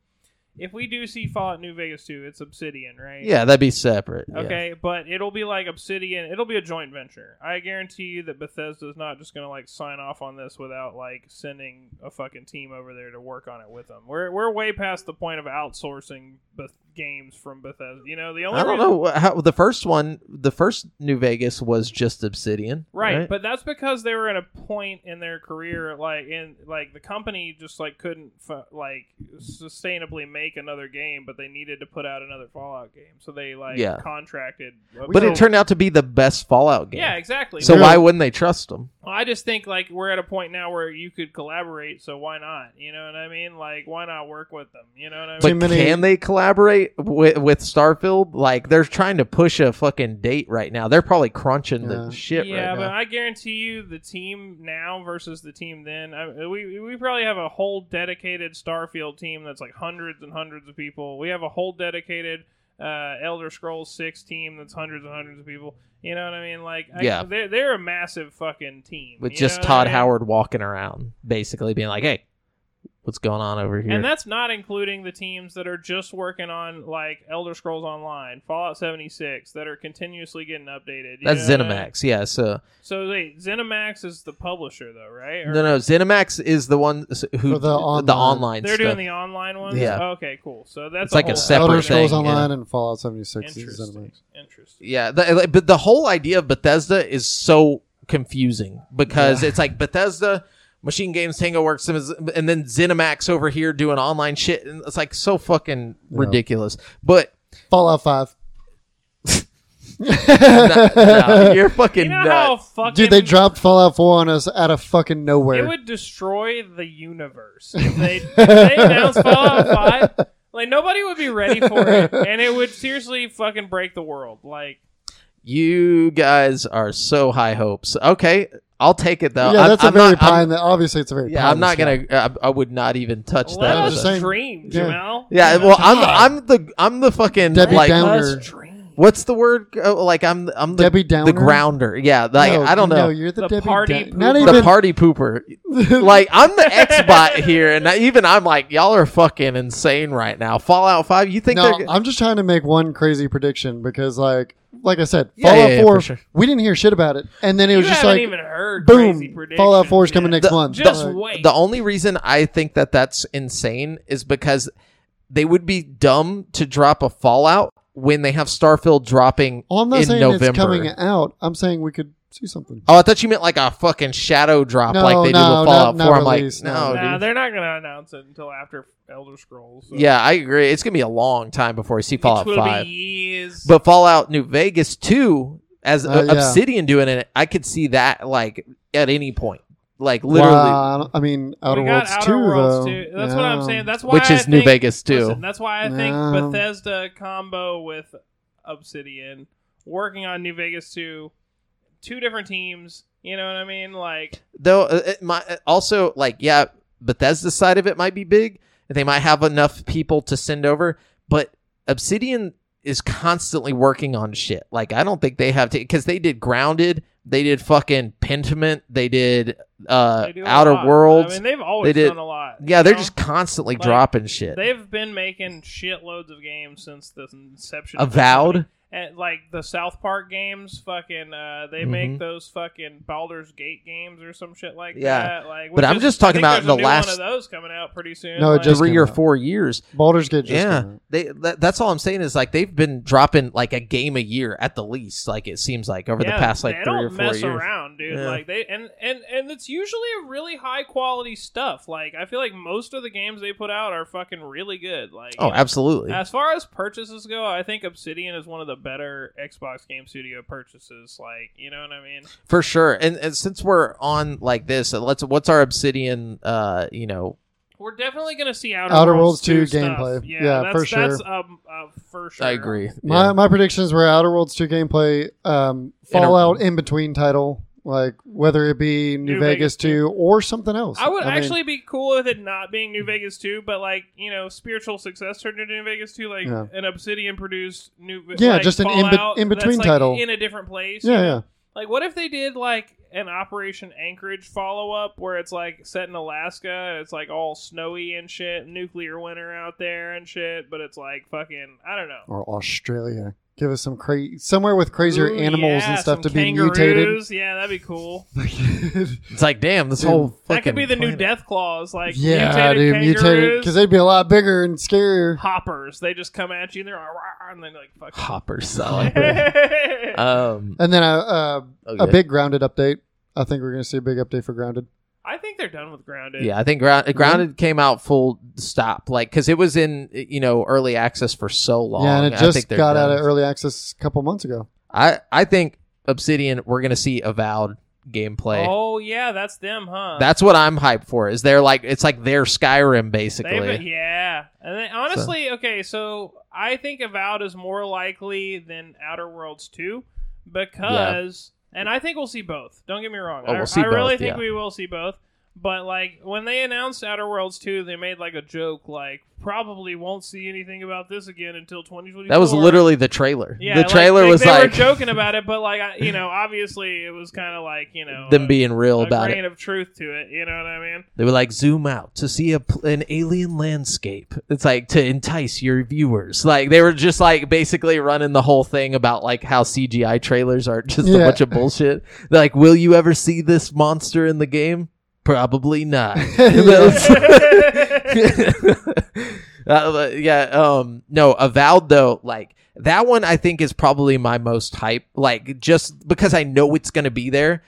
C: if we do see Fallout New Vegas two, it's Obsidian, right?
A: yeah, that'd be separate. yeah.
C: Okay, but it'll be like Obsidian. It'll be a joint venture. I guarantee you that Bethesda's not just gonna like sign off on this without like sending a fucking team over there to work on it with them. We're we're way past the point of outsourcing Beth- games from Bethesda. You know, the only
A: I don't
C: reason-
A: know how the first one, the first New Vegas was just Obsidian,
C: Right, but that's because they were at a point in their career, like in like the company just like couldn't fu- like sustainably make another game, but they needed to put out another Fallout game, so they like
A: Yeah.
C: contracted.
A: But
B: We
A: it
B: don't-
A: turned out to be the best Fallout game.
C: yeah, exactly.
A: So
B: Yeah.
A: why wouldn't they trust them?
C: Well, I just think like we're at a point now where you could collaborate, so why not? You know what I mean? Like, why not work with them? You know what I mean?
A: But
B: Too many-
A: can they collaborate with, with Starfield? Like they're trying to push a fucking date right now. They're probably crunching
B: Yeah.
A: the shit
C: yeah,
A: right
C: but
A: now.
C: I guarantee you the team now versus the team then. I, we we probably have a whole dedicated Starfield team that's like hundreds and hundreds of people. We have a whole dedicated uh, Elder Scrolls Six team that's hundreds and hundreds of people. You know what I mean? Like, I,
A: Yeah.
C: they're they're a massive fucking team
A: With
C: you
A: just
C: know what I
A: Todd
C: mean?
A: Howard walking around, basically being like, "Hey, what's going on over here?"
C: And that's not including the teams that are just working on like Elder Scrolls Online, Fallout 76, that are continuously getting updated. you
A: That's
C: know what I mean?
A: Zenimax. Yeah. So
C: So wait, Zenimax is the publisher though, right? Or-
A: no, no, Zenimax is the one s- who
B: For the online-
A: online
C: They're
A: stuff.
C: doing the online ones.
A: Yeah.
C: Okay, cool. So that's
A: It's like a
C: whole
A: separate
B: Elder
C: other
B: Scrolls
A: thing,
B: Online and Fallout 76 is
C: Interesting.
B: Zenimax.
C: Interesting.
A: Yeah, the, like, but the whole idea of Bethesda is so confusing because
B: Yeah.
A: it's like Bethesda, Machine Games, Tango Works, and then ZeniMax over here doing online shit, and it's like so fucking
B: Yeah.
A: ridiculous. But
B: Fallout 5.
A: no, no, you're fucking
C: You know how
A: nuts.
C: fucking
B: Dude, they dropped Fallout 4 on us out of fucking nowhere.
C: It would destroy the universe if they, if they announced Fallout Five. Like nobody would be ready for it, and it would seriously fucking break the world. Like
A: you guys are so high hopes. Okay, I'll take it though.
B: yeah,
A: I'm,
B: that's
A: I'm
B: a very
A: not,
B: pine.
A: I'm,
B: That obviously, it's a very.
A: yeah,
B: pie in
A: I'm
B: the
A: not
B: sky.
A: gonna. I, I would not even touch
C: let
A: that.
B: was just
C: us
B: saying-
C: dream,
B: Yeah.
C: Jamal.
A: yeah,
C: Let
A: well,
C: us
A: I'm I'm the I'm the fucking
B: Debbie
A: like
B: Downer.
C: Let's dream.
A: what's the word? Oh, Like I'm I'm the
B: Debbie Downer.
A: the grounder. Yeah, like
B: No,
A: I don't know.
B: No, you're the,
C: The
B: Debbie
C: party
B: Down- Not
C: pooper.
A: the
B: even.
A: party pooper. Like I'm the Xbot here, and even I'm like, y'all are fucking insane right now. Fallout Five, you think
B: no,
A: they're?
B: I'm just trying to make one crazy prediction because, like, like I said,
A: Yeah,
B: Fallout
A: yeah, yeah,
B: 4,
A: for sure.
B: we didn't hear shit about it, and then it
C: You
B: was just
C: haven't
B: like,
C: even heard crazy
B: boom,
C: predictions
B: Fallout 4 is coming
C: yet.
B: next
A: The-
B: month.
C: Just
B: Like,
C: wait.
A: the only reason I think that that's insane is because they would be dumb to drop a Fallout when they have Starfield dropping
B: Well, I'm not
A: in
B: saying
A: November.
B: it's coming out. I'm saying we could see something.
A: Oh, I thought you meant like a fucking shadow drop,
B: No,
A: like they do with
B: no,
A: Fallout
B: not- not
A: Four. I'm
B: released,
A: like, no,
B: no.
C: Nah,
A: dude.
C: they're not going to announce it until after Elder Scrolls. so
A: Yeah, I agree. It's gonna be a long time before we see
C: it
A: Fallout
C: will
A: Five.
C: Be years.
A: But Fallout New Vegas 2, as
B: Uh, yeah.
A: Obsidian doing it, I could see that like at any point. Like literally,
B: Wow, I mean, Outer
C: we
B: Worlds
C: got Outer
B: 2, though.
C: Worlds too. That's what I'm
B: Yeah.
C: saying. That's why
A: which
C: I
A: is New
C: think-
A: Vegas 2.
C: listen, that's why I think
B: Yeah.
C: Bethesda combo with Obsidian working on New Vegas 2, two different teams. You know what I mean? Like,
A: Though uh, it might also like yeah, Bethesda's side of it might be big. They might have enough people to send over, but Obsidian is constantly working on shit. Like I don't think they have to because they did Grounded, they did fucking Pentiment, they did uh
C: they do a lot.
A: Outer Worlds.
C: I mean, they've always
A: They did-
C: done a lot.
A: yeah,
C: you
A: they're
C: know?
A: just constantly
C: Like,
A: dropping shit.
C: They've been making shitloads of games since the inception. of the company.
A: Avowed.
C: and like the South Park games, fucking, uh, they
A: Mhm.
C: make those fucking Baldur's Gate games or some shit like
A: Yeah.
C: that. Like,
A: But
C: which
A: I'm
C: is-
A: just talking
C: I think
A: about
C: there's
A: the
C: a new
A: last-
C: one of those coming out pretty soon.
B: No, it
C: like-
B: just
A: three
B: came
A: or
B: out.
A: four years.
B: Baldur's Gate just
A: Yeah.
B: came out.
A: They that, that's all I'm saying is like they've been dropping like a game a year at the least. Like it seems like over
C: Yeah,
A: the past like three
C: they don't
A: or four
C: mess
A: years.
C: around, dude.
A: Yeah.
C: Like they and and and it's usually a really high quality stuff. Like I feel like most of the games they put out are fucking really good. Like
A: Oh,
C: you know,
A: absolutely.
C: As far as purchases go, I think Obsidian is one of the better Xbox Game Studio purchases. Like, you know what I mean?
A: For sure. And, and since we're on like this, uh, let's what's our obsidian uh, you know,
C: We're definitely going to see Outer,
B: Outer
C: Worlds,
B: Worlds
C: 2
B: 2
C: stuff.
B: gameplay.
C: Yeah,
B: Yeah,
C: that's,
B: for sure.
C: That's um, uh, for sure.
A: I agree.
B: My,
A: Yeah.
B: my predictions were Outer Worlds 2 gameplay, um,
A: In a-
B: Fallout in between title, like whether it be New,
C: New Vegas
B: Vegas, 2 or something else.
C: I would
B: mean,
C: actually be cool with it not being New Vegas 2, but like, you know, spiritual successor to New Vegas 2, like
B: Yeah.
C: an Obsidian produced New
B: Yeah,
C: like
B: just an in-
C: Fallout
B: in between
C: that's, like,
B: title.
C: in a different place.
B: Yeah, yeah.
C: Like, what if they did like an Operation Anchorage follow up where it's like set in Alaska and it's like all snowy and shit, nuclear winter out there and shit, but it's like fucking, I don't know.
B: Or Australia. Give us some cra- somewhere with crazier
C: Ooh,
B: animals
C: yeah,
B: and stuff
C: some
B: to be mutated.
C: kangaroos. Yeah, that'd be cool.
A: It's like, damn, this
B: Dude,
A: whole fucking.
C: That could be the new
A: planet.
C: Death Claws, like
B: yeah,
C: mutated
B: dude, mutated
C: kangaroos,
B: because they'd be a lot bigger and scarier.
C: hoppers. They just come at you and they're like, "Rah," and then like fuck.
A: Hopper salad. um,
B: And then a uh,
A: oh,
B: a
A: good.
B: big grounded update. I think we're gonna see a big update for grounded.
C: I think they're done with grounded.
A: Yeah, I think
B: Mm-hmm.
A: Ground, Grounded came out full stop, like because it was in you know early access for so long.
B: yeah, and
A: I
B: it
A: think
B: just
A: they're
B: got out
A: done.
B: of early access a couple months ago.
A: I I think Obsidian, we're gonna see avowed gameplay.
C: Oh yeah, that's them, huh?
A: That's what I'm hyped for. Is they're like it's like their Skyrim
C: They-
A: basically.
C: but yeah. And then honestly, okay, so I think Avowed is more likely than Outer Worlds 2 because and I think we'll see both. Don't get me wrong.
A: Oh, we'll
C: I,
A: see
C: I really
A: both,
C: think
A: yeah.
C: we will see both. But like when they announced Outer Worlds 2, they made like a joke like probably won't see anything about this again until 2024.
A: that was literally the trailer.
C: yeah,
A: the
C: like,
A: trailer
C: they-
A: was
C: they
A: like
C: were joking about it, but like I, you know, obviously it was kind of like, you know,
A: them
C: a-
A: being real
C: a
A: about it.
C: grain of truth to it, you know what I mean?
A: They were like, zoom out to see a, pl- an alien landscape. It's like to entice your viewers. Like they were just like basically running the whole thing about like how CGI trailers are just a
B: Yeah.
A: bunch of bullshit. They're like, will you ever see this monster in the game? Probably not. And that was- Uh, yeah. Um. No. Avowed though, like that one, I think is probably my most hype. Like just because I know it's gonna be there.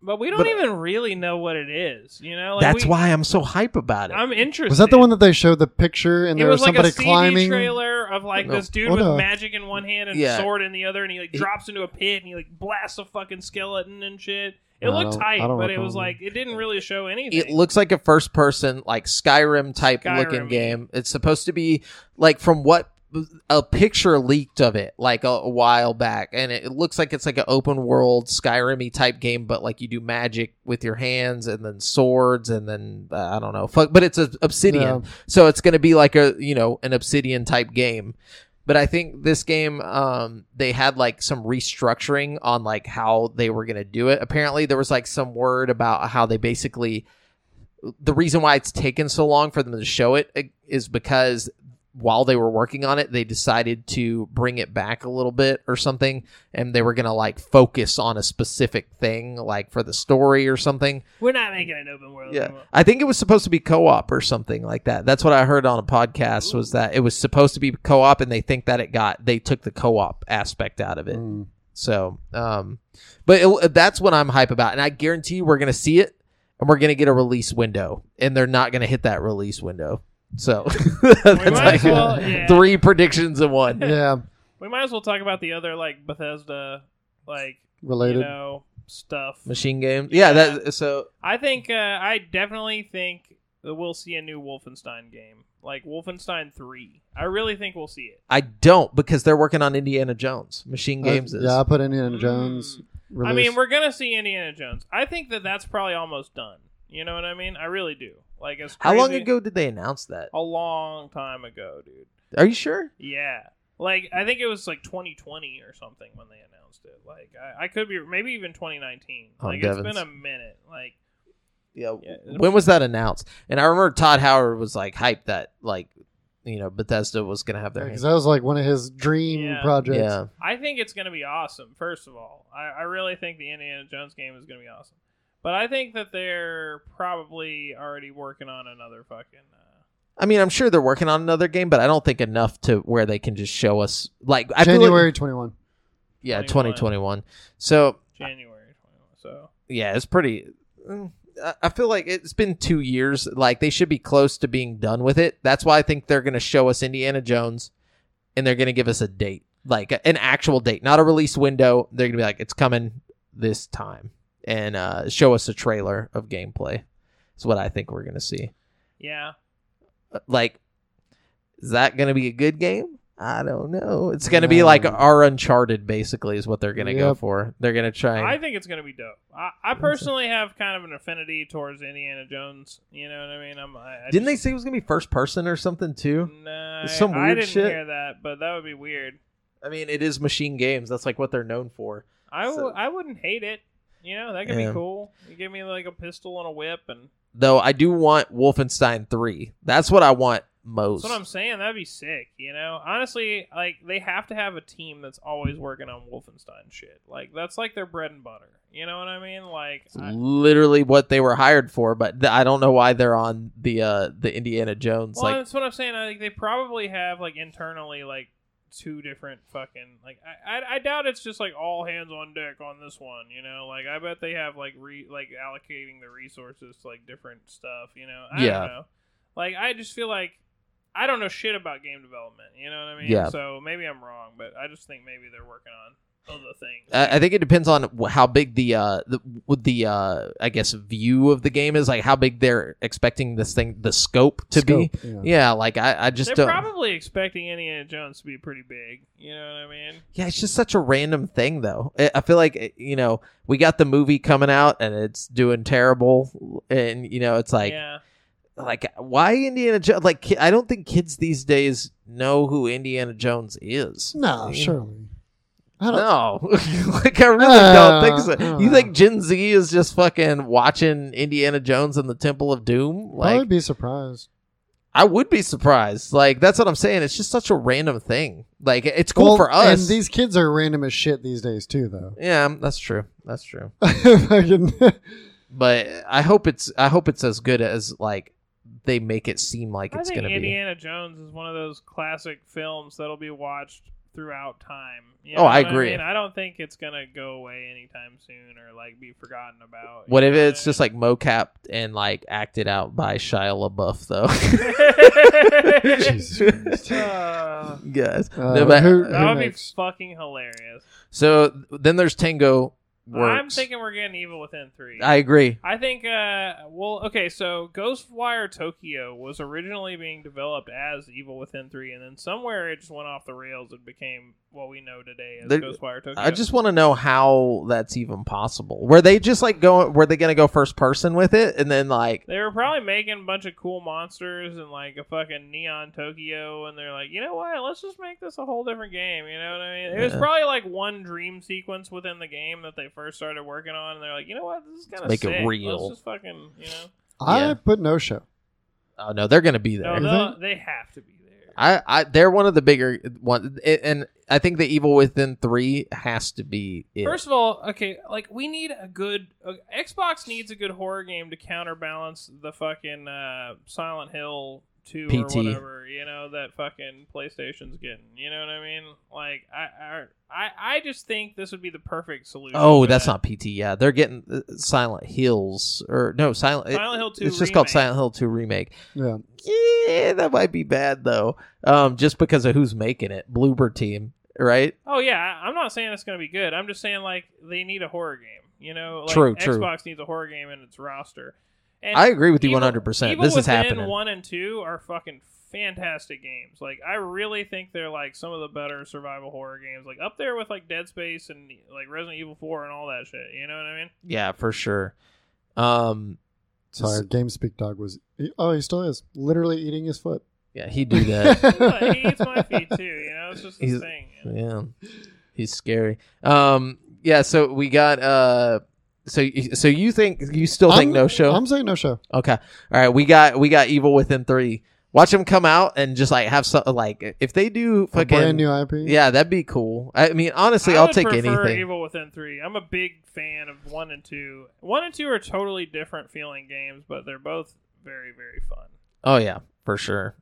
C: But we don't
B: uh,
A: But-
C: even really know what it is, you know. Like
A: That's
C: we,
A: why I'm so hype about it.
C: I'm interested.
B: Was that the one that they showed the picture and
C: it
B: there
C: was
B: was,
C: like
B: somebody
C: a CD
B: climbing?
C: trailer of like
A: No.
C: this dude
B: What
C: with
B: a-
C: magic in one hand and
A: Yeah.
C: sword in the other, and he like
A: It-
C: drops into a pit and he like blasts a fucking skeleton and shit. It
B: No, I
C: looked
B: don't-
C: tight,
B: I don't
C: but it was
B: recall.
C: like it didn't really show anything.
A: it looks like a first person like skyrim type
C: Skyrim.
A: looking game it's supposed to be like from what a picture leaked of it like a, a while back and it, it looks like it's like an open world skyrim type game but like you do magic with your hands and then swords and then uh, i don't know fuck but it's a obsidian
B: Yeah.
A: so it's going to be like a you know an obsidian type game but i think this game um they had like some restructuring on like how they were going to do it apparently there was like some word about how they basically the reason why it's taken so long for them to show it eh, is because while they were working on it they decided to bring it back a little bit or something and they were going to like focus on a specific thing like for the story or something
C: We're not making an open world.
A: yeah,
C: anymore.
A: I think it was supposed to be co-op or something like that. That's what I heard on a podcast was that it was supposed to be co-op, and they think that it got they took the co-op aspect out of it.
B: Mm.
A: So, um, but it, that's what I'm hype about, and I guarantee you we're gonna see it, and we're gonna get a release window, and they're not gonna hit that release window. So
C: We
A: that's
C: might
A: like
C: as well, yeah.
A: three predictions in one.
B: Yeah,
C: We might as well talk about the other like Bethesda, like you
B: related.
C: know stuff.
A: Machine game, yeah.
C: Yeah.
A: That so
C: I think uh, I definitely think that we'll see a new Wolfenstein game, like Wolfenstein Three. I really think we'll see it.
A: I don't because they're working on Indiana Jones. Machine Games
B: Uh,
A: is
B: yeah, I put Indiana Jones.
C: Mm. I
B: Release.
C: mean, we're gonna see Indiana Jones. I think that that's probably almost done. You know what I mean? I really do. Like, as
A: How long
C: crazy-
A: ago did they announce that?
C: A long time ago, dude.
A: Are you sure?
C: Yeah. Like, I think it was like 2020 or something when they announced it. Like, I, I could be maybe even 2019.
A: Oh,
C: like, it's
A: Devins.
C: been a minute. Like,
A: Yeah.
C: Yeah.
A: When was that announced? And I remember Todd Howard was like hyped that like you know Bethesda was gonna have their
B: because
A: hands.
B: that was like one of his dream
C: Yeah.
B: projects.
A: Yeah.
C: I think it's going to be awesome. First of all, I, I really think the Indiana Jones game is going to be awesome. But I think that they're probably already working on another fucking. Uh,
A: I mean, I'm sure they're working on another game, but I don't think enough to where they can just show us like I feel like-
B: January twenty one.
A: yeah,
C: 21.
A: 2021. So
C: January 21. So
A: yeah, it's pretty. mm, I- I feel like it's been two years. Like they should be close to being done with it. That's why I think they're gonna show us Indiana Jones, and they're gonna give us a date, like an actual date, not a release window. They're gonna be like, it's coming this time, and uh, show us a trailer of gameplay. Is what I think we're gonna see.
C: yeah,
A: Like, is that gonna be a good game? I don't know. It's gonna be like
B: No.
A: our Uncharted, basically, is what they're gonna go
B: Yep.
A: for. They're gonna try. And,
C: I think it's going to be dope. I, I personally have kind of an affinity towards Indiana Jones. You know what I mean? I'm. I, I
A: Didn't they
C: just-
A: say it was gonna be first person or something too?
C: Nah,
A: It's some
C: I
A: weird
C: didn't
A: shit.
C: hear that, but that would be weird.
A: I mean, it is Machine Games. That's like what they're known for.
C: I w-
A: So-
C: I wouldn't hate it. You know, that could
A: Yeah.
C: be cool. You give me like a pistol and a whip, and
A: Though I do want Wolfenstein 3. That's what I want most.
C: That's what I'm saying. That'd be sick, you know. Honestly, like they have to have a team that's always working on Wolfenstein shit. Like that's like their bread and butter. You know what I mean? Like
A: It's
C: I,
A: literally what they were hired for, but th- I don't know why they're on the uh the Indiana Jones
C: well,
A: like
C: that's what I'm saying. I think they probably have like internally like two different fucking like I, I I doubt it's just like all hands on deck on this one. You know, like I bet they have like re like allocating the resources to like different stuff. You know, I
A: Yeah.
C: don't know. Like I just feel like I don't know shit about game development. You know what I mean?
A: Yeah.
C: So maybe I'm wrong, but I just think maybe they're working on other things.
A: I I think it depends on wh- how big the uh the with the uh I guess view of the game is like how big they're expecting this thing the scope to be.
D: Scope, yeah.
A: Yeah, like I I just
C: they're
A: don't.
C: probably expecting Indiana Jones to be pretty big. You know what I mean?
A: yeah, it's just such a random thing though. I I feel like eh, you know we got the movie coming out and it's doing terrible, and you know it's like
C: yeah.
A: like why Indiana Jones? Like ki- I don't think kids these days know who Indiana Jones is.
B: No,
A: Yeah.
D: surely.
B: I don't,
A: No, like I really don't think so.
B: Uh,
A: You think Gen Z is just fucking watching Indiana Jones and the Temple of Doom?
B: I
A: Like
B: would be surprised.
A: I would be surprised. Like that's what I'm saying. It's just such a random thing. Like it's cool
B: Well,
A: for us.
B: And these kids are random as shit these days too, though.
A: yeah, that's true. That's true.
B: Fucking-
A: But I hope it's I hope it's as good as like they make it seem like
C: I
A: it's
C: think
A: gonna be.
C: Indiana Jones is one of those classic films that'll be watched throughout time. You
A: Oh, I
C: what
A: agree.
C: I, mean? I don't think it's gonna go away anytime soon or like be forgotten about.
A: What if it's just like mocap and like acted out by Shia LaBeouf
C: Uh-huh.
A: though?
B: Jesus Christ.
C: Uh,
A: yes.
B: Uh,
A: No, but-
B: who-
C: that would be
B: next?
C: fucking hilarious.
A: So then there's Tango. Works.
C: I'm thinking we're getting Evil Within three.
A: I agree.
C: I think, uh, well, okay, so Ghostwire Tokyo was originally being developed as Evil Within 3, and then somewhere it just went off the rails and became what we know today as
A: They-
C: Ghostwire Tokyo.
A: I just want to know how that's even possible. Were they just like going? Were they going to go first person with it, and then like,
C: They were probably making a bunch of cool monsters and like a fucking neon Tokyo, and they're like, you know what? Let's just make this a whole different game. You know what I mean? It was
A: Yeah.
C: probably like one dream sequence within the game that they first started working on, and they're like, you know what? This is kind of
A: Let's make it real.
C: Let's just fucking, you know,
A: Yeah.
B: I put no show.
A: oh no, they're going to be there.
C: no, they'll- they have to be there.
A: I, I, they're one of the bigger ones, and I think the Evil Within three has to be it.
C: First of all, okay, like we need a good uh, Xbox needs a good horror game to counterbalance the fucking uh, Silent Hill two or
A: PT.
C: whatever you know that fucking PlayStation's getting. You know what I mean? Like I I I, I just think this would be the perfect solution.
A: oh,
C: for
A: that's not
C: that.
A: PT. Yeah, they're getting uh, Silent Hills or no Silent. it-
C: Silent Hill two.
A: it's just called
C: remake.
A: Silent Hill two remake.
B: Yeah.
A: Yeah, that might be bad though. Um, just because of who's making it, Bloober Team, right?
C: Oh yeah, I- I'm not saying it's gonna be good. I'm just saying like they need a horror game. You know, like,
A: True, true.
C: Xbox needs a horror game in its roster. And
A: I agree with you
C: Evil-
A: one hundred percent.
C: Evil
A: This is
C: Within
A: happening.
C: One and two are fucking fantastic games. Like I really think they're like some of the better survival horror games. Like up there with like Dead Space and like Resident Evil Four and all that shit. You know what I mean?
A: Yeah, for sure. Um,
B: Sorry, GameSpeak dog was. Oh, he still is. Literally eating his foot.
A: yeah, he do that.
C: Like, he eats my feet too. You know, it's just the
A: He's-
C: thing.
A: yeah, he's scary. Um, yeah. So we got uh, so so you think you still think
B: I'm-
A: no show?
B: I'm saying no show.
A: okay, all right. We got we got Evil Within three. Watch them come out and just like have some like if they do
B: A
A: fucking
B: brand new IP.
A: yeah, that'd be cool. I mean, honestly,
C: I
A: I'll
C: would
A: take
C: prefer
A: anything.
C: Evil Within three. I'm a big fan of one and two. One and two are totally different feeling games, but they're both very very fun.
A: Oh yeah, for sure.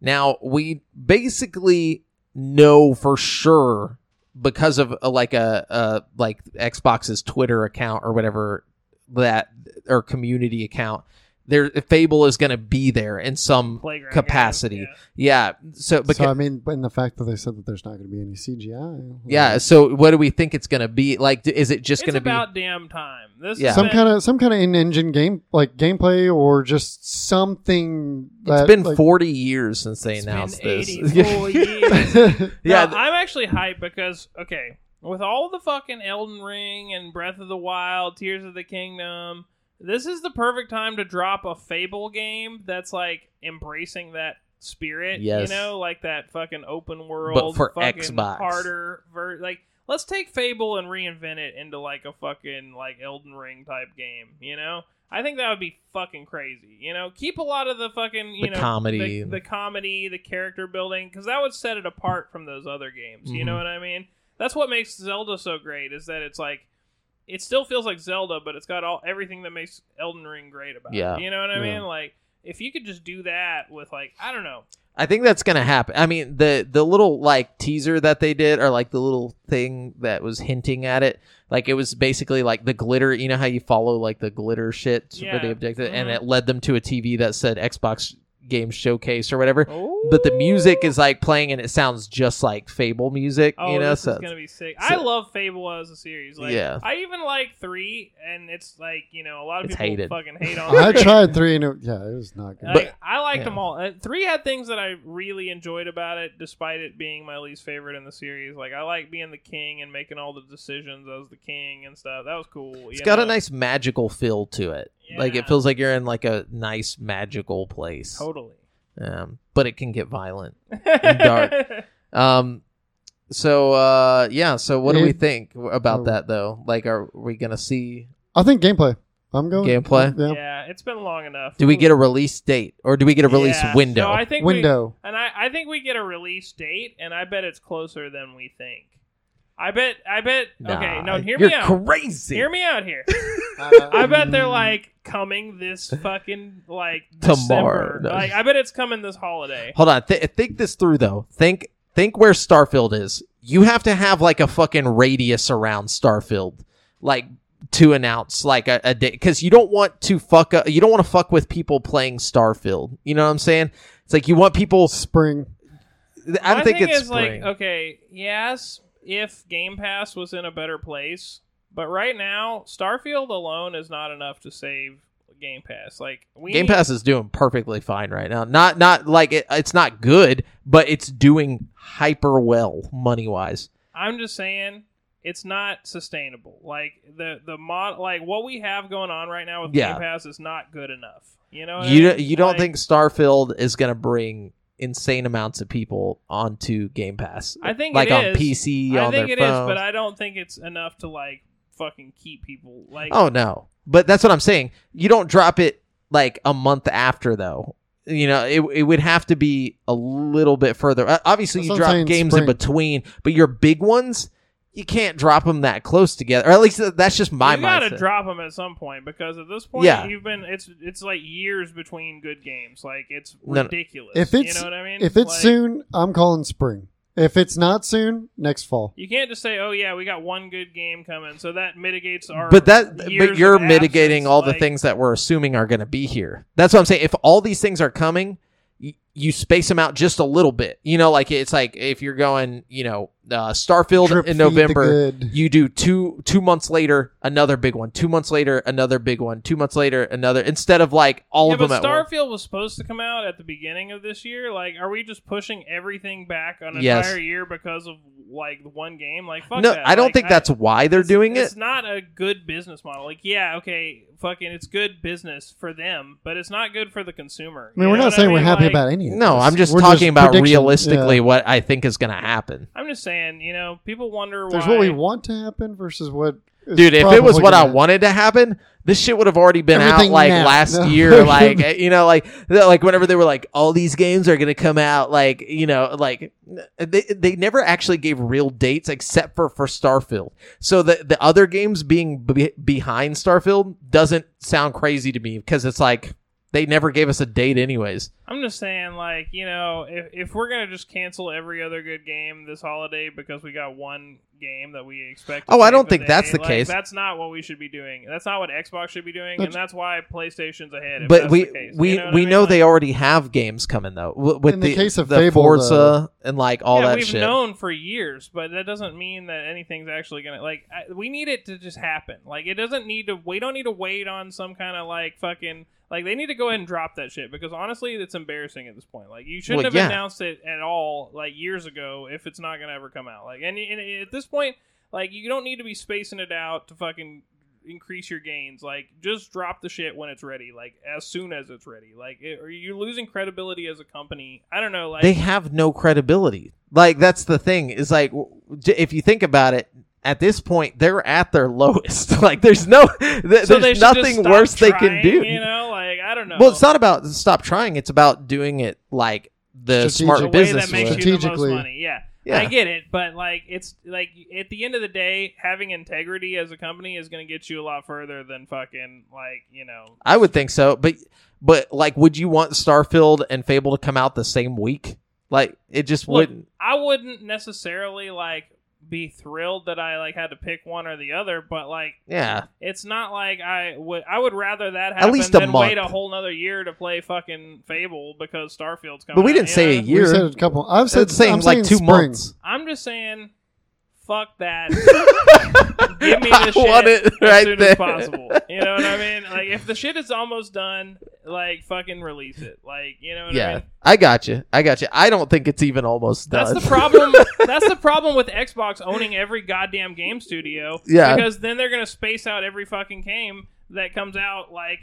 A: Now we basically know for sure because of uh, like a uh like Xbox's Twitter account or whatever that or community account. There, Fable is going to be there in some
C: Playground games,
A: capacity.
C: yeah.
A: Yeah. So, because,
B: so I mean, but in the fact that they said that there's not going to be any CGI.
A: yeah. So, what do we think it's going to be? Like, d- is it just
C: it's
A: going to be?
C: about damn time. This
A: Yeah.
C: yeah.
B: Some kind of some kind of in-engine game, like gameplay, or just something. That,
A: it's been
B: like,
A: forty years since they announced this.
C: years.
A: yeah.
C: No, I'm actually hyped because okay, with all the fucking Elden Ring and Breath of the Wild, Tears of the Kingdom, this is the perfect time to drop a Fable game that's like embracing that spirit.
A: Yes.
C: you know, like that fucking open world,
A: for
C: fucking
A: Xbox.
C: harder, ver- like. Let's take Fable and reinvent it into like a fucking like Elden Ring type game, you know? I think that would be fucking crazy. You know, keep a lot of the fucking you
A: The
C: know
A: comedy.
C: the, the comedy, the character building, because that would set it apart from those other games. You know
A: Mhm.
C: what I mean? That's what makes Zelda so great is that it's like it still feels like Zelda, but it's got all everything that makes Elden Ring great about.
A: Yeah.
C: it. you know what I
B: Yeah.
C: mean? Like if you could just do that with like I don't know,
A: I think that's gonna happen. I mean, the the little like teaser that they did, or like the little thing that was hinting at it, like it was basically like the glitter. You know how you follow like the glitter shit
C: Yeah.
A: for the objective, and
C: Mhm.
A: it led them to a TV that said Xbox Game Showcase or whatever.
C: oh,
A: But the music is like playing, and it sounds just like Fable music.
C: Oh,
A: you know,
C: this
A: so
C: is
A: it's-
C: gonna be sick.
A: so-
C: I love Fable as a series. Like,
A: Yeah.
C: I even like three, and it's like you know a lot of
A: It's
C: people
A: hated.
C: fucking hate on.
B: I
C: three.
B: tried three and it, yeah, it was not good.
C: Like,
A: But-
C: I liked
A: yeah.
C: them all. Uh, three had things that I really enjoyed about it, despite it being my least favorite in the series. Like I like being the king and making all the decisions as the king and stuff. That was cool.
A: It's
C: you
A: got a
C: know?
A: nice magical feel to it. Like it
C: Yeah.
A: feels like you're in like a nice magical place.
C: totally
A: Um, but it can get violent. dark. Um, so uh, yeah. So what do we
B: It-
A: think about
B: Oh.
A: that though? Like, are we gonna see?
B: I think gameplay. I'm going
A: Gameplay?
B: Yeah.
C: yeah, it's been long enough.
A: Do we get a release date or do we get a release
C: Yeah.
A: window?
C: No, I think we-
B: Window.
C: And I, I think we get a release date, and I bet it's closer than we think. I bet, I bet. okay,
A: Nah,
C: no, hear
A: you're
C: me out.
A: Crazy.
C: Hear me out here. I
B: I
C: bet they're like coming this fucking like
A: Tomorrow.
C: December.
A: No.
C: Like I bet it's coming this holiday.
A: Hold on. Th- think this through though. Think think where Starfield is. You have to have like a fucking radius around Starfield, like to announce like a, a day because you don't want to fuck. Up, you don't want to fuck with people playing Starfield. You know what I'm saying? It's like you want people.
B: spring.
A: I don't
C: My
A: think
C: thing
A: it's
C: is
A: spring.
C: like okay, yes, if Game Pass was in a better place, but right now Starfield alone is not enough to save Game Pass. Like we
A: Game
C: need-
A: Pass is doing perfectly fine right now. Not not like it, it's not good, but it's doing hyper well money wise.
C: I'm just saying it's not sustainable. Like the the mod, like what we have going on right now with
A: Yeah.
C: Game Pass is not good enough. You know, what I
A: You
C: mean?
A: you don't
C: Like,
A: think Starfield is going to bring insane amounts of people onto Game Pass?
C: I think
A: like
C: it
A: on
C: is.
A: PC
C: I
A: on
C: think
A: their
C: it is,
A: phones.
C: but I don't think it's enough to like fucking keep people. Like
A: oh no, but that's what I'm saying. You don't drop it like a month after though. You know, it, it would have to be a little bit further. Uh, Obviously,
B: That's
A: you
B: what I'm
A: drop
B: saying,
A: games in
B: spring.
A: between, but your big ones, you can't drop them that close together. Or at least uh, that's just my
C: you gotta
A: mindset.
C: drop them at some point because at this point
A: Yeah.
C: you've been it's it's like years between good games. Like it's
A: No, no.
C: ridiculous.
B: If
C: you
B: it's-
C: know what I mean,
B: If it's
C: Like,
B: soon, I'm calling spring. If it's not soon, next fall.
C: You can't just say, "Oh yeah, we got one good game coming," so that mitigates our.
A: but that
C: years
A: but
C: of
A: you're
C: absence,
A: mitigating all the
C: like-
A: things that we're assuming are going to be here that's what i'm saying if all these things are coming y- you space them out just a little bit you know like it's like if you're going you know uh, starfield
B: Drip
A: in
B: feed the
A: november
B: good.
A: you do two two months later another big one two months later another big one two months later another instead of like all
C: yeah,
A: of them
C: but
A: at once
C: Starfield was supposed to come out at the beginning of this year. Like, are we just pushing everything back an
A: Yes.
C: entire year because of like one game? Like, fuck
A: no
C: that.
A: i don't
C: Like,
A: think that's why they're
C: it's-
A: doing it
C: It's not a good business model. Like, yeah, okay, fucking, it's good business for them, but it's not good for the consumer.
B: I mean,
C: You
B: we're
C: know
B: not
C: what
B: saying we're
C: mean?
B: happy
C: Like,
B: about any of this.
A: no i'm just
B: We're
A: talking about
B: prediction-
A: realistically
B: yeah.
A: what i think is going to happen
C: I'm just saying, you know, people wonder
B: There's
C: why.
B: what we want to happen versus what. is
A: Dude, if it was
B: probably
A: what I
B: gonna-
A: wanted to happen, this shit would have already been out
B: Everything
A: like
B: now.
A: last
B: No.
A: year. like eh, you know, like they're- like whenever they were like, all these games are gonna come out. Like you know, like they they never actually gave real dates except for for Starfield. So the the other games being be- behind Starfield doesn't sound crazy to me because it's like they never gave us a date anyways.
C: I'm just saying, like, you know, if, if we're gonna just cancel every other good game this holiday because we got one game that we expect. to
A: Oh, I
C: save
A: don't
C: a
A: think
C: day,
A: that's the
C: like,
A: case.
C: That's not what we should be doing. That's not what Xbox should be doing, and
B: That's-
C: that's why PlayStation's ahead. If
A: but
C: that's
A: we
C: the case.
A: we
C: You know what I
A: we
C: mean?
A: know
C: Like,
A: they already have games coming though w- with
B: In the case of
A: the
B: Fable,
A: Forza
B: though-
A: and like all
C: yeah,
A: that
C: we've
A: shit.
C: known for years, but that doesn't mean that anything's actually gonna like. I, we need it to just happen. Like, it doesn't need to. We don't need to wait on some kind of like fucking. Like, they need to go ahead and drop that shit because honestly, it's embarrassing at this point. Like, you shouldn't
A: Well,
C: have
A: yeah.
C: announced it at all like years ago if it's not gonna ever come out. Like, and, and at this point, like, you don't need to be spacing it out to fucking increase your gains like just drop the shit when it's ready like as soon as it's ready like it, are you losing credibility as a company i don't know like
A: they have no credibility. Like that's the thing is like w- j- if you think about it, at this point they're at their lowest. like there's no, th-
C: so they
A: there's
C: should just
A: nothing
C: stop
A: worse they can
C: trying,
A: do.
C: You know, like I don't know.
A: Well, it's not about stop trying. It's about doing it like the
B: Strategic.
A: smart
C: the way
A: business
C: that
A: way.
C: makes you the most
B: Strategically.
C: money. Yeah.
A: yeah.
C: I get it, but like it's like at the end of the day, having integrity as a company is going to get you a lot further than fucking like you know.
A: I would think so, but but like, would you want Starfield and Fable to come out the same week? Like, it just
C: Look,
A: wouldn't.
C: I wouldn't necessarily like be thrilled that I like had to pick one or the other, but like
A: Yeah,
C: it's not like I would. I would rather that
A: At
C: happen
A: least a
C: than wait a
A: month.
C: whole another year to play fucking Fable because Starfield's coming.
A: but we
C: out,
A: didn't
C: you
A: say a
C: know?
B: We said
A: year.
B: a couple. I've said
A: It's saying
B: I'm
A: like two
B: spring.
A: months.
C: I'm just saying, fuck that.
A: Give
C: Give me the shit
A: want it right
C: as soon
A: there.
C: as possible. You know what I mean? Like if the shit is almost done, like fucking release it. Like you know what I
A: Yeah,
C: mean?
A: I got you. I got you. I don't think it's even almost done.
C: That's the problem. That's the problem with Xbox owning every goddamn game studio.
A: Yeah.
C: Because then they're gonna space out every fucking game that comes out like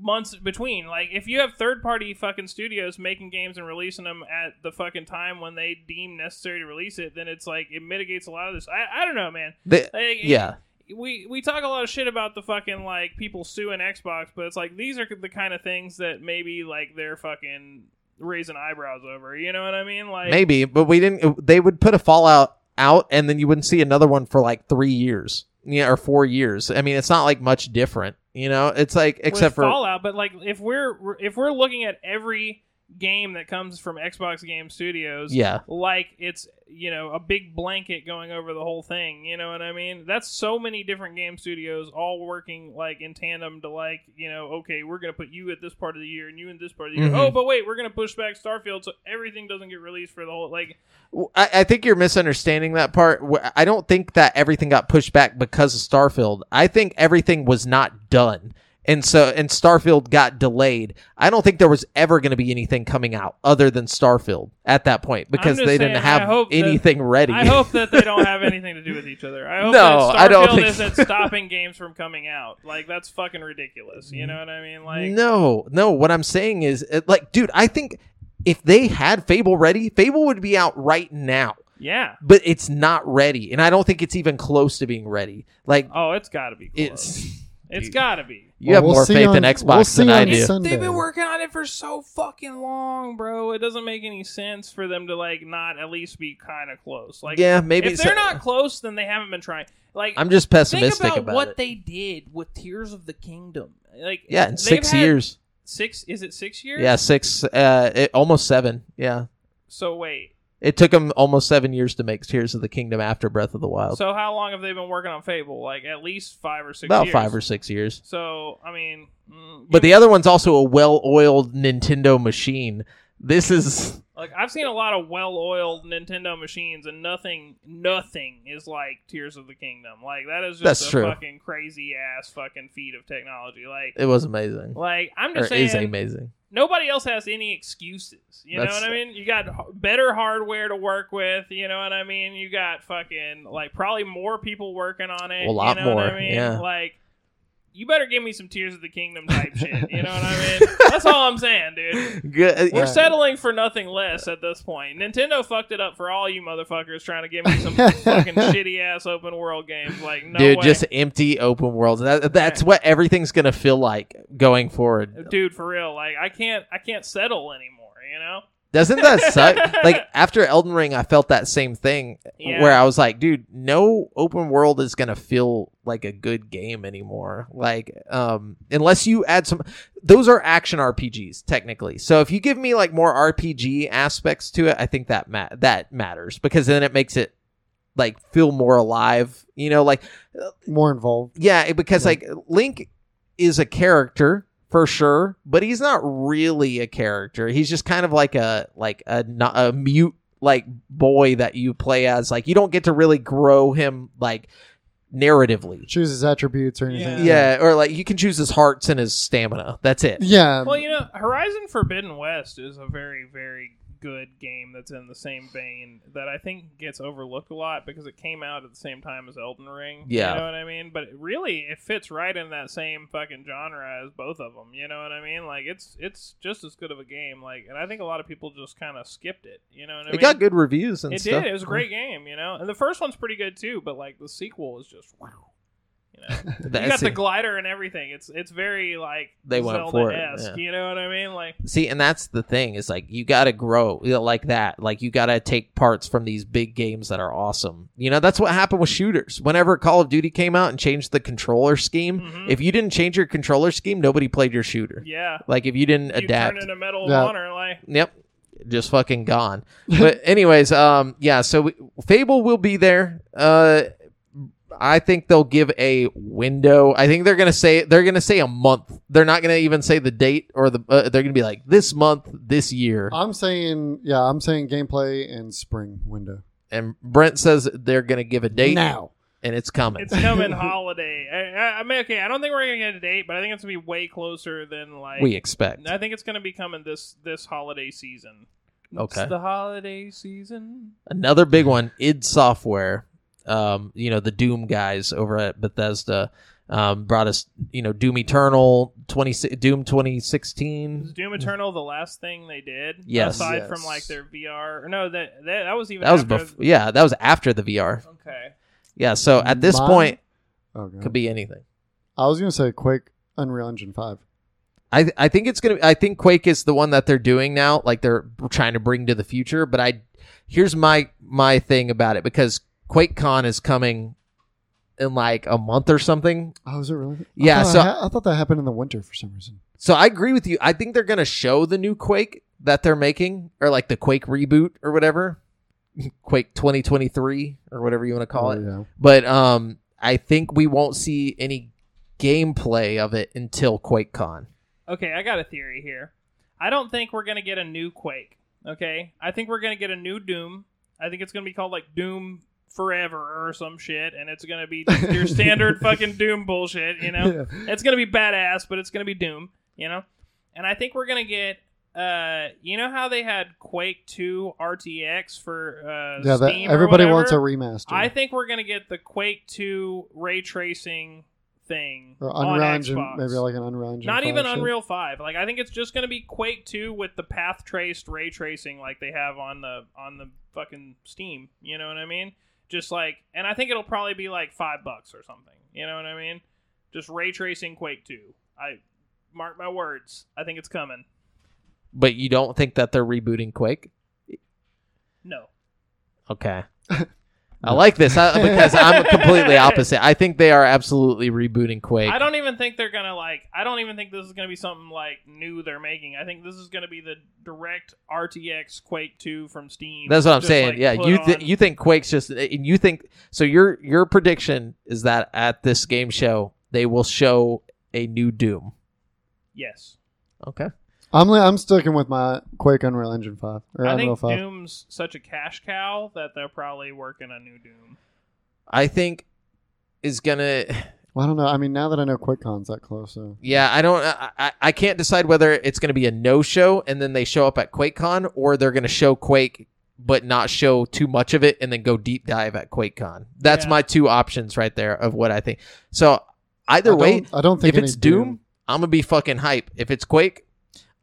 C: months between. Like if you have third party fucking studios making games and releasing them at the fucking time when they deem necessary to release it, then it's like it mitigates a lot of this. I, I don't know, man.
A: The-
C: Like,
A: yeah,
C: we we talk a lot of shit about the fucking like people suing Xbox, but it's like these are the kind of things that maybe like they're fucking raising eyebrows over. You know what I mean? Like
A: maybe, but we didn't. They would put a Fallout out, and then you wouldn't see another one for like three years, yeah, or four years. I mean, it's not like much different. You know, it's like except
C: with
A: for
C: Fallout, but like if we're if we're looking at every game that comes from Xbox Game Studios,
A: yeah,
C: like it's you know a big blanket going over the whole thing you know what i mean that's so many different game studios all working like in tandem to like you know okay we're gonna put you at this part of the year and you in this part of the year
A: Mhm.
C: oh but wait we're gonna push back starfield so everything doesn't get released for the whole like
A: Well, I, I think you're misunderstanding that part. Wh- I don't think that everything got pushed back because of Starfield. I think everything was not done. And so, and Starfield got delayed. I don't think there was ever going to be anything coming out other than Starfield at that point because
C: just
A: they didn't
C: saying, I
A: have
C: hope that-
A: anything ready.
C: i hope that they don't have anything to do with each other i hope
A: No,
C: that starfield
A: I don't think-
C: isn't stopping games from coming out like that's fucking ridiculous
A: Mm.
C: you know what i mean like
A: no, no. What I'm saying is, it, like, dude, I think if they had Fable ready, Fable would be out right now.
C: yeah
A: But it's not ready, and I don't think it's even close to being ready. Like,
C: oh it's gotta be close.
A: it's
C: it's
A: dude.
C: gotta be
A: you
B: Well,
A: have
B: we'll
A: more
B: see
A: faith in
B: on-
A: Xbox
B: we'll see
A: than I
B: on
A: do.
B: Sunday.
C: It's- They've been working on it for so fucking long, bro. It doesn't make any sense for them to like not at least be kind of close. Like,
A: yeah, maybe
C: if they're
A: so-
C: not close, then they haven't been trying. Like,
A: I'm just
C: think
A: pessimistic
C: about,
A: about,
C: what
A: it.
C: they did with Tears of the Kingdom. Like,
A: yeah, in
C: they've
A: six
C: had-
A: years.
C: six is it six years?
A: Yeah, six. Uh, it, almost seven. Yeah,
C: So wait,
A: it took them almost seven years to make Tears of the Kingdom after Breath of the Wild.
C: so how long have they been working on Fable? Like at least five or six.
A: about
C: years.
A: five or six years.
C: So I mean, mm,
A: But
C: you-
A: the other one's also a well-oiled Nintendo machine. This is
C: like I've seen a lot of well-oiled Nintendo machines, and nothing, nothing is like Tears of the Kingdom. Like that is just
A: That's
C: a
A: true.
C: fucking crazy ass fucking feat of technology. Like,
A: it was amazing.
C: like I'm
A: Or
C: just
A: is
C: saying,
A: amazing.
C: nobody else has any excuses. You
A: That's-
C: know what I mean? You got h- better hardware to work with. You know what I mean? You got fucking like probably more people working on it.
A: A lot
C: you know What
A: more,
C: I mean?
A: yeah.
C: Like. You better give me some Tears of the Kingdom type shit. You know what I mean? That's all I'm saying, dude.
A: Good.
C: We're
B: Yeah.
C: settling for nothing less at this point. Nintendo fucked it up for all you motherfuckers trying to give me some fucking shitty ass open world games. Like no
A: Dude,
C: way,
A: just empty open worlds. That, that's
C: Yeah.
A: what everything's gonna feel like going forward.
C: dude, for real. Like I can't, I can't settle anymore. You know?
A: Doesn't that suck? like after Elden Ring, I felt that same thing.
C: Yeah.
A: where I was like, dude, no open world is gonna feel like a good game anymore. Like, um, unless you add some, those are action RPGs technically. So if you give me like more RPG aspects to it, I think that ma- that matters because then it makes it like feel more alive. You know, like
B: More involved.
A: yeah, it- because
B: Yeah.
A: like Link is a character for sure, but he's not really a character. He's just kind of like a like a no- a mute like boy that you play as. Like you don't get to really grow him like narratively.
B: Choose his attributes or anything.
A: Yeah, or like you can choose his hearts and his stamina. That's it.
B: Yeah.
C: Well, you know, Horizon Forbidden West is a very, very good game that's in the same vein that I think gets overlooked a lot because it came out at the same time as Elden Ring.
A: Yeah.
C: You know what I mean? But it really, it fits right in that same fucking genre as both of them. You know what I mean? Like it's it's just as good of a game. Like, and I think a lot of people just kind of skipped it. You know what I
A: it
C: mean?
A: got good reviews and
C: It
A: stuff.
C: did. It was a great game. You know, and the first one's pretty good too. But like the sequel is just wow. You know,
A: That's
C: you got the
A: it.
C: glider and everything. It's it's very like
A: They went for it,
C: Zelda-esque,
A: yeah.
C: You know what I mean? Like
A: See, and that's the thing is like you got to grow you know, like that. Like you got to take parts from these big games that are awesome. You know, that's what happened with shooters. Whenever Call of Duty came out and changed the controller scheme,
C: Mhm.
A: if you didn't change your controller scheme, nobody played your shooter.
C: yeah,
A: Like if you didn't
C: you
A: adapt,
C: turn into Medal of
B: Yeah.
C: Honor. Like
A: Yep. Just fucking gone. But anyways, um yeah, so we, Fable will be there. Uh I think they'll give a window. I think they're going to say they're going to say a month. They're not going to even say the date or the uh, they're going to be like this month, this year.
B: I'm saying, yeah, I'm saying gameplay and spring window.
A: And Brent says they're going to give a date
B: now.
A: and it's coming.
C: it's coming holiday. I, I, I mean, okay, I don't think we're gonna get a date, but I think it's gonna be way closer than like.
A: we expect.
C: I think it's gonna be coming this this holiday season.
A: Okay.
C: It's the holiday season.
A: another big one id software um you know the doom guys over at bethesda um brought us you know doom eternal 20 doom
C: Was
A: 2016
C: Doom Eternal the last thing they did?
A: Mm-hmm. Yes.
C: Aside
B: Yes.
C: from like their VR, or no, that that, that was even
A: that was
C: after-
A: before yeah that was after the vr
C: Okay.
A: yeah so at this
B: Mine-
A: point
B: Oh, God.
A: could be anything
B: I was gonna say Quake, Unreal Engine Five.
A: I, I think it's gonna. I think Quake is the one that they're doing now. Like they're trying to bring to the future. But I, here's my my thing about it because QuakeCon is coming in like a month or something.
B: Oh, is it really? I
A: Yeah,
B: thought
A: so-
B: I, ha- I thought that happened in the winter for some reason.
A: So I agree with you. I think they're going to show the new Quake that they're making, or like the Quake reboot or whatever, Quake 2023 or whatever you want to call
B: Oh,
A: it.
B: yeah.
A: But um, I think we won't see any gameplay of it until QuakeCon.
C: Okay, I got a theory here. I don't think we're gonna get a new Quake. Okay, I think we're gonna get a new Doom. I think it's gonna be called like Doom Forever or some shit, and it's gonna be just your standard fucking Doom bullshit. You know,
B: Yeah.
C: it's gonna be badass, but it's gonna be Doom. You know, and I think we're gonna get. Uh, you know how they had Quake 2 RTX for uh
B: Yeah, that,
C: Steam or
B: everybody wants a
C: whatever?
B: remaster.
C: I think we're gonna get the Quake 2 ray tracing thing
B: or
C: on
B: Unreal Engine,
C: Xbox.
B: maybe like an Unreal Engine.
C: Not
B: 5
C: even
B: shit.
C: Unreal Five. Like I think it's just gonna be Quake Two with the path traced ray tracing like they have on the on the fucking Steam. You know what I mean? Just like, and I think it'll probably be like five bucks or something. You know what I mean? Just ray tracing Quake Two. I mark my words. I think it's coming.
A: But you don't think that they're rebooting Quake?
C: No.
A: Okay. I like this I, because I'm completely opposite. I think they are absolutely rebooting Quake.
C: I don't even think they're gonna like. I don't even think this is gonna be something like new they're making. I think this is gonna be the direct RTX Quake Two from Steam.
A: That's what I'm
C: Just,
A: saying.
C: like,
A: yeah,
C: put
A: you th-
C: on-
A: you think Quake's just and you think so your your prediction is that at this game show they will show a new Doom.
C: yes.
A: Okay.
B: I'm li- I'm sticking with my Quake Unreal Engine Five or
C: I
B: Unreal
C: think
B: Five.
C: Doom's such a cash cow that they're probably working a new Doom.
A: I think is going to
B: Well, I don't know. I mean, now that I know QuakeCon's that close, so
A: Yeah, I don't I, I- I can't decide whether it's going to be a no show and then they show up at QuakeCon or they're going to show Quake but not show too much of it and then go deep dive at QuakeCon. That's
C: Yeah.
A: my two options right there of what I think. So either
B: I
A: way,
B: don't- I don't think
A: if it's
B: any
A: Doom, I'm gonna be fucking hype. If it's Quake,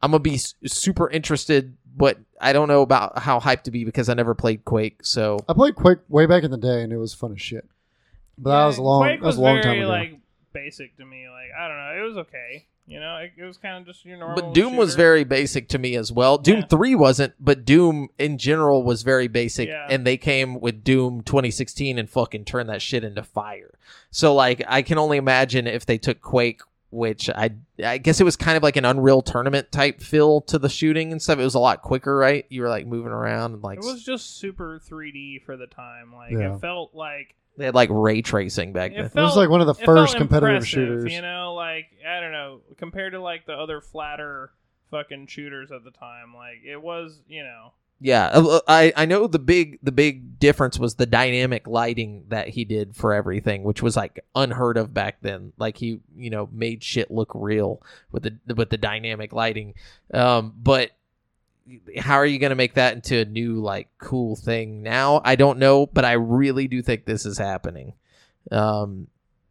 A: I'm gonna be s- super interested, but I don't know about how hyped to be because I never played Quake. So
B: I played Quake way back in the day, and it was fun as shit. But that was a long.
C: Quake
B: that was a long
C: very,
B: time ago.
C: Like basic to me. Like I don't know. It was okay. You know, it, it was kind of just your normal.
A: but Doom was
C: shooter.
A: very basic to me as well. Doom
C: Yeah.
A: 3 wasn't, but Doom in general was very basic
C: Yeah.
A: and they came with Doom 2016 and fucking turned that shit into fire. So like I can only imagine if they took Quake which I I guess it was kind of like an Unreal tournament type feel to the shooting and stuff. It was a lot quicker, right? You were like moving around and like
C: It was just super 3D for the time. Like
B: Yeah.
C: it felt like
A: They had like ray tracing back
C: it
A: then.
B: it
C: felt
B: was like one of the
C: it felt
B: first competitive
C: impressive,
B: shooters.
C: You know, like I don't know, compared to like the other flatter fucking shooters at the time. Like it was, you know,
A: Yeah, uh, I I know the big the big difference was the dynamic lighting that he did for everything, which was like unheard of back then. Like he you know made shit look real with the with the dynamic lighting. Um, but how are you going to make that into a new like cool thing now? I don't know, but I really do think this is happening. Um,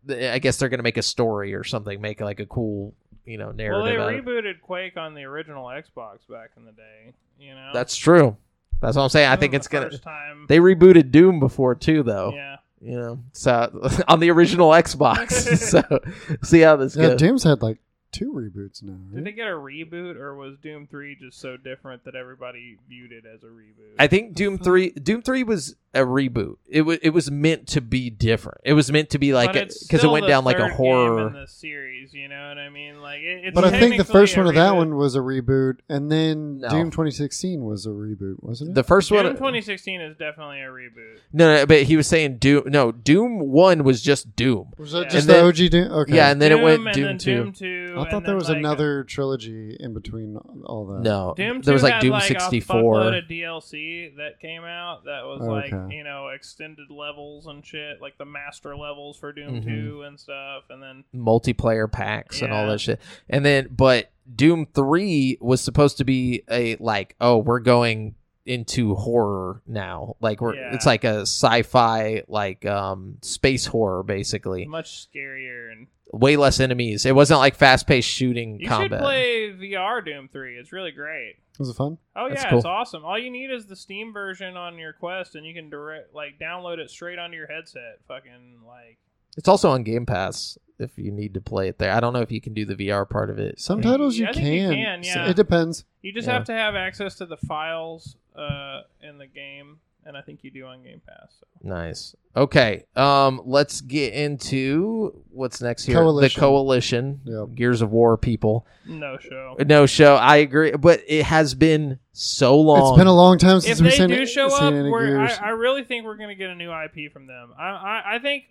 A: th- I guess they're going to make a story or something, make like a cool you know
C: Well, they
A: narrative. out of it.
C: rebooted Quake on the original Xbox back in the day. You know,
A: That's true. That's what I'm saying. I think it's gonna.
C: First time.
A: They rebooted Doom before too, though.
C: Yeah.
A: You know, so on the original Xbox. so see how this
B: Yeah,
A: goes.
B: Doom's had like two reboots now.
C: Did
B: right?
C: they get a reboot, or was Doom Three just so different that everybody viewed it as a reboot?
A: I think Doom three Doom three was a reboot. It was it was meant to be different. It was meant to be like
C: But it's
A: because it
C: still
A: went
C: the
A: down like a
C: third
A: horror.
C: game in the series. You know what I mean? Like it, it's
B: But I think the
C: technically
B: first
C: a
B: one of that
C: reboot.
B: one was a reboot, and then
A: No.
B: Doom 2016 was a reboot, wasn't it?
A: The first
C: Doom
A: one,
C: 2016 is definitely a reboot.
A: no, no, but he was saying Doom. No, Doom one was just Doom.
B: was that
C: Yeah.
A: And
B: just
A: then-
B: the OG Doom? Okay.
A: Yeah, and then it
C: Doom,
A: went
C: and
A: Doom
C: then
A: two.
C: Doom Two.
B: I
C: and
B: thought there
C: then,
B: was
C: like,
B: another trilogy in between all that.
A: No,
C: Doom 2
A: there was like
C: had,
A: Doom
C: like,
A: sixty
C: A
A: four.
C: fuckload of DLC that came out that was like
B: Okay.
C: you know extended levels and shit, like the master levels for Doom
A: Mhm.
C: Two and stuff, and then
A: multiplayer packs and all
C: Yeah.
A: that shit. And then, but Doom 3 was supposed to be a like, oh, we're going into horror now. Like, we're,
C: Yeah.
A: it's like a sci fi, like, um, space horror, basically.
C: much scarier. And
A: Way less enemies. It wasn't like fast paced shooting
C: you
A: combat.
C: should play VR Doom Three. It's really great.
B: Was it fun?
C: Oh
A: That's
C: yeah,
A: cool.
C: it's awesome. All you need is the Steam version on your Quest, and you can direct like download it straight onto your headset. Fucking like
A: It's also on Game Pass if you need to play it there. I don't know if you can do the VR part of it.
B: Some titles you
C: I
B: can.
C: think you can,
B: So
C: yeah.
B: It depends.
C: you just
A: Yeah.
C: have to have access to the files uh, in the game, and I think you do on Game Pass. So.
A: Nice. Okay. Um, let's get into what's next here.
B: Coalition.
A: The coalition.
B: Yep.
A: Gears of War people.
C: No show.
A: No show. I agree, but it has been so long.
B: It's been a long time since
C: if
B: we've
C: they
B: seen,
C: do
B: it-
C: show
B: seen
C: up,
B: any
C: we're, I,
B: Gears.
C: I really think we're going to get a new IP from them. I, I, I think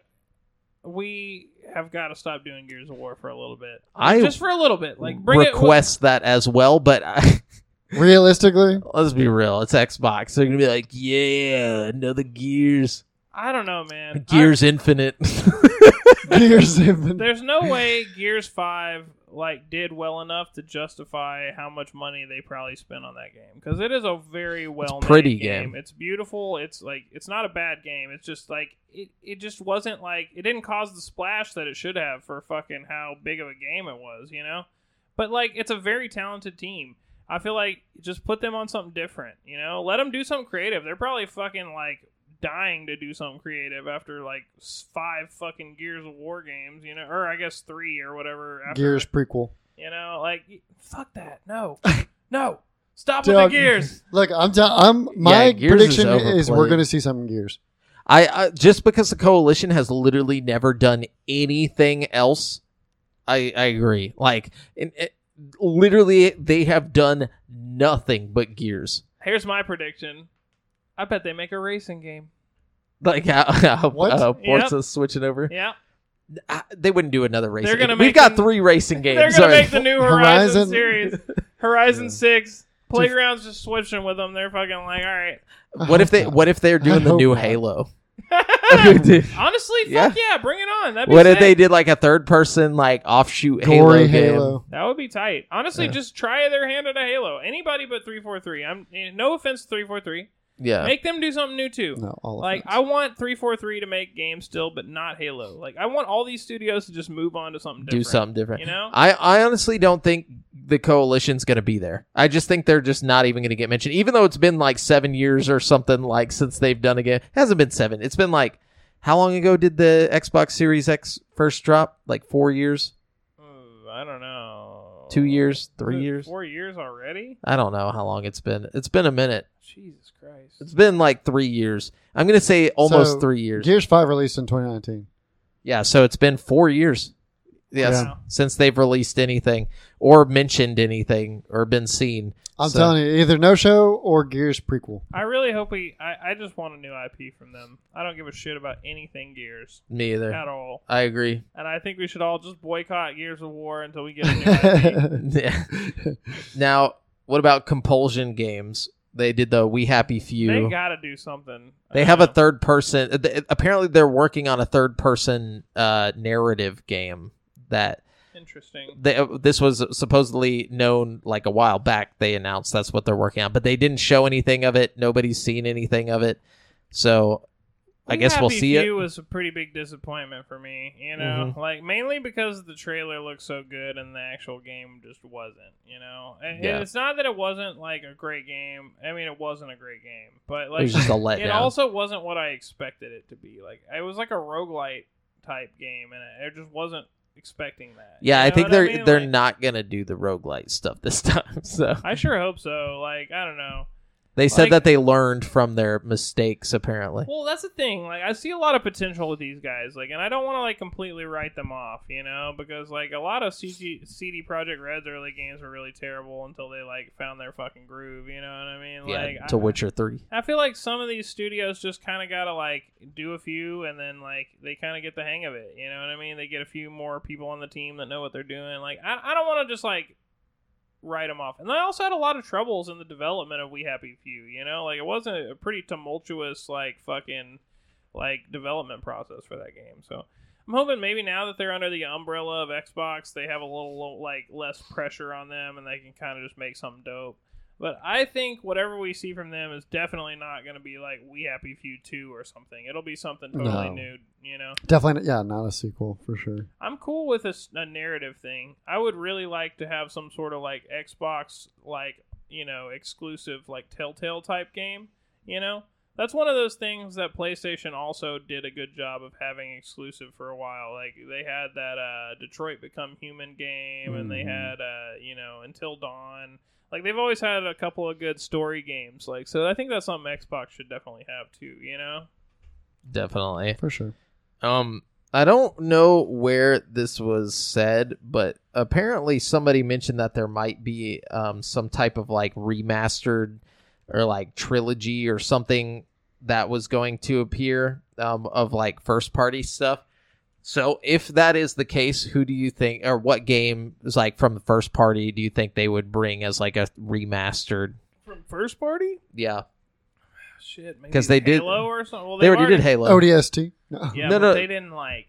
C: we have got to stop doing Gears of War for a little bit.
A: I
C: just for a little bit. Like bring
A: request that as well, but I,
B: Realistically,
A: let's be real. It's Xbox. They're gonna be like, yeah, another Gears,
C: it. I don't know, man.
A: Gears Infinite.
B: Gears have
C: I-
B: been.
C: there's no way Gears Five like did well enough to justify how much money they probably spent on that game because it is a very well
A: pretty
C: game.
A: game.
C: It's beautiful. It's like it's not a bad game. It's just like it, it just wasn't like it didn't cause the splash that it should have for fucking how big of a game it was, you know. But like it's a very talented team. I feel like just put them on something different, you know. Let them do something creative. They're probably fucking like dying to do something creative after like s- five fucking Gears of War games, you know, or I guess three or whatever. After,
B: Gears prequel.
C: you know, like y- fuck that. No, no, stop with
B: Dog.
C: the Gears.
B: Look, I'm. T- I'm. My
A: Yeah, Gears is
B: prediction is, we're
A: overplayed.
B: going to see some Gears.
A: I, I just because the coalition has literally never done anything else. I I agree. Like, it, it, literally, they have done nothing but Gears.
C: Here's my prediction. I bet they make a racing game.
A: Like how, how
B: What?
A: uh,
C: Yep.
A: Forza's switching over.
C: Yeah,
A: I- Uh, they wouldn't do another racing.
C: They're gonna
A: We've
C: make
A: got
C: them-
A: three racing games.
C: they're gonna
A: already.
C: make the new Horizon,
B: Horizon-
C: series, Horizon
B: Yeah.
C: Six. Playgrounds just switching with them. They're fucking like, all right.
B: I
A: What if
B: hope
A: they?
B: not.
A: What if they're doing
B: I
A: the
B: hope
A: new
B: not.
A: Halo?
C: Honestly, fuck
A: Yeah.
C: yeah, bring it on. That'd be
A: what if
C: sick.
A: they did like a third person like offshoot Halo
B: Gory
A: game?
B: Halo.
C: That would be tight. Honestly,
A: Yeah.
C: just try their hand at a Halo. Anybody but three four three. I'm eh, no offense to three four three.
A: Yeah,
C: Make them do something new too.
B: No, all
C: Like
B: of
C: I want three four three to make games still, but not Halo. Like I want all these studios to just move on to something
A: do
C: different.
A: something different.
C: You know?
A: I I honestly don't think the coalition's gonna be there. I just think they're just not even gonna get mentioned, even though it's been like seven years or something like since they've done a game. It hasn't been seven. It's been like how long ago did the Xbox Series X first drop? Like four years,
C: Ooh, I don't know.
A: two years, three
C: Is it
A: years.
C: Four years already?
A: I don't know how long it's been. It's been a minute.
C: Jesus Christ.
A: It's been like three years. I'm gonna say almost
B: So,
A: three
B: that.
A: years.
B: Gears Five released in 2019.
A: Yeah, so it's been four years. Yes,
C: Yeah.
A: since they've released anything or mentioned anything or been seen.
B: I'm
A: So-
B: telling you, either no show or Gears prequel.
C: I really hope we I, I just want a new IP from them. I don't give a shit about anything Gears
A: Me either.
C: at all.
A: I agree.
C: And I think we should all just boycott Gears of War until we get a new IP.
A: Yeah. now, what about compulsion games? They did the We Happy Few.
C: They gotta do something.
A: They
C: I
A: have
C: don't
A: a
C: know.
A: third person. th- Apparently, they're working on a third person uh, narrative game that
C: Interesting.
A: They, uh, this was supposedly known like a while back. They announced that's what they're working on, but they didn't show anything of it. Nobody's seen anything of it, so I
C: We
A: guess we'll
C: Happy
A: see it.
C: Few was a pretty big disappointment for me, you know, like mainly because the trailer looked so good and the actual game just wasn't, you know. And, and
A: Yeah.
C: it's not that it wasn't like a great game. I mean, it wasn't a great game, but
A: it
C: like
A: was just a
C: it
A: letdown.
C: also wasn't what I expected it to be. Like it was like a roguelite type game, and I I just wasn't expecting that.
A: yeah,
C: You
A: I
C: know
A: think
C: what
A: they're
C: mean?
A: they're
C: Like,
A: not gonna do the roguelite stuff this time. So
C: I sure hope so. Like I don't know.
A: they said
C: Like-
A: that they learned from their mistakes. Apparently,
C: Well, that's the thing. Like, I see a lot of potential with these guys. Like, and I don't want to like completely write them off, you know, because like a lot of CG, CD Project Red's early games were really terrible until they like found their fucking groove. You know what I mean?
A: yeah,
C: like,
A: to
C: I,
A: Witcher three.
C: I feel like some of these studios just kind of gotta like do a few, and then like they kind of get the hang of it. You know what I mean? They get a few more people on the team that know what they're doing. Like, I, I don't want to just like write them off. And I also had a lot of troubles in the development of We Happy Few. You know, like it wasn't a pretty tumultuous like fucking like development process for that game. So I'm hoping maybe now that they're under the umbrella of Xbox, they have a little like less pressure on them, and they can kind of just make something dope. But I think whatever we see from them is definitely not going to be like We Happy Few 2 or something. It'll be something totally
B: No.
C: new, you know?
B: Definitely, not- yeah, not a sequel for sure.
C: I'm cool with a, s- a narrative thing. I would really like to have some sort of like Xbox, like, you know, exclusive, like Telltale type game, you know? That's one of those things that PlayStation also did a good job of having exclusive for a while. Like, they had that uh, Detroit Become Human game, and they
A: Mm-hmm.
B: Mhm.
C: had, uh, you know, Until Dawn. Like, they've always had a couple of good story games. Like, so I think that's something Xbox should definitely have too, you know?
A: Definitely.
B: For sure.
A: Um, I don't know where this was said, but apparently somebody mentioned that there might be um some type of like remastered or like trilogy or something that was going to appear um of like first party stuff. So if that is the case, who do you think or what game is like from the first party do you think they would bring as like a remastered?
C: From first party?
A: Yeah,
C: Shit, maybe
A: 'Cause they did-
C: Halo or something. Well,
A: they
C: they've
A: already did Halo.
B: ODST. No.
C: Yeah,
A: No,
C: but
A: no.
C: they didn't like.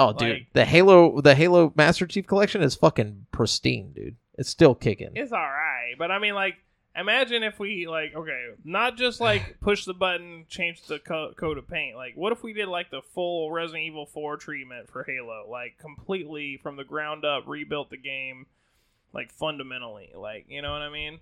A: Oh, dude,
C: Like-
A: the Halo, the Halo Master Chief Collection is fucking pristine, dude. It's still kicking.
C: It's all right, but I mean, like, imagine if we like, okay, not just like push the button, change the co- coat of paint. Like, what if we did like the full Resident Evil Four treatment for Halo, like completely from the ground up, rebuilt the game, like fundamentally, like you know what I mean?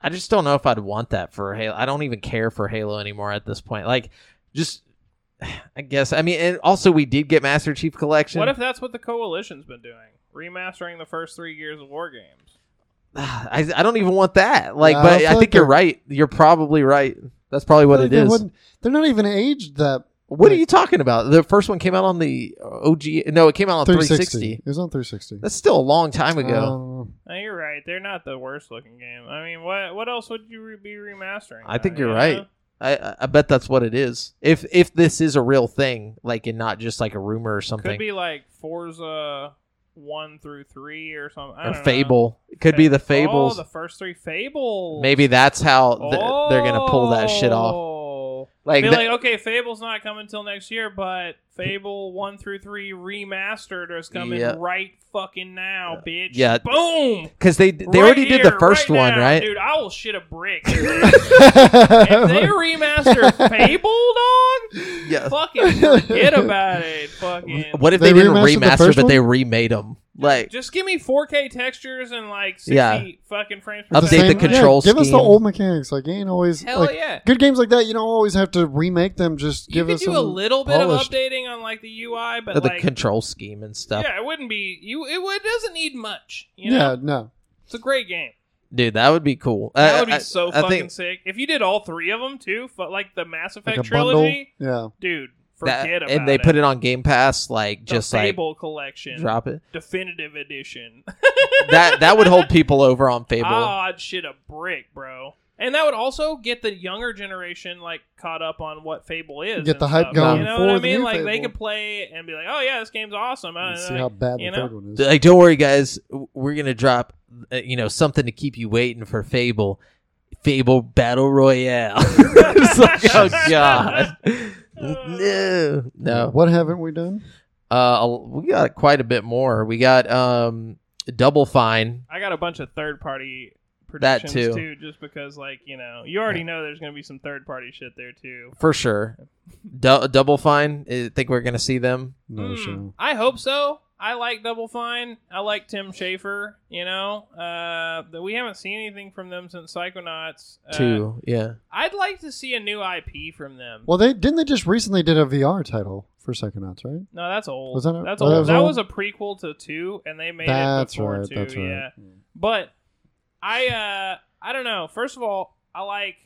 A: I just don't know if I'd want that for Halo. I don't even care for Halo anymore at this point. Like, just, I guess. I mean, and also we did get Master Chief Collection.
C: What if that's what the Coalition's been doing, remastering the first three years of War games?
A: I, I don't even want that. Like,
B: Yeah, I
A: but
B: don't
A: I,
B: feel
A: think
B: like
A: you're
B: they're-
A: right. You're probably right. That's probably what
B: Like,
A: it
B: they
A: is.
B: wouldn't- They're not even aged that
A: What are
B: like-
A: you talking about? The first one came out on the OG. No, it came out on 360.
B: 360. It was on 360.
A: Oh, That's still a long time ago.
B: Um,
C: No, you're right. They're not the worst looking game. I mean, what what else would you re- be remastering?
A: I think
C: though, you
A: you're right.
C: know?
A: I- I I bet that's what it is. If if this is a real thing, like and not just like a rumor or something,
C: Could be like Forza one through three or something. I
A: or
C: don't know.
A: Fable, It could be the
C: Fa-
A: Fables.
C: Oh, the first three Fables.
A: Maybe that's how th- they're gonna pull that shit off.
C: Oh.
A: Like,
C: Be
A: that-
C: like, okay, Fable's not coming till next year, but Fable one through three remastered is coming
A: Yeah.
C: right fucking now, bitch.
A: Yeah.
C: boom.
A: Cause they they
C: Right
A: already did the
C: here,
A: first
C: right
A: one,
C: now.
A: right?
C: Dude, I will shit a brick. if they remaster Fable, dog,
A: Yeah.
C: fucking forget about it. Fucking.
A: What if they,
B: They
A: didn't
B: remastered the
A: remaster,
B: first
A: but
B: one?
A: they remade them? Like,
C: Just give me 4K textures and like 60
A: Yeah.
C: fucking frames per
A: Update
C: second.
A: the control
B: yeah, Give us the
A: scheme.
B: old mechanics. Like you ain't always
C: Hell
B: like
C: yeah.
B: good games like that. You don't always have to remake them. Just
C: You
B: give
C: could
B: us
C: do a
B: some
C: little bit
B: polished-
C: of updating on like the UI, but
A: the
C: like
A: control scheme and stuff.
C: yeah, it wouldn't be you. It, would, it doesn't need much. You know,
B: Yeah, no.
C: it's a great game.
A: Dude, that would be cool.
C: That
A: I-
C: would be
A: I-
C: so
A: I
C: fucking
A: think
C: sick if you did all three of them too. But like the Mass Effect
B: Like a bundle.
C: trilogy,
B: Yeah.
C: dude,
A: that-
C: forget about
A: and they
C: it.
A: put it on Game Pass, like
C: The
A: just like
C: Fable collection,
A: drop it.
C: definitive edition.
A: that that would hold people over on Fable.
C: Ah, I'd shit a brick, bro. And that would also get the younger generation like caught up on what Fable is.
B: Get
C: and
B: the hype
C: stuff,
A: going
C: You know
B: for
C: what I
B: the
C: mean?
B: new
C: like they
B: Fable.
C: could play it and be like, "Oh yeah, this game's awesome." Uh,
B: And see
C: like,
B: how bad the
C: you
B: third
C: know?
B: one is.
A: like don't worry guys we're gonna drop uh, you know something to keep you waiting for fable fable battle royale it's like oh god no no
B: What haven't we done?
A: Uh, we got quite a bit more. We got um, Double Fine.
C: I got a bunch of third party
A: That
C: predictions
A: too.
C: too, just because like you know you already know there's gonna be some third party shit there too.
A: For sure. Du- Double Fine. I think we're going to see them.
B: No
C: Hmm,
B: show.
C: I hope so. I like Double Fine. I like Tim Schafer. You know, uh, that we haven't seen anything from them since Psychonauts. Uh,
A: too. Yeah.
C: I'd like to see a new IP from them.
B: Well, they didn't they just recently did a VR title for Psychonauts, right?
C: no, that's old.
B: Was that a- oh,
C: that's
B: that
C: old.
B: was
C: that
B: old?
C: was a prequel to two, and they made
B: that's
C: it before
B: right.
C: two.
B: That's right.
C: Yeah, but I uh I don't know. First of all, I like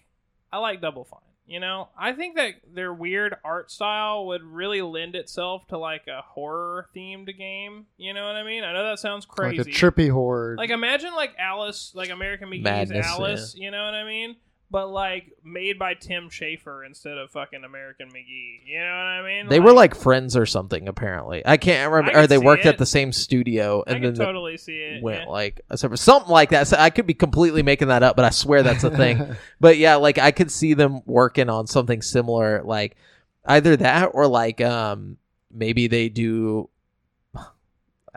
C: I like Double Fine. You know, I think that their weird art style would really lend itself to like a horror themed game. You know what I mean? I know that sounds crazy.
B: Like a trippy horde.
C: Like, imagine like Alice, like American McGee's
A: Madness,
C: Alice. You know what I mean? But like made by Tim Schafer instead of fucking American McGee. You know what I mean?
A: They were like friends or something, apparently. I can't remember.
C: I
A: or
C: could
A: they
C: see
A: worked at
C: it.
A: the same studio
C: I
A: and then
C: can
A: they
C: totally see it.
A: went
C: yeah.
A: like a separate, something like that. So I could be completely making that up, but I swear that's a thing. but yeah, like I could see them working on something similar, like either that or like um maybe they do.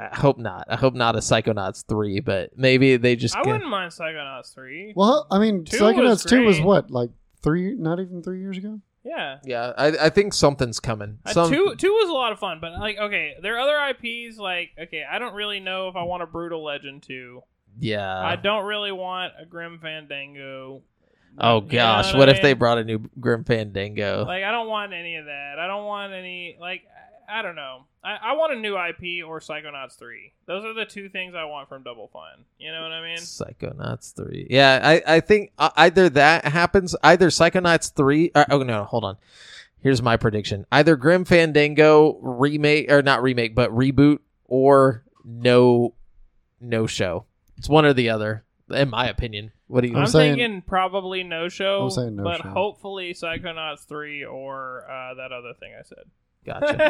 A: I hope not. I hope not a Psychonauts three, but maybe they just.
C: I
A: can-
C: wouldn't mind Psychonauts three.
B: well, I mean,
C: Two
B: Psychonauts
C: was
B: two was
C: great.
B: what like three, not even three years ago.
C: yeah.
A: yeah, I, I think something's coming.
C: Uh,
A: Some,
C: two two was a lot of fun, but like okay, there are other IPs like okay, I don't really know if I want a brutal legend two.
A: yeah.
C: I don't really want a grim fandango.
A: oh
C: You know
A: gosh, what,
C: I
A: if they
C: mean?
A: brought a new Grim Fandango?
C: like I don't want any of that. I don't want any like I I don't know. I, I want a new IP or Psychonauts three. Those are the two things I want from Double Fine. You know what I mean?
A: Psychonauts three. Yeah, I I think uh, either that happens, either Psychonauts three. Uh, oh no, hold on. Here's my prediction: either Grim Fandango remake or not remake, but reboot, or no, no show. It's one or the other, in my opinion. What do you?
C: I'm,
A: think?
B: saying-
C: thinking probably no show,
B: I'm saying no
C: but
B: show.
C: hopefully Psychonauts three or uh, that other thing I said.
A: Gotcha.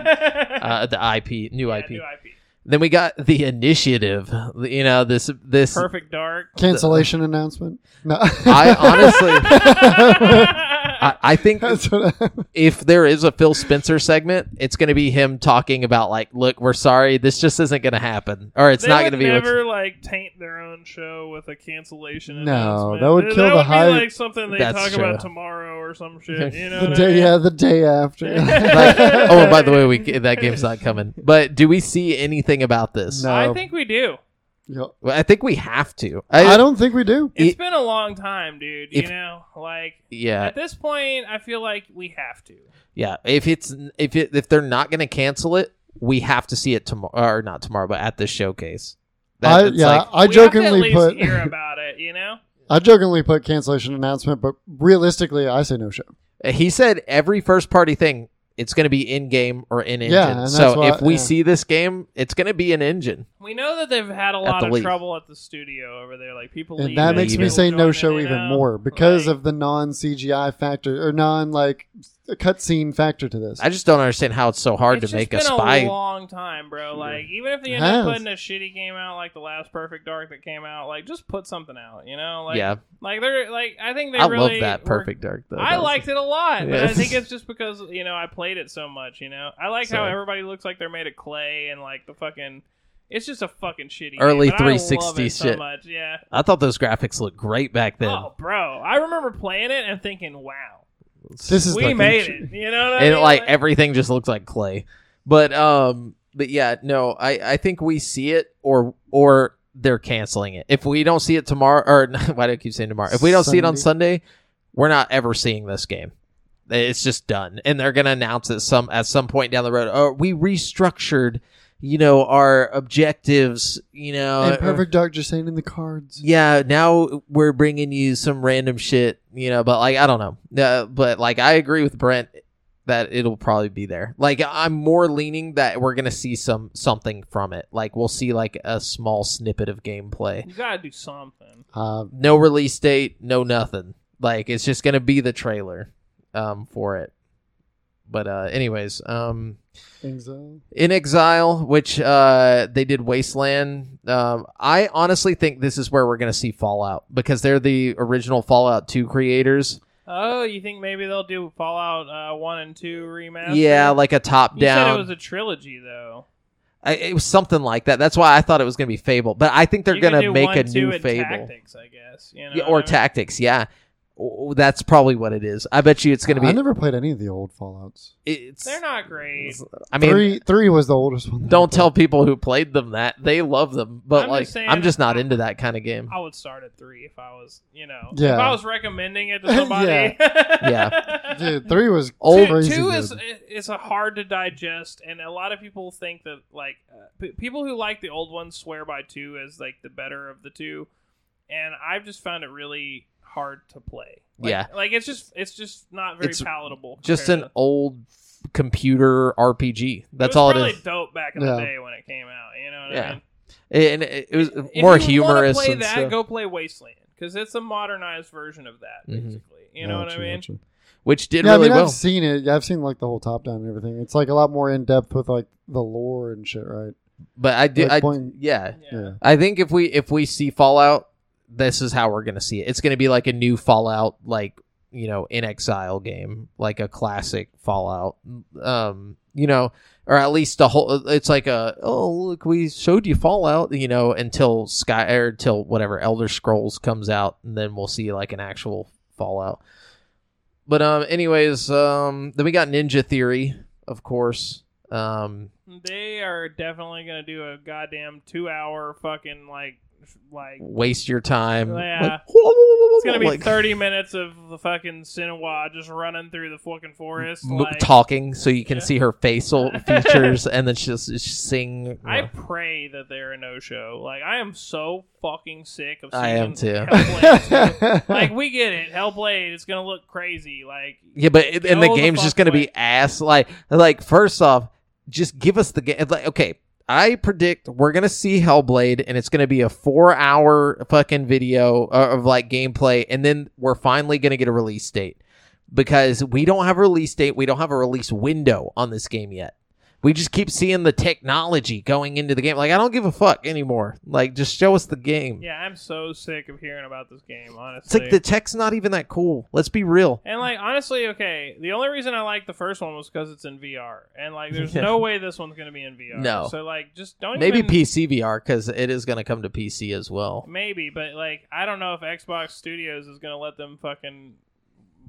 A: Uh, the IP, new
C: Yeah,
A: IP.
C: New IP.
A: Then we got the initiative. You know this this.
C: Perfect Dark.
B: Cancellation announcement. No,
A: I honestly,
C: I,
A: I, I think
B: That's what I,
A: if there is a Phil Spencer segment, it's going to be him talking about like, look, we're sorry, this just isn't going to happen, or it's
C: they
A: not going
C: would
A: to be. what-
C: Never like taint their own show with a cancellation.
B: No,
C: announcement.
B: that would kill the
C: be
B: hype.
C: like something they
A: That's
C: talk
A: true.
C: about tomorrow or some shit. You know
B: the
C: what I
B: day,
C: mean?
B: yeah, the day after.
A: Like, oh, and by the way, we that game's not coming. But do we see anything about this?
B: No.
C: I think we do.
B: Yo,
A: Well, I think we have to.
B: I don't think we do.
C: It's
A: It-
C: been a long time, dude. You
A: If- Uh,
C: know, like
A: Yeah,
C: at this point, I feel like we have to.
A: yeah. If it's if it if they're not going to cancel it, we have to see it tomorrow or not tomorrow, but at this showcase.
B: I,
A: it's
B: yeah,
A: like-
B: I
C: we have to at
B: jokingly
C: least
B: put
C: hear about it. You know,
B: I jokingly put cancellation announcement, but realistically, I say no show.
A: He said every first party thing, it's going to be in game or in engine.
B: Yeah, and that's
A: so
B: why-
A: if we
B: yeah.
A: see this game, it's going to be an engine.
C: we know that they've had a lot
A: the
C: of
A: least.
C: trouble at the studio over there. Like people,
B: And
C: leaving,
B: that makes me
A: Leaving.
C: people
B: say no
C: joining,
B: show
C: you
B: even
C: know?
B: more because
C: Like-
B: of the non CGI factor or non like cutscene factor to this.
A: I just don't understand how it's so hard
C: it's
A: to make a
C: just been
A: spy.
C: A long time, bro. Like even if they
B: It
C: end
B: has.
C: up putting a shitty game out, like the last Perfect Dark that came out, like just put something out, you know? Like,
A: yeah,
C: Like they're like I think they
A: I
C: really
A: love that
C: were-
A: perfect dark though.
C: I
A: That was-
C: liked it a lot, but I
A: Yes.
C: think it's just because you know I played it so much. You know, I like how
A: So-
C: everybody looks like they're made of clay and like the fucking. It's just a fucking shitty game,
A: Early
C: but I love it
A: 360
C: so
A: shit.
C: much. Yeah.
A: I thought those graphics looked great back then.
C: Oh, bro! I remember playing it and thinking, "Wow,
B: this is
C: we
B: fucking
C: made
B: sh-
C: it." You know what I
A: and
C: mean?
A: like everything just looked like clay. But um, but yeah, no, I I think we see it or or they're canceling it. If we don't see it tomorrow, or why do I keep saying tomorrow? If we don't see it on Sunday, we're not ever seeing this game. It's just done, and they're gonna announce it some at some point down the road. Oh, we restructured, you know, our objectives. You know,
B: And
A: or-
B: Perfect Dark just saying in the cards.
A: Uh, yeah now we're bringing you some random shit you know but like i don't know uh, but like i agree with brent that it'll probably be there like i'm more leaning that we're gonna see some something from it like we'll see like a small snippet of gameplay
C: you gotta do something.
B: Uh,
A: no release date no nothing like it's just gonna be the trailer um for it but uh anyways um
B: Exile.
A: in Exile, which uh, they did Wasteland. Um, I honestly think this is where we're going to see Fallout because they're the original Fallout 2 creators.
C: Oh, you think maybe they'll do Fallout uh, One and Two remaster?
A: Yeah, like a top
C: you
A: down.
C: said, it was a trilogy though.
A: I- it was something like that. That's why I thought it was going to be Fable, but I think they're
C: You could
A: going to
C: do
A: make
C: one,
A: a
C: two,
A: new
C: and
A: Fable
C: Tactics, I guess. You know
A: Yeah,
C: what
A: or
C: I mean?
A: Tactics. Yeah, Oh, that's probably what it is. I bet you it's going to be.
B: I never played any of the old Fallout's.
A: it's.
C: They're not great.
A: I mean,
B: three three was the oldest one. that I
A: don't
B: played.
A: tell people who played them that they love them, but
C: I'm just
A: like
C: saying,
A: I'm just not
C: I-
A: into that kind of game.
C: I would start at three if I was, you know,
B: Yeah.
C: if I was recommending it to somebody.
A: Yeah.
B: Dude, three was
A: Old-
C: two,
B: crazy
C: two is
B: good.
C: is a hard to digest, and a lot of people think that like uh, p- people who like the old ones swear by two as like the better of the two, and I've just found it really hard to play. Like-
A: Yeah.
C: like it's just it's just not very
A: It's
C: palatable.
A: Just
C: compared
A: an
C: to-
A: old RPG, computer RPG. That's
C: it was
A: all
C: really
A: it is.
C: Dope back in the
B: Yeah.
C: day when it came out. You know what
A: Yeah.
C: I mean?
A: And it it was
C: If
A: more
C: you wanna
A: humorous
C: Play
A: and
C: that.
A: stuff.
C: Go play Wasteland because it's a modernized version of that,
A: Mhm.
C: basically. You know what I
B: Gotcha,
C: mean?
B: gotcha.
A: which did
B: yeah,
A: really
B: I mean,
A: well.
B: I've seen it. I've seen like the whole top down and everything. It's like a lot more in depth with like the lore and shit, right?
A: But I do.
B: Like
A: I
B: point-
A: yeah.
C: Yeah.
B: Yeah.
A: I think if we if we see Fallout, this is how we're gonna see it. It's gonna be like a new Fallout, like you know, in exile game, like a classic Fallout. Um, you know, or at least a whole. It's like a oh look, we showed you Fallout, you know, until Sky or until whatever Elder Scrolls comes out, and then we'll see like an actual Fallout. But um, anyways, um, then we got Ninja Theory, of course. Um,
C: They are definitely gonna do a goddamn two-hour fucking like like
A: waste your time.
C: Yeah.
A: Like, it's
C: It's gonna be
A: like,
C: thirty minutes of the fucking Sinoa just running through the fucking forest.
A: m-
C: like,
A: talking so you can
C: Yeah.
A: see her facial features and then she'll, s- sing.
C: I pray that they're a no-show. Like I am so fucking sick of. Seeing
A: I am too.
C: Hellblade. like we get it, Hellblade is gonna look crazy. Like
A: yeah, but it, and the
C: Go the
A: game's just
C: fuck
A: gonna
C: away.
A: be ass. Like, like first off, just give us the game. Like, okay, I predict we're gonna see Hellblade and it's gonna be a four-hour fucking video uh, of like gameplay, and then we're finally gonna get a release date because we don't have a release date, we don't have a release window on this game yet. We just keep seeing the technology going into the game. Like, I don't give a fuck anymore. Like, just show us the game.
C: yeah, I'm so sick of hearing about this game. Honestly,
A: It's like the tech's not even that cool. Let's be real.
C: And like honestly, okay, the only reason I like the first one was because it's in VR, and like there's
A: Yeah.
C: no way this one's gonna be in VR.
A: No.
C: so like just don't
A: Maybe
C: even, Um,
A: PC VR because it is going to come to PC as well.
C: maybe, but like I don't know if Xbox Studios is gonna let them fucking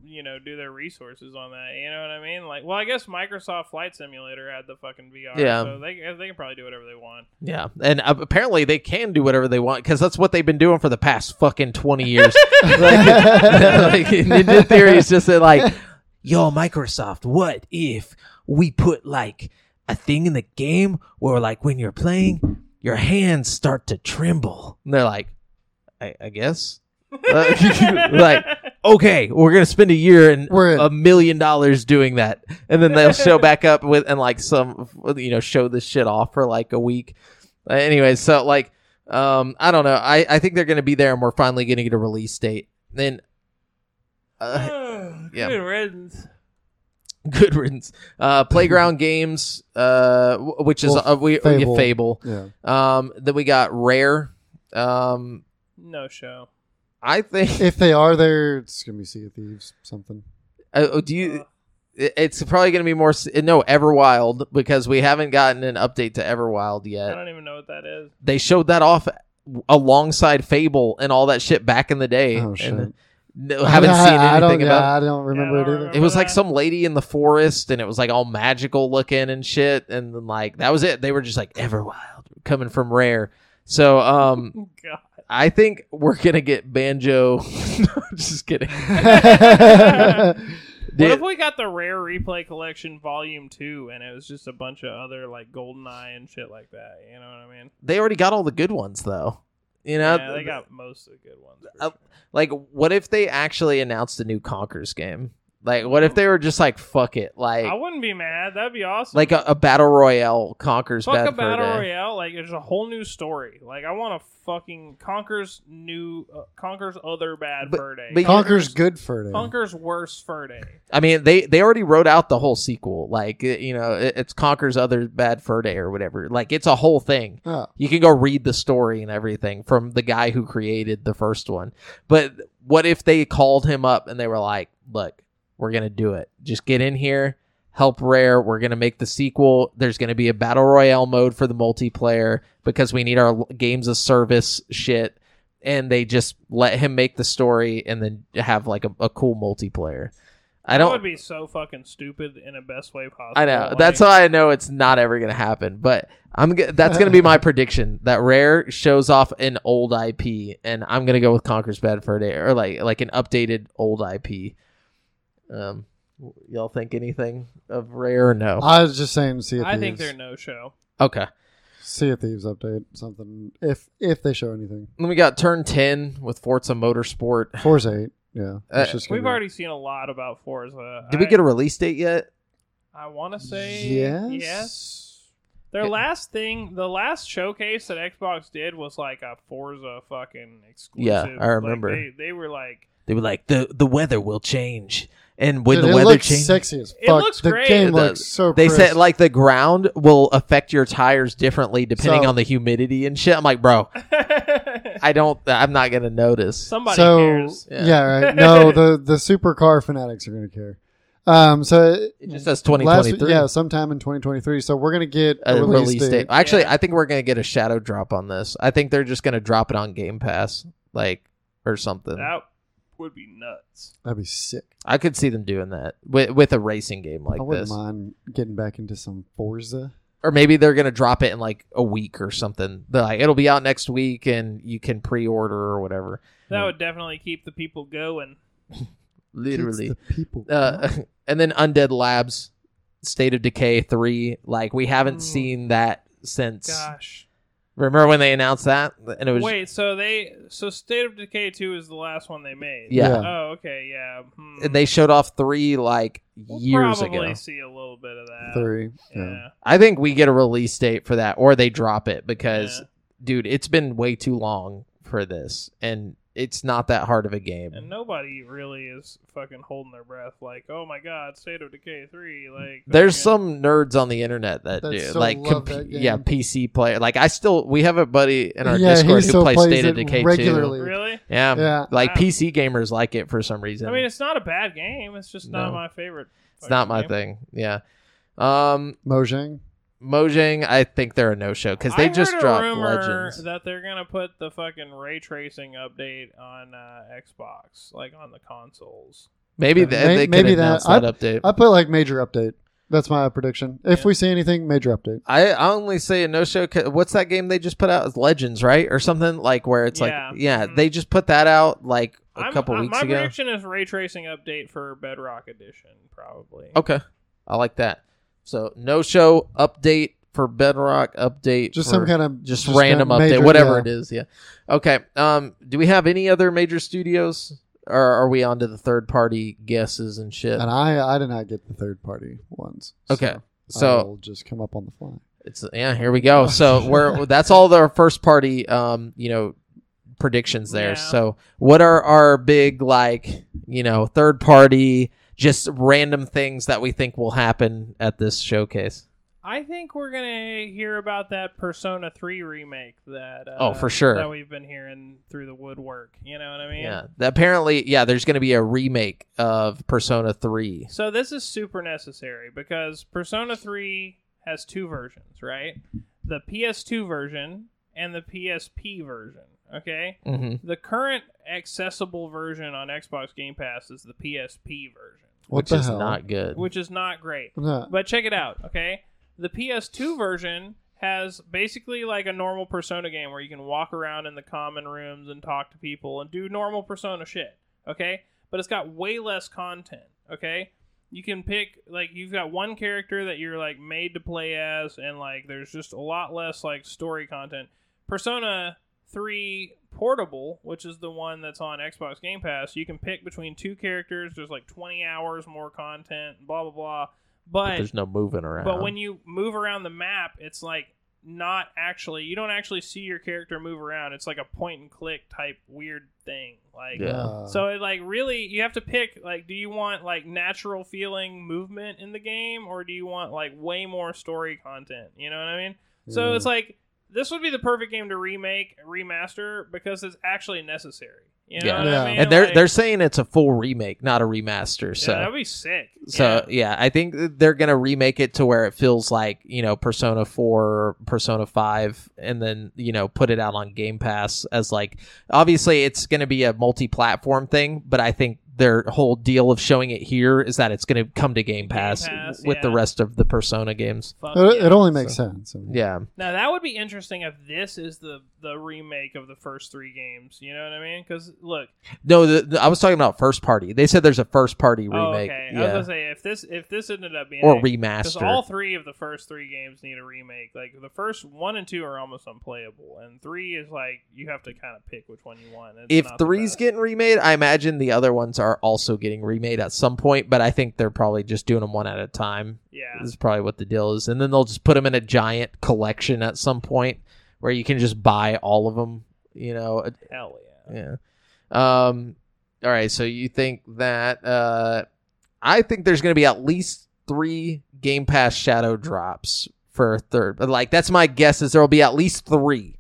C: you know do their resources on that. You know what I mean? Like, well, I guess Microsoft Flight Simulator had the fucking VR,
A: Yeah.
C: so they they can probably do whatever they want.
A: Yeah, and uh, apparently they can do whatever they want because that's what they've been doing for the past fucking twenty years. like, like, Ninja Theory is just that, like, yo, Microsoft, what if we put like a thing in the game where like when you're playing, your hands start to tremble? And they're like, I, I guess. Uh, like okay, we're gonna spend a year and
B: We're in.
A: a million dollars doing that, and then they'll show back up with and like some you know show this shit off for like a week. Uh, Anyway, so like um I don't know. I I think they're gonna be there, and we're finally gonna get a release date. Then. Uh, yeah.
C: Good riddance.
A: good riddance. Uh, Playground Games, uh, w- which is
B: Well,
A: uh, we Fable.
B: Fable.
A: Fable.
B: yeah.
A: Um, then we got Rare. Um,
C: No show.
A: I think.
B: If they are there, it's gonna be Sea of Thieves something.
A: Uh, do you? it- it's probably going to be more s- no Everwild because we haven't gotten an update to Everwild
C: I
A: yet.
C: don't even know what that is.
A: They showed that off alongside Fable and all that shit back in the day.
B: Oh shit!
A: Eh, And no, haven't
B: I,
A: seen anything
B: I, I don't,
A: about.
B: yeah, I don't remember
C: Yeah, I
B: it
C: don't
B: either.
C: remember.
A: It was like
C: that.
A: some lady in the forest, and it was like all magical looking and shit, and then like that was it. They were just like Everwild coming from Rare. So um,
C: God.
A: I think we're gonna get Banjo. just kidding.
C: What
A: Dude,
C: if we got the Rare Replay Collection Volume 2 and it was just a bunch of other like GoldenEye and shit like that? You know what I mean?
A: they already got all the good ones though. You know,
C: yeah, they got most of the good ones. for
A: Uh,
C: sure.
A: Like, what if they actually announced a new Conquerors game? Like, what if they were just like, fuck it,
C: I
A: like,
C: wouldn't be mad. That'd be awesome.
A: like a, a battle royale Conquerors
C: Fuck a
A: bad for a
C: battle
A: day.
C: royale, like there's a whole new story. Like I want a fucking conquers new uh, conquers other bad
A: But-
C: fur day.
A: but you-
B: Conquer's good for it. eh?
C: conquers worse fur day.
A: I mean, they they already wrote out the whole sequel. Like, it- you know, it, it's Conquerors other bad fur day or whatever. Like, it's a whole thing.
B: Oh,
A: You can go read the story and everything from the guy who created the first one. But what if they called him up and they were like, look, we're gonna do it. Just get in here, help Rare. We're gonna make the sequel. There's gonna be a battle royale mode for the multiplayer because we need our l- games of service shit. And they just let him make the story and then have like a, a cool multiplayer. I
C: That
A: don't.
C: would be so fucking stupid in a best way possible.
A: I know.
C: Like,
A: That's how I know it's not ever going to happen. But I'm g- that's going to be my prediction that Rare shows off an old IP, and I'm going to go with Conker's Bad Fur Day or like like an updated old IP. Um, w- y'all think anything of Rare? or No.
B: I was just saying, see.
C: I think they're no show.
A: Okay.
B: Sea of Thieves update something if if they show anything.
A: Then we got turn ten with Forza Motorsport.
B: Four's eight. Yeah,
A: Uh,
B: it's just gonna
C: We've
B: be-
C: already seen a lot about Forza.
A: Did we get a release date yet?
C: I want to say
B: Yes?
C: yes. Their
A: Yeah.
C: last thing, the last showcase that Xbox did was like a Forza fucking exclusive.
A: Yeah, I
C: Like,
A: remember.
C: they, they were like,
A: They were like the the weather will change, and when
B: Dude,
A: the
B: it
A: weather
B: looks
A: changes,
B: sexy as fuck.
C: It looks
B: the
C: great.
B: game
A: The-
B: looks so.
A: They
B: crisp.
A: said like the ground will affect your tires differently depending
B: So-
A: on the humidity and shit. I'm like, bro, I don't. I'm not gonna notice.
C: somebody
B: so
C: cares.
A: Yeah.
B: yeah. right. No, the the supercar fanatics are gonna care. Um, so
A: It just says
B: last
A: 2023.
B: yeah, sometime in 2023. So we're gonna get a,
A: A release, date. Actually,
C: Yeah.
A: I think we're gonna get a shadow drop on this. I think they're just gonna drop it on Game Pass, like or something.
C: That would be nuts.
B: That'd be sick.
A: I could see them doing that with with a racing game like
B: I wouldn't
A: this,
B: mind getting back into some Forza.
A: or maybe they're gonna drop it in like a week or something. They're like, it'll be out next week, and you can pre-order or whatever.
C: That
A: Yeah.
C: would definitely keep the people going.
A: Literally,
B: Keeps the people.
A: uh, and then Undead Labs, State of Decay three. Like we haven't
C: Mm.
A: seen that since.
C: Gosh.
A: Remember when they announced that? And it was
C: Wait, so they so State of Decay 2 is the last one they made.
A: yeah.
B: Yeah.
C: Oh, okay, yeah. Hmm.
A: And they showed off three like
C: We'll
A: years
C: probably
A: ago.
C: see a little bit of that.
B: three. Yeah.
C: Yeah.
A: I think we get a release date for that, or they drop it because,
C: Yeah.
A: dude, it's been way too long for this, and it's not that hard of a game.
C: And nobody really is fucking holding their breath like, "Oh my god, State of Decay 3." Like
A: There's
C: fucking-
A: some nerds on the internet that
B: That
A: do
B: still
A: like,
B: love
A: comp-
B: that game.
A: yeah, PC player. Like, I still we have a buddy in our
B: Yeah, he
A: Discord who
B: still
A: plays
B: plays
A: State of
B: it
A: Decay
B: regularly.
C: Really?
A: too. Yeah,
B: Yeah.
A: like
C: Wow.
A: PC gamers like it for some reason.
C: I mean, it's not a bad game. It's just not
A: No.
C: my favorite.
A: it's not
C: fucking
A: my
C: game.
A: thing. Yeah. Um,
B: Mojang.
A: Mojang, I think they're a no show because
C: I
A: they just
C: heard a
A: dropped
C: rumor
A: Legends.
C: that they're gonna put the fucking ray tracing update on uh, Xbox, like on the consoles.
A: Maybe
B: Yeah,
A: they,
B: may-
A: they could
B: maybe
A: announce
B: that-
A: that, update.
B: I put like major update. That's my prediction. If
C: Yeah.
B: we see anything, major update.
A: I, I only say a no show. What's that game they just put out? It's Legends, right, or something like where it's
C: Yeah.
A: like, yeah,
C: Mhm.
A: they just put that out like a
C: I'm-
A: couple
C: I-
A: weeks
C: my
A: ago.
C: prediction is ray tracing update for Bedrock Edition, probably.
A: Okay, I like that. So no show update for Bedrock update.
B: Just
A: for-
B: some kind of
A: just, random
B: a major-
A: update, whatever
B: yeah.
A: it is. Yeah. Okay. Um, do we have any other major studios, or are we on to the third party guesses and shit?
B: And I, I did not get the third party ones.
A: Okay,
B: so
A: so
B: I'll just come up on the fly.
A: It's yeah, here we go. So we're that's all our first party um, you know, predictions there.
C: Yeah.
A: So what are our big like, you know, third party just random things that we think will happen at this showcase?
C: I think we're gonna hear about that Persona Three remake that. Uh,
A: Oh, for sure.
C: That we've been hearing through the woodwork. You know what I mean?
A: Yeah. Apparently, yeah, there's going to be a remake of Persona 3.
C: So this is super necessary because Persona 3 has two versions, right? The PS2 version and the PSP version, okay?
A: Mhm.
C: The current accessible version on Xbox Game Pass is the PSP version,
B: What
A: Which
B: the
A: is
B: hell?
A: not good.
C: which is not great.
B: No.
C: But check it out, okay? The PS2 version has basically like a normal Persona game where you can walk around in the common rooms and talk to people and do normal Persona shit, okay? But it's got way less content, okay? You can pick like you've got one character that you're like made to play as and like there's just a lot less like story content. Persona 3 Portable, which is the one that's on Xbox Game Pass, you can pick between two characters. There's like 20 hours more content, blah blah blah.
A: but
C: But
A: there's no moving around.
C: but when you move around the map, it's like not actually you don't actually see your character move around. It's like a point and click type weird thing. Like
A: Yeah.
B: Uh,
C: so it like really you have to pick like do you want like natural feeling movement in the game or do you want like way more story content? You know what I mean? So
B: yeah.
C: it's like this would be the perfect game to remake, remaster because it's actually necessary. You know
A: Yeah.
C: what I
B: Yeah.
C: mean?
A: and they're
C: Like,
A: they're saying it's a full remake, not a remaster.
C: yeah,
A: So
C: that'd be sick.
A: So yeah. I think that they're gonna remake it to where it feels like you know Persona Four, Persona Five, and then you know put it out on Game Pass as like obviously it's gonna be a multi-platform thing, but I think their whole deal of showing it here is that it's gonna come to Game Pass,
C: Pass,
A: with the
C: yeah.
A: rest of the Persona games.
C: Fuck
B: It,
C: yeah.
B: it only makes sense. I mean,
A: Yeah,
C: Now that would be interesting if this is the the remake of the first three games. You know what I mean? Because look,
A: no, the, the- I was talking about first party. They said there's a first party
C: oh,
A: remake,
C: okay. I was
A: yeah,
C: gonna say if this if this ended up being
A: or
C: a- 'cause
A: remaster.
C: all three of the first three games need a remake. Like the first one and two are almost unplayable, and three is like you have to kind of pick which one you want. It's
A: if
C: not the
A: three's
C: best.
A: getting remade, I imagine the other ones are also getting remade at some point, but I think they're probably just doing them one at a time.
C: yeah,
A: Is probably what the deal is, and then they'll just put them in a giant collection at some point where you can just buy all of them. You know, it-
C: hell yeah.
A: yeah. Um. All right, so you think that? Uh, I think there's going to be at least three Game Pass Shadow drops for a third. But like, that's my guess is there will be at least three.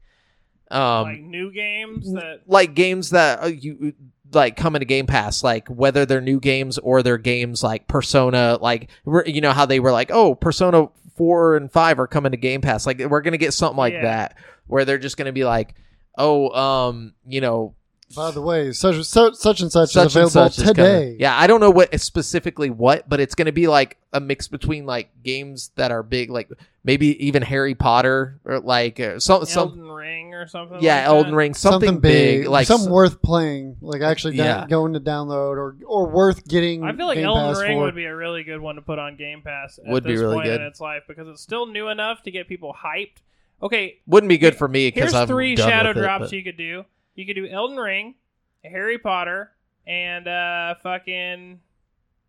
A: Um,
C: like new games
A: n-
C: that
A: like games that uh, you like come into Game Pass, like whether they're new games or they're games like Persona, like we're- you know how they were like, oh, Persona four and five are coming to Game Pass, like we're gonna get something like
C: Yeah.
A: that where they're just gonna be like, oh, um, you know,
B: By the way, such such, such and such,
A: such
B: is available
A: and such is
B: today.
A: coming. Yeah, I don't know what specifically what, but it's gonna be like a mix between like games that are big, like maybe even Harry Potter or like uh, some some.
C: Elden Ring or something.
A: Yeah,
C: like
A: Elden
C: that.
A: Ring, something, big, like
B: something worth playing, like actually down,
A: Yeah.
B: going to download or or worth getting.
A: Mm,
C: I feel like
B: Game
C: Elden
B: Pass
C: Ring
B: for.
C: would be a really good one to put on Game Pass. At
A: Would be
C: this
A: really
C: point
A: good.
C: in its life because it's still new enough to get people hyped. Okay,
A: Wouldn't be good for me because
C: here's
A: I'm
C: three
A: done
C: shadow
A: with it,
C: drops
A: but-
C: you could do. You could do Elden Ring, Harry Potter, and uh fucking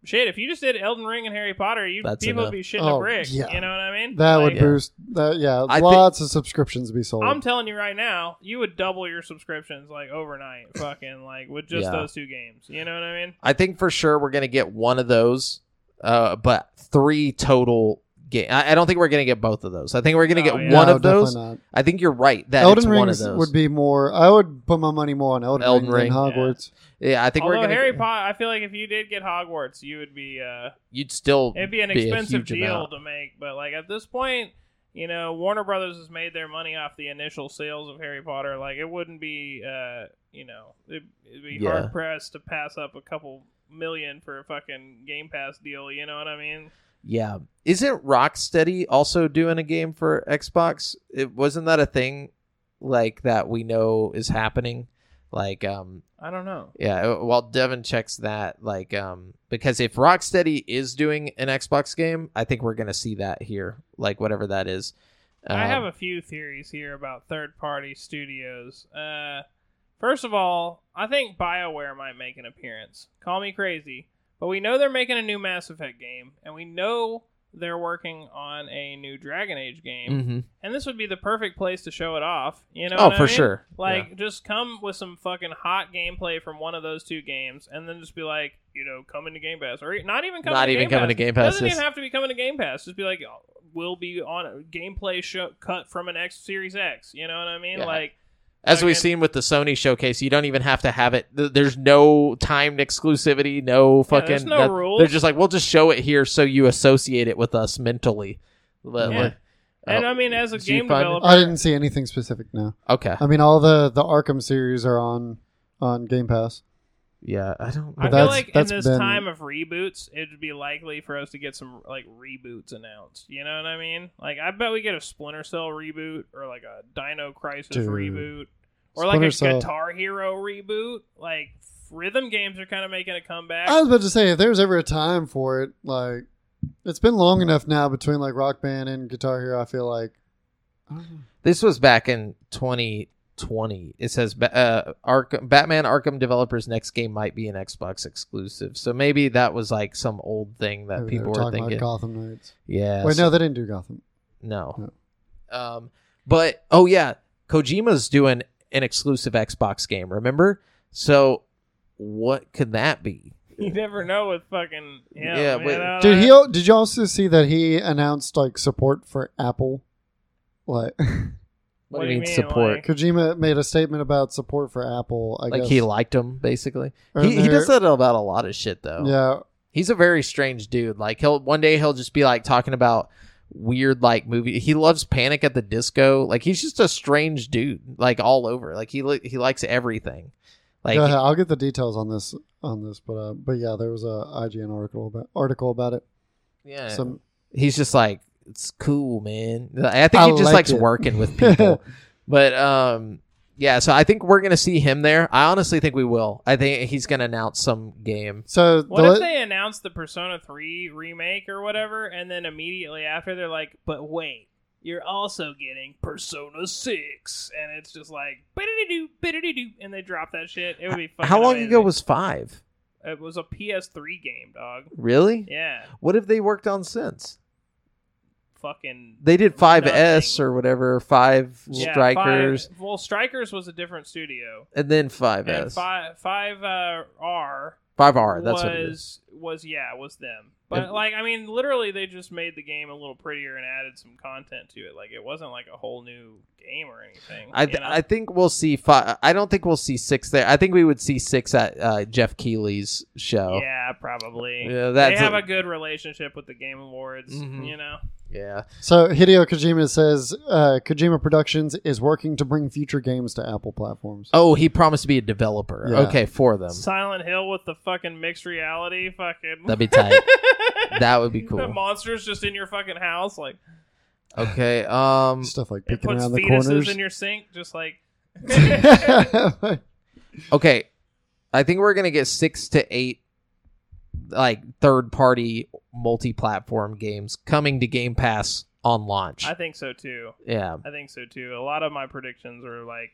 C: shit. If you just did Elden Ring and Harry Potter, you
A: That's
C: people
A: enough.
C: would be shitting
B: Oh,
C: a brick.
B: yeah.
C: You know what I mean?
B: that would
C: Like,
A: Yeah.
B: boost that. Yeah,
A: I thi-
B: lots of subscriptions would be sold.
C: I'm telling you right now, you would double your subscriptions like overnight, fucking like with just
A: Yeah.
C: those two games. You know what I mean?
A: I think for sure we're gonna get one of those, uh, but three total. Ga- I, I don't think we're gonna get both of those. I think we're gonna
C: No,
A: get
C: yeah.
A: one
B: No,
A: of those.
B: definitely not.
A: I think you're right that it's
B: Elden
A: one of
B: Ring
A: those.
B: would be more. I would put my money more on Elden,
A: Elden Ring,
B: Ring
A: yeah.
B: than Hogwarts.
A: yeah, I think
C: Although
A: we're gonna.
C: Harry
A: get-
C: Potter, I feel like if you did get Hogwarts, you would be uh
A: you'd still
C: It'd be an
A: a
C: expensive
A: huge
C: deal
A: amount.
C: to make, but like at this point, you know, Warner Brothers has made their money off the initial sales of Harry Potter. Like it wouldn't be, uh, you know, it'd, it'd be
A: Yeah.
C: hard pressed to pass up a couple million for a fucking Game Pass deal. You know what I mean?
A: Yeah, isn't Rocksteady also doing a game for Xbox? It wasn't that a thing like that we know is happening. Like, um,
C: I don't know.
A: Yeah, uh, while Devin checks that, like, um, because if Rocksteady is doing an Xbox game, I think we're gonna see that here, like whatever that is.
C: I
A: Um,
C: have a few theories here about third party studios. Uh, first of all, I think BioWare might make an appearance. Call me crazy, but we know they're making a new Mass Effect game, and we know they're working on a new Dragon Age game,
A: mhm.
C: and this would be the perfect place to show it off. You know?
A: oh,
C: what I
A: for
C: mean?
A: sure.
C: Like, just come with some fucking hot gameplay from one of those two games, and then just be like, you know, come into Game Pass, or e- not even come
A: Not
C: into
A: even
C: Game
A: coming to
C: Pass.
A: Game Pass,
C: Doesn't
A: yes.
C: even have to be coming to Game Pass. Just be like, oh, we'll be on a gameplay show cut from an X Series X. You know what I mean?
A: Yeah.
C: Like,
A: yeah. as we've
C: fucking-
A: seen with the Sony showcase, you don't even have to have it. th- There's no timed exclusivity, no
C: yeah,
A: fucking.
C: there's no
A: noth-
C: rules.
A: They're just like, we'll just show it here so you associate it with us mentally. Li-
C: Yeah.
A: like-
C: and uh,
A: oh,
C: I mean, as a
A: did you
C: game
A: find it?
C: developer,
B: I didn't see anything specific. No,
A: Oh, okay,
B: I mean all the the Arkham series are on on Game Pass.
A: yeah, I don't.
C: I
B: But that's-
C: feel like in
B: that's
C: this
B: been-
C: time of reboots, it'd be likely for us to get some like reboots announced. You know what I mean? Like, I bet we get a Splinter Cell reboot or like a Dino Crisis
B: Dude.
C: reboot or
B: Splinter
C: like a
B: Cell.
C: Guitar Hero reboot. Like, rhythm games are kind of making a comeback.
B: I was about to say if there's ever a time for it, like it's been long enough now between like Rock Band and Guitar Hero. I feel like I don't know.
A: This was back in 2020. It says ba- uh, Arkham, Batman Arkham developers' next game might be an Xbox exclusive. So maybe that was like some old thing that
B: Maybe they
A: people were
B: talking
A: thinking.
B: about Gotham Knights.
A: yeah.
B: Wait,
A: so-
B: no, they didn't do Gotham.
A: no. Um, but oh yeah, Kojima's doing an exclusive Xbox game. Remember? So what could that be?
C: you never know with fucking yeah.
A: Yeah,
C: man,
A: but-
C: I don't
B: Did
C: know.
B: he? al- Did you also see that he announced like support for Apple? Like
C: What
A: do you mean
C: mean,
A: support?
C: like-
B: Kojima made a statement about support for Apple. I
A: Like
B: guess.
A: he liked him basically.
B: Or
A: He, he
B: they're-
A: does that about a lot of shit though.
B: Yeah,
A: He's a very strange dude. Like he'll one day he'll just be like talking about weird like movie. He loves Panic at the Disco. Like he's just a strange dude. Like all over. Like he li- he likes everything. Like
B: Go ahead. I'll get the details on this on this, but uh, but yeah, there was a IGN article about article about it.
A: yeah.
B: Some
A: he's just like it's cool, man. I think he
B: I
A: just
B: like
A: likes
B: it.
A: working with people. but um yeah, so I think we're gonna see him there. I honestly think we will. I think he's gonna announce some game.
B: so
C: What
B: the,
C: if they announce the Persona 3 remake or whatever, and then immediately after they're like, but wait, you're also getting Persona 6. And it's just like, bittity-doo, bittity-doo, and they drop that shit. It would be fucking
A: How long
C: amazing.
A: ago was five?
C: it? was a PS3 game, dog.
A: Really?
C: Yeah.
A: What have they worked on since?
C: Fucking.
A: They did five S
C: Nothing.
A: or whatever, five
C: yeah,
A: strikers,
C: five- well, Strikers was a different studio.
A: and then five
C: And
A: S,
C: five, five uh, R
A: five R. That's
C: was
A: what it is.
C: was yeah was them but
A: And-
C: like i mean literally they just made the game a little prettier and added some content to it like it wasn't like a whole new game or anything
A: I,
C: you know?
A: I think we'll see five. I don't think we'll see six there. I think we would see six at uh, Jeff Keeley's show.
C: yeah probably
A: Yeah,
C: they
A: that's
C: have
A: a-
C: a, good relationship with the game awards
A: Mhm.
C: you know
A: yeah.
B: so Hideo Kojima says uh, Kojima Productions is working to bring future games to Apple platforms.
A: Oh, he promised to be a developer.
B: Yeah.
A: Okay, for them.
C: silent hill with the fucking mixed reality fucking
A: That'd be tight. that would be
C: the
A: cool.
C: monster's just in your fucking house like
A: Okay. Um.
B: Stuff like
C: it
B: peeking
C: puts
B: around the
C: fetuses
B: corners.
C: in your sink just like
A: Okay. I think we're gonna get six to eight, like third-party multi-platform games coming to Game Pass on launch.
C: i think so too
A: yeah,
C: i think so too a lot of my predictions are like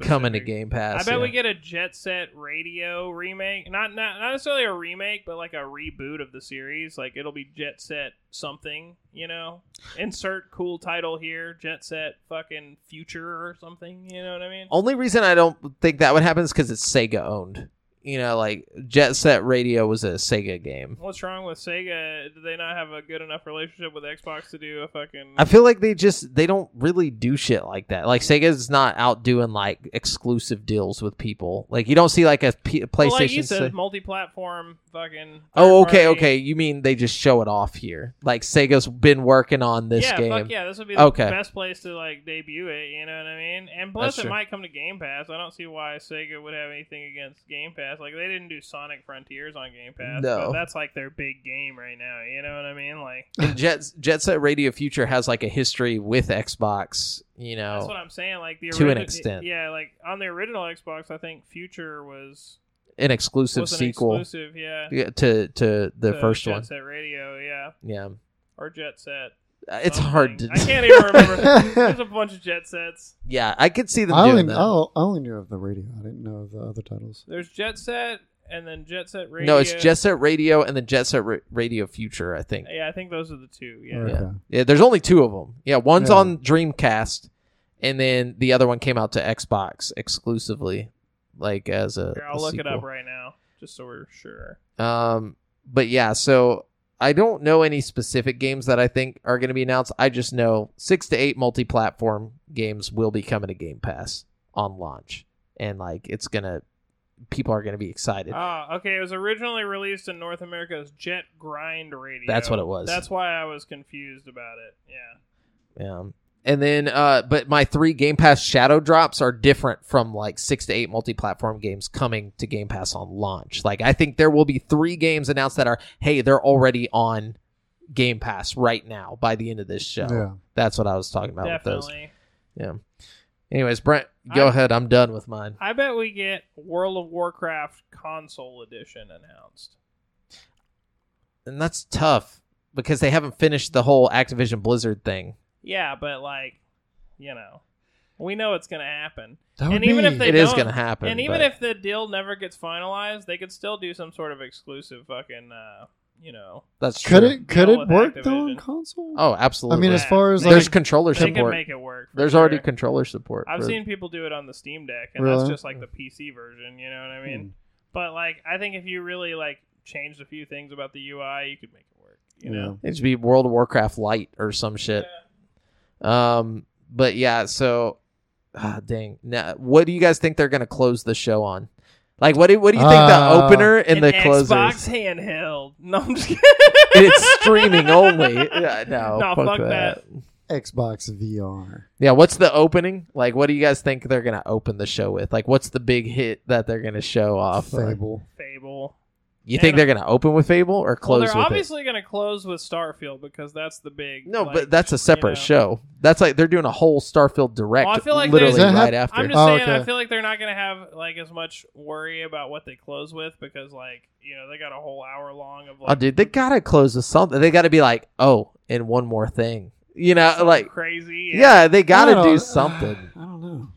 A: coming to
C: specific.
A: Game
C: I
A: Pass.
C: bet
A: yeah.
C: we get a Jet Set Radio remake. Not, not not necessarily a remake, but like a reboot of the series. Like it'll be Jet Set something, you know. Insert cool title here, Jet Set fucking future or something, you know what I mean?
A: Only reason I don't think that would happen is because it's Sega owned. You know, like Jet Set Radio was a Sega game.
C: What's wrong with Sega? Do they not have a good enough relationship with Xbox to do a fucking
A: I feel like they just they don't really do shit like that. Like Sega's not out doing like exclusive deals with people. Like you don't see like a P-
C: Well,
A: PlayStation.
C: like you
A: Sega-
C: said, multi-platform fucking
A: Oh, okay,
C: third-party-
A: okay. You mean they just show it off here? Like Sega's been working on this
C: yeah,
A: game.
C: fuck yeah, this would be the
A: Okay.
C: best place to like debut it. You know what I mean? And plus,
A: That's
C: it
A: true.
C: might come to Game Pass. I don't see why Sega would have anything against Game Pass. Like they didn't do Sonic Frontiers on Game Pass.
A: No.
C: but that's like their big game right now. You know what I mean? Like
A: And Jet Jet Set Radio Future has like a history with Xbox. You
C: that's
A: know,
C: what I'm saying. Like the
A: Oh. To an
C: origi-
A: extent.
C: yeah. Like on the original Xbox, I think Future was
A: an exclusive
C: was an
A: sequel
C: exclusive, yeah.
A: yeah, to to the
C: to
A: first
C: Jet
A: one.
C: Set Radio, yeah,
A: Yeah,
C: or Jet Set.
A: Uh, it's
C: something.
A: hard to.
C: Oh, I can't even remember. There's a bunch of Jet Sets.
A: yeah, I could see them
B: I
A: doing
B: only,
A: that.
B: I o- I only knew of the radio. I didn't know of the other titles.
C: There's Jet Set, and then Jet Set Radio.
A: No, it's Jet Set Radio and then Jet Set Ra- Radio Future. I think.
C: Yeah, I think those are the two. Yeah.
B: Okay.
A: Yeah. Yeah, there's only two of them. Yeah, one's
B: Yeah.
A: on Dreamcast, and then the other one came out to Xbox exclusively, like as a.
C: Here,
A: a
C: I'll look it
A: sequel.
C: up right now, just so we're sure.
A: Um, but yeah, so I don't know any specific games that I think are going to be announced. I just know six to eight multi-platform games will be coming to Game Pass on launch, and like it's gonna, people are gonna be excited.
C: Ah, okay. It was originally released in North America as Jet Grind Radio.
A: That's what it was.
C: That's why I was confused about it. Yeah.
A: Yeah. Um, And then, uh, but my three Game Pass shadow drops are different from like six to eight multi platform games coming to Game Pass on launch. Like, I think there will be three games announced that are, hey, they're already on Game Pass right now by the end of this show.
B: Yeah.
A: That's what I was talking about with those.
C: Definitely.
A: Anyways, Brent, go
C: I-
A: ahead. I'm done with mine.
C: I bet we get World of Warcraft console edition announced.
A: And that's tough because they haven't finished the whole Activision Blizzard thing.
C: Yeah, but like, you know, we know it's gonna happen.
B: That
C: And
B: would
C: even
B: be-
C: if they-
A: It is
C: don't-
A: going to happen.
C: and even
A: but-
C: if the deal never gets finalized, they could still do some sort of exclusive fucking, uh, you know,
A: that's true.
B: could it could
C: Deal
B: it
C: with
B: work though on
C: Activision.
B: console?
A: Oh,
B: I
A: absolutely.
B: mean, as
C: Yeah.
B: far as
C: There's
B: like,
A: there's controller
C: they could
A: support.
C: make it work. for
A: There's already
C: sure.
A: controller support.
C: I've
A: for-
C: seen people do it on the Steam Deck, and that's
B: Really?
C: just like the PC version. You know what I mean?
A: Hmm.
C: But like, I think if you really like changed a few things about the UI, you could make it work. You know?
A: It should be World of Warcraft Light or some shit. Um, but yeah, so ah, dang. Now, what do you guys think they're gonna close the show on? Like, what do what do you think the
B: Uh,
A: opener and
C: An
A: the closers?
C: Xbox handheld. No, I'm just kidding.
A: it's streaming only. Yeah, no,
C: No,
A: fuck,
C: fuck
A: that.
B: Xbox VR.
A: Yeah, what's the opening? Like, what do you guys think they're gonna open the show with? Like, what's the big hit that they're gonna show off? Like,
B: Fable.
C: Fable.
A: you think
C: And-
A: they're gonna open with Fable or
C: Well,
A: close
C: they're
A: with
C: obviously going to close with Starfield because that's the
A: it?
C: big.
A: No,
C: like,
A: but that's a separate
C: you know.
A: show. That's like they're doing a whole Starfield direct.
C: Well, I feel like
A: literally
B: there's-
A: right after.
C: I'm just
B: Oh,
C: saying, I
B: okay.
C: feel like they're not going to have like as much worry about what they close with because, like, you know, they got a whole hour long of like
A: oh, dude, they gotta close with something. They gotta be like, oh, and one more thing. You know,
C: something
A: like
C: crazy. and-
A: yeah, they
B: I
A: gotta
B: don't-
A: do something.
B: I don't know.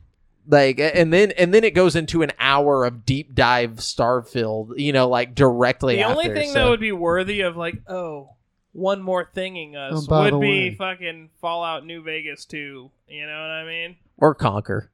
A: like and then and then it goes into an hour of deep dive starfield you know like directly
C: The only
A: after,
C: thing
A: so-
C: that would be worthy of like, oh, one more thinging us
B: Oh, by
C: would
B: the
C: be
B: way.
C: fucking Fallout New Vegas 2. You know what I mean?
A: or conquer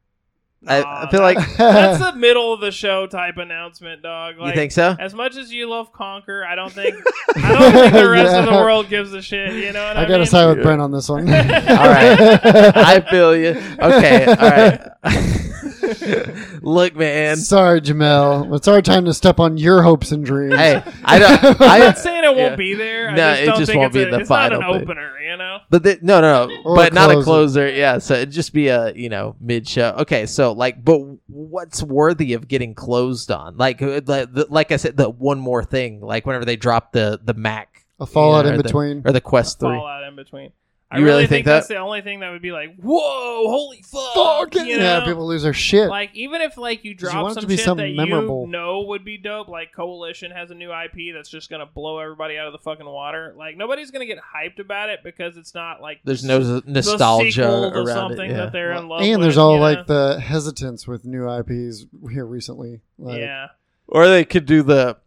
A: I- I
C: Nah,
A: feel like-
C: that- that's the middle of the show type announcement, dog. Like,
A: you think so
C: As much as you love Conquer, I don't think I don't think the rest of the
B: Yeah.
C: world gives a shit. You know what I,
B: I gotta
C: mean?
B: side with Brent on this one.
C: All
A: i feel you okay all right look man
B: Sorry, Jamel. It's our time to step on your hopes and dreams.
A: hey i don't i
C: I'm not
A: don't
C: saying it won't
A: Yeah.
C: be there. I
A: No,
C: just
A: it
C: don't
A: just
C: think
A: won't
C: it's
A: be
C: a,
A: the
C: it's not an
A: final thing.
C: opener, you know?
A: but the, no no no
B: Or
A: but
B: a
A: not a
B: closer.
A: closer yeah so it'd just be a you know mid show okay so like but what's worthy of getting closed on like uh, like, the- like i said the one more thing like whenever they drop the the mac
B: A fallout
A: Yeah, or
B: in
A: the-
B: between.
A: or the quest 3
C: Fallout in between. I
A: You
C: really,
A: really
C: think,
A: think
C: that's
A: that?
C: the only thing that would be like, whoa, holy fuck,
B: Fucking-
C: you know?
B: yeah, people lose their shit.
C: Like even if like you
B: 'Cause you
C: drop
B: want it
C: some
B: to be
C: shit
B: something
C: that
B: memorable.
C: you know would be dope, like Coalition has a new IP that's just gonna blow everybody out of the fucking water. Like nobody's gonna get hyped about it because it's not like
A: There's no z-
C: the
A: nostalgia
C: sequel to
A: around
C: something
A: it. Yeah.
C: that they're in love with.
B: and there's all
C: you
B: like
C: know?
B: the hesitance with new IPs here recently. Like,
C: yeah,
A: Or they could do the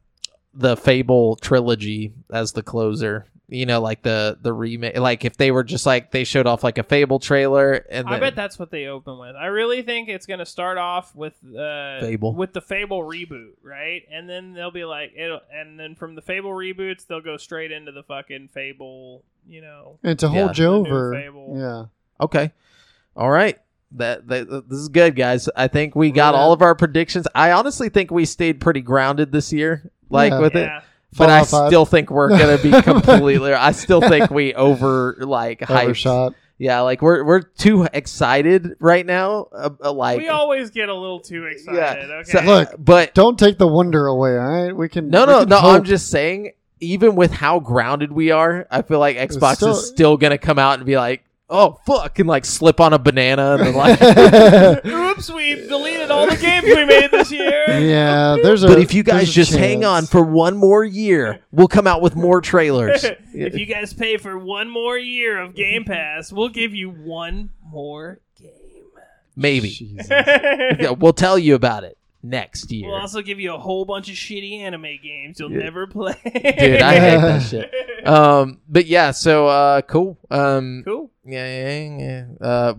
A: the Fable trilogy as the closer. You know, like the the remake. Like if they were just like they showed off like a Fable trailer and
C: I
A: then
C: bet that's what they open with. I really think it's gonna start off with uh,
A: Fable.
C: with the Fable reboot, right? And then they'll be like, it'll, and then from the Fable reboots, they'll go straight into the fucking Fable, you know,
B: And to
A: Yeah.
B: hold
C: The
B: you
C: new
B: over.
C: Fable.
B: Yeah.
A: okay, all right. That, that this is good, guys. I think we got
B: Yeah.
A: all of our predictions. I honestly think we stayed pretty grounded this year, like
B: Yeah.
A: with it.
C: yeah.
A: But I
B: Fallout five.
A: still think we're gonna be completely. I still think we over like hyped.
B: Overshot.
A: Yeah, like we're we're too excited right now. Uh, uh, like
C: we always get a little too excited. Okay.
A: So-
B: Look,
A: but
B: Don't take the wonder away, all right? We can
A: no,
B: we
A: no,
B: can
A: no. I'm
B: hope.
A: just saying. Even with how grounded we are, I feel like Xbox
B: still-
A: is still gonna come out and be like, "Oh fuck," and like slip on a banana and then like.
C: Oops, we've deleted all the games we made this year.
B: Yeah, there's a
A: But if you
B: there's
A: guys
B: a
A: just hang on
B: chance.
A: for one more year, we'll come out with more trailers.
C: if you guys pay for one more year of Game Pass, we'll give you one more game.
A: Maybe
B: Jesus.
A: Yeah, we'll tell you about it next year.
C: we'll also give you a whole bunch of shitty anime games you'll
A: Yeah.
C: never play.
A: Dude, I hate that shit. Um, but yeah, so uh, cool. Um,
C: cool.
A: yeah, yeah, yeah. Uh,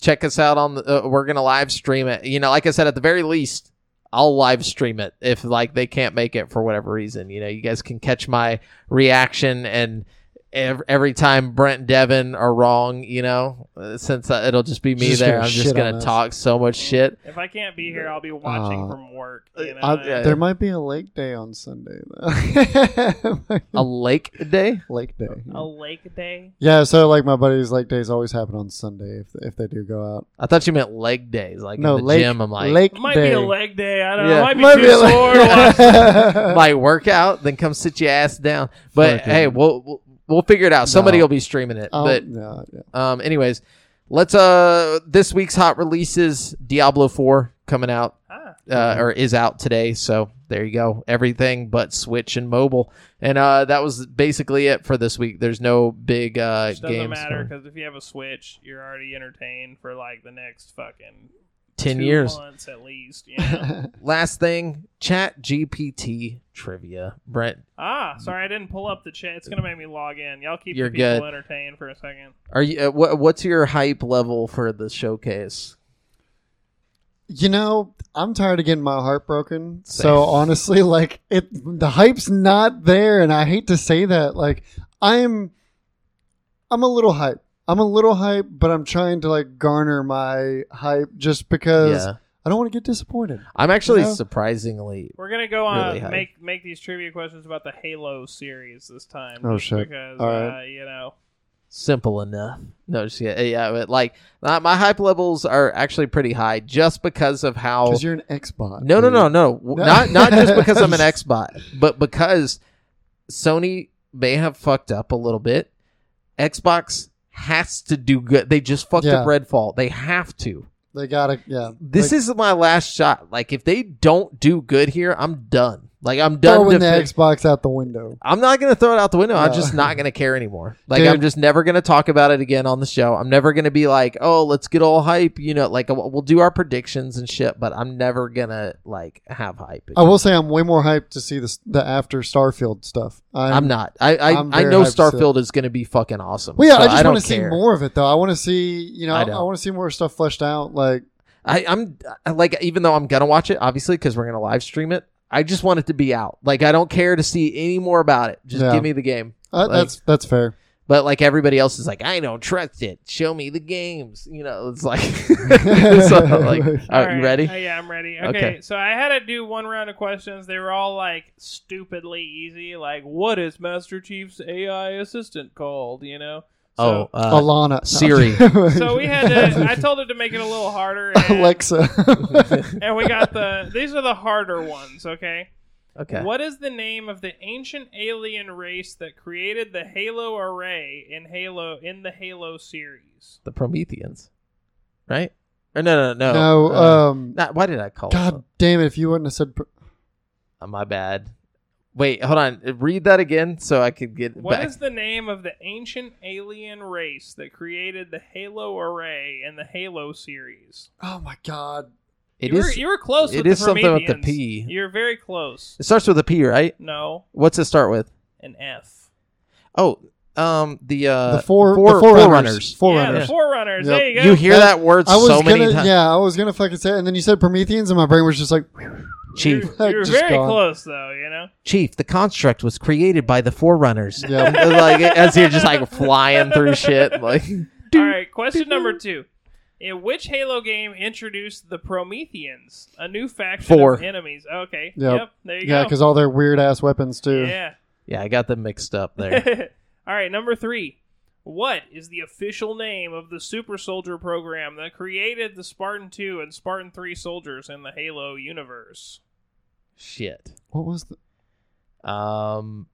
A: check us out on the. Uh, we're gonna live stream it. You know, like I said, at the very least, I'll live stream it if like they can't make it for whatever reason. You know, you guys can catch my reaction and ev- every time Brent and Devin are wrong. You know, uh, since uh, it'll just be me
B: Just
A: there,
B: gonna
A: I'm just
B: shit on
A: gonna
B: us.
A: talk so much shit.
C: If I can't be here, I'll be watching
B: Uh,
C: from work. You know?
B: I,
A: yeah.
B: There might be a lake day on Sunday though.
A: A lake day.
B: lake day.
A: Oh,
C: a lake day.
B: Yeah, so like my buddies' lake days always happen on Sunday if if they do go out.
A: I thought you meant leg days, like
B: no
A: in the
B: lake
A: gym. I'm like,
B: lake
C: It might
B: day.
C: be a leg day. I don't know.
A: Yeah.
C: I might be
B: Might
C: too
B: be a leg-
C: sore to watch
B: uh,
A: like work out, then come sit your ass down. But
B: Fuck it.
A: hey, we'll, we'll we'll figure it out. Somebody
B: No.
A: will be streaming it.
B: Oh,
A: But
B: no, yeah.
A: um, anyways, let's uh this week's hot releases Diablo Four coming out
C: Ah,
A: uh, or is out today. So there you go. Everything but Switch and mobile, and uh that was basically it for this week. There's no big uh
C: which doesn't
A: games.
C: matter
A: coming.
C: because if you have a Switch, you're already entertained for like the next fucking
A: Ten
C: two
A: years.
C: months at least. You know?
A: Last thing, Chat GPT trivia. Brent,
C: Ah, sorry, I didn't pull up the chat. It's gonna make me log in. Y'all keep
A: You're
C: the people
A: good.
C: entertained for a second.
A: are you uh, what, what's your hype level for the showcase?
B: You know, I'm tired of getting my heart broken.
A: Same.
B: So honestly, like it, the hype's not there, and I hate to say that. Like I'm, I'm a little hype. I'm a little hype, but I'm trying to like garner my hype just because
A: Yeah.
B: I don't want to get disappointed.
A: I'm actually
B: You know?
A: surprisingly
C: We're gonna go on
A: Really high.
C: make make these trivia questions about the Halo series this time.
B: Oh,
C: just
B: shit.
C: Because
B: All
C: uh,
B: right.
C: you know,
A: simple enough. No, just yeah, yeah but like uh, my hype levels are actually pretty high just because of how
B: Because you're an Xbox.
A: No, no,
B: dude.
A: no, no. W-
B: No.
A: Not not just because I'm an Xbox, but because Sony may have fucked up a little bit. Xbox has to do good. They just fucked
B: Yeah.
A: up Redfall. They have to.
B: They gotta, yeah.
A: This
B: like,
A: is my last shot. Like if they don't do good here, I'm done. Like I'm done.
B: throwing the
A: defi-
B: Xbox out the window.
A: I'm not gonna throw it out the window. I'm
B: No.
A: just not gonna care anymore. Like
B: Dude.
A: I'm just never gonna talk about it again on the show. I'm never gonna be like, oh, let's get all hype. You know, like we'll we'll do our predictions and shit, but I'm never gonna like have hype. again.
B: I will say I'm way more hyped to see this, the after Starfield stuff. I'm,
A: I'm not. I I,
B: I'm
A: I
B: very
A: know
B: hyped to see
A: Starfield is going to be fucking awesome.
B: Well, yeah,
A: so
B: I just
A: don't
B: want to see
A: care.
B: more of it though. I want to see, you know,
A: I
B: I,
A: don't.
B: want to see more stuff fleshed out. Like,
A: I, I'm I- like, even though I'm gonna watch it, obviously, because we're gonna live stream it. I just want it to be out. Like, I don't care to see any more about it. Just
B: Yeah.
A: give me the game.
B: uh,
A: Like-
B: that's that's fair.
A: But like everybody else is like, I don't trust it. Show me the games. You know, it's like, so, like, all
C: All
A: right, you ready?
C: Uh, yeah, I'm ready. Okay,
A: Okay.
C: so I had to do one round of questions. They were all like stupidly easy. Like, what is Master Chief's AI assistant called? You know.
A: oh,
C: So,
A: uh,
B: Alana,
A: Siri.
C: so we had to. I told her to make it a little harder. And,
B: Alexa.
C: and we got the. These are the harder ones. Okay.
A: okay.
C: What is the name of the ancient alien race that created the Halo array in Halo in the Halo series?
A: The Prometheans, right? Or no, no, no.
B: no,
A: Uh,
B: um,
A: not, why did I call? it?
B: God damn it! If you wouldn't have said, pr-
A: Uh, my bad. Wait, hold on. Read that again so I could get
C: What
A: back.
C: is the name of the ancient alien race that created the Halo array in the Halo series?
B: oh my god,
A: it
C: you,
A: is.
C: were, you were close.
A: it
C: with
A: is
C: the
A: something with the
C: Prometheans.
A: P.
C: You're very close.
A: It starts with a P, right?
C: No,
A: What's it start with?
C: an F.
A: Oh, um, the uh,
B: the four,
A: four-
B: the forerunners,
A: forerunners.
C: yeah,
B: forerunners.
C: the Forerunners.
B: Yep.
C: There you go.
A: you hear that word
B: I was
A: so
B: gonna,
A: many times,
B: yeah, I was gonna fucking say, it, and then you said Prometheans, and my brain was just like,
A: Chief.
C: You're, you're
B: Just
C: very
B: gone.
C: close, though. You know.
A: Chief, the construct was created by the forerunners.
B: yeah,
A: like as you're just like flying through shit, like
C: All right. Question number two. In which Halo game introduced the Prometheans, a new faction of
A: Four.
C: enemies? Okay.
B: Yep.
C: There you
B: yeah,
C: go.
B: because all their weird ass weapons too.
C: yeah.
A: yeah, I got them mixed up there.
C: All right, number three. What is the official name of the super soldier program that created the Spartan 2 and Spartan 3 soldiers in the Halo universe?
A: shit.
B: What was the?
A: Um,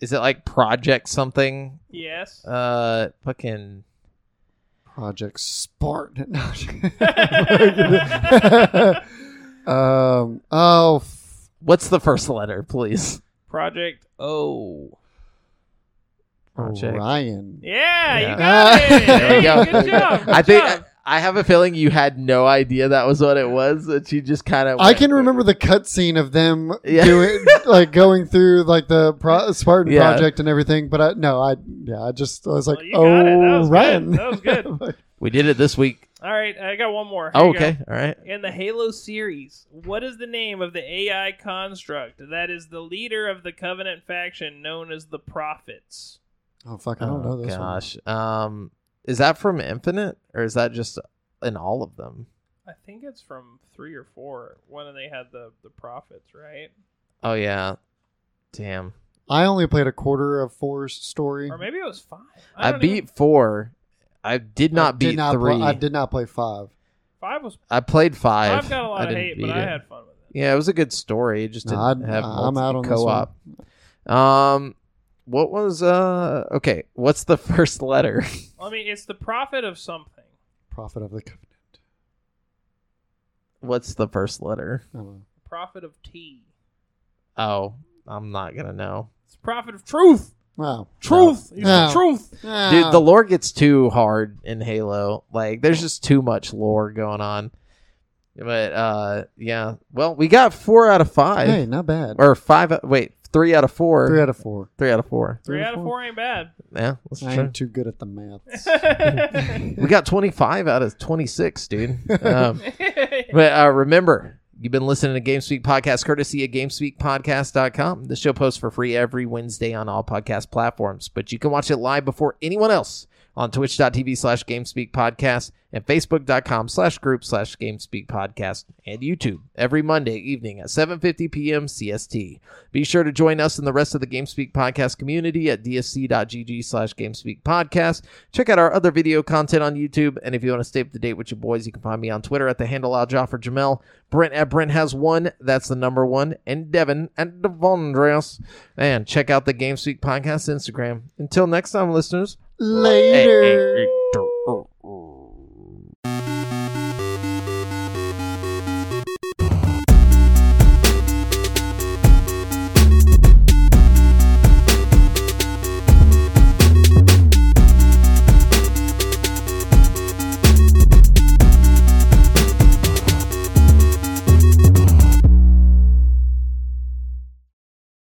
A: is it like Project something?
C: Yes.
A: Uh, fucking
B: Project Spartan. um. Oh. F-
A: what's the first letter, please?
C: Project
B: Oh.
C: O.
A: Project.
B: Orion.
C: Yeah,
A: Yeah.
C: you got it.
B: There
A: we
C: Hey,
A: go.
C: Good job. Good
A: I think
C: job.
A: I have a feeling you had no idea that was what it was. That you just kind of
B: I can remember the cutscene of them
A: Yeah.
B: doing, like going through like the pro- Spartan
A: Yeah.
B: project and everything. But I no, I yeah, I just I was like,
C: Well, you got it. That
B: oh,
C: was
B: Ryan,
C: good. That was good.
A: We did it this week.
C: All right, I got one more. Here
A: Oh,
C: you go.
A: okay, all right.
C: In the Halo series, what is the name of the AI construct that is the leader of the Covenant faction known as the Prophets?
B: oh fuck, I don't
A: Oh,
B: know this
A: gosh. Um, is that from Infinite or is that just in all of them?
C: I think it's from three or four when they had the the prophets, right?
A: Oh yeah. Damn.
B: one. I only played a quarter of Four's story.
C: Or maybe it was five.
A: I,
C: don't
A: beat
C: even-
A: four. I did not
B: I
A: beat
B: did not
A: three.
B: Play,
A: I,
B: I did not play five.
C: five was.
A: played five.
C: I've got a lot
A: I
C: of
A: didn't
C: hate,
A: beat
C: but I
A: it.
C: had fun with it.
A: Yeah, it was a good story. It just
B: No,
A: didn't
B: I'd-
A: have
B: I'm out on this
A: co-op. Um, what was uh? Okay, what's the first letter?
C: I mean, it's the prophet of something.
B: Prophet of the Covenant.
A: what's the first letter?
B: I don't know.
C: Prophet of tea.
A: Oh, I'm not gonna know.
C: It's prophet of truth.
B: Wow. Ah.
C: Truth. It's
B: No.
C: truth.
A: Dude, the lore gets too hard in Halo. Like, there's just too much lore going on. But uh, yeah. Well, we got four out of five,
B: hey, not bad.
A: or five. uh, Wait, three out of four.
B: Three out of four.
A: Three out of four.
C: Three out of four ain't bad.
A: Yeah, that's
B: I
A: true.
B: am too good at the maths.
A: We got 25 out of 26, dude. Um, But uh, remember, you've been listening to GameSpeak Podcast courtesy of GameSpeakPodcast.com. The show posts for free every Wednesday on all podcast platforms, but you can watch it live before anyone else on twitch.tv slash gamespeak podcast and facebook.com slash group slash gamespeak podcast and youtube every monday evening at 7.50 p.m cst be sure to join us and the rest of the gamespeak podcast community at dsc.gg slash gamespeak podcast check out our other video content on youtube and if you want to stay up to date with your boys you can find me on twitter at the handle Al Jaffer jamel brent at brent has one that's the number one and devin at devondres and check out the gamespeak podcast instagram until next time listeners
B: Later.
A: hey, hey.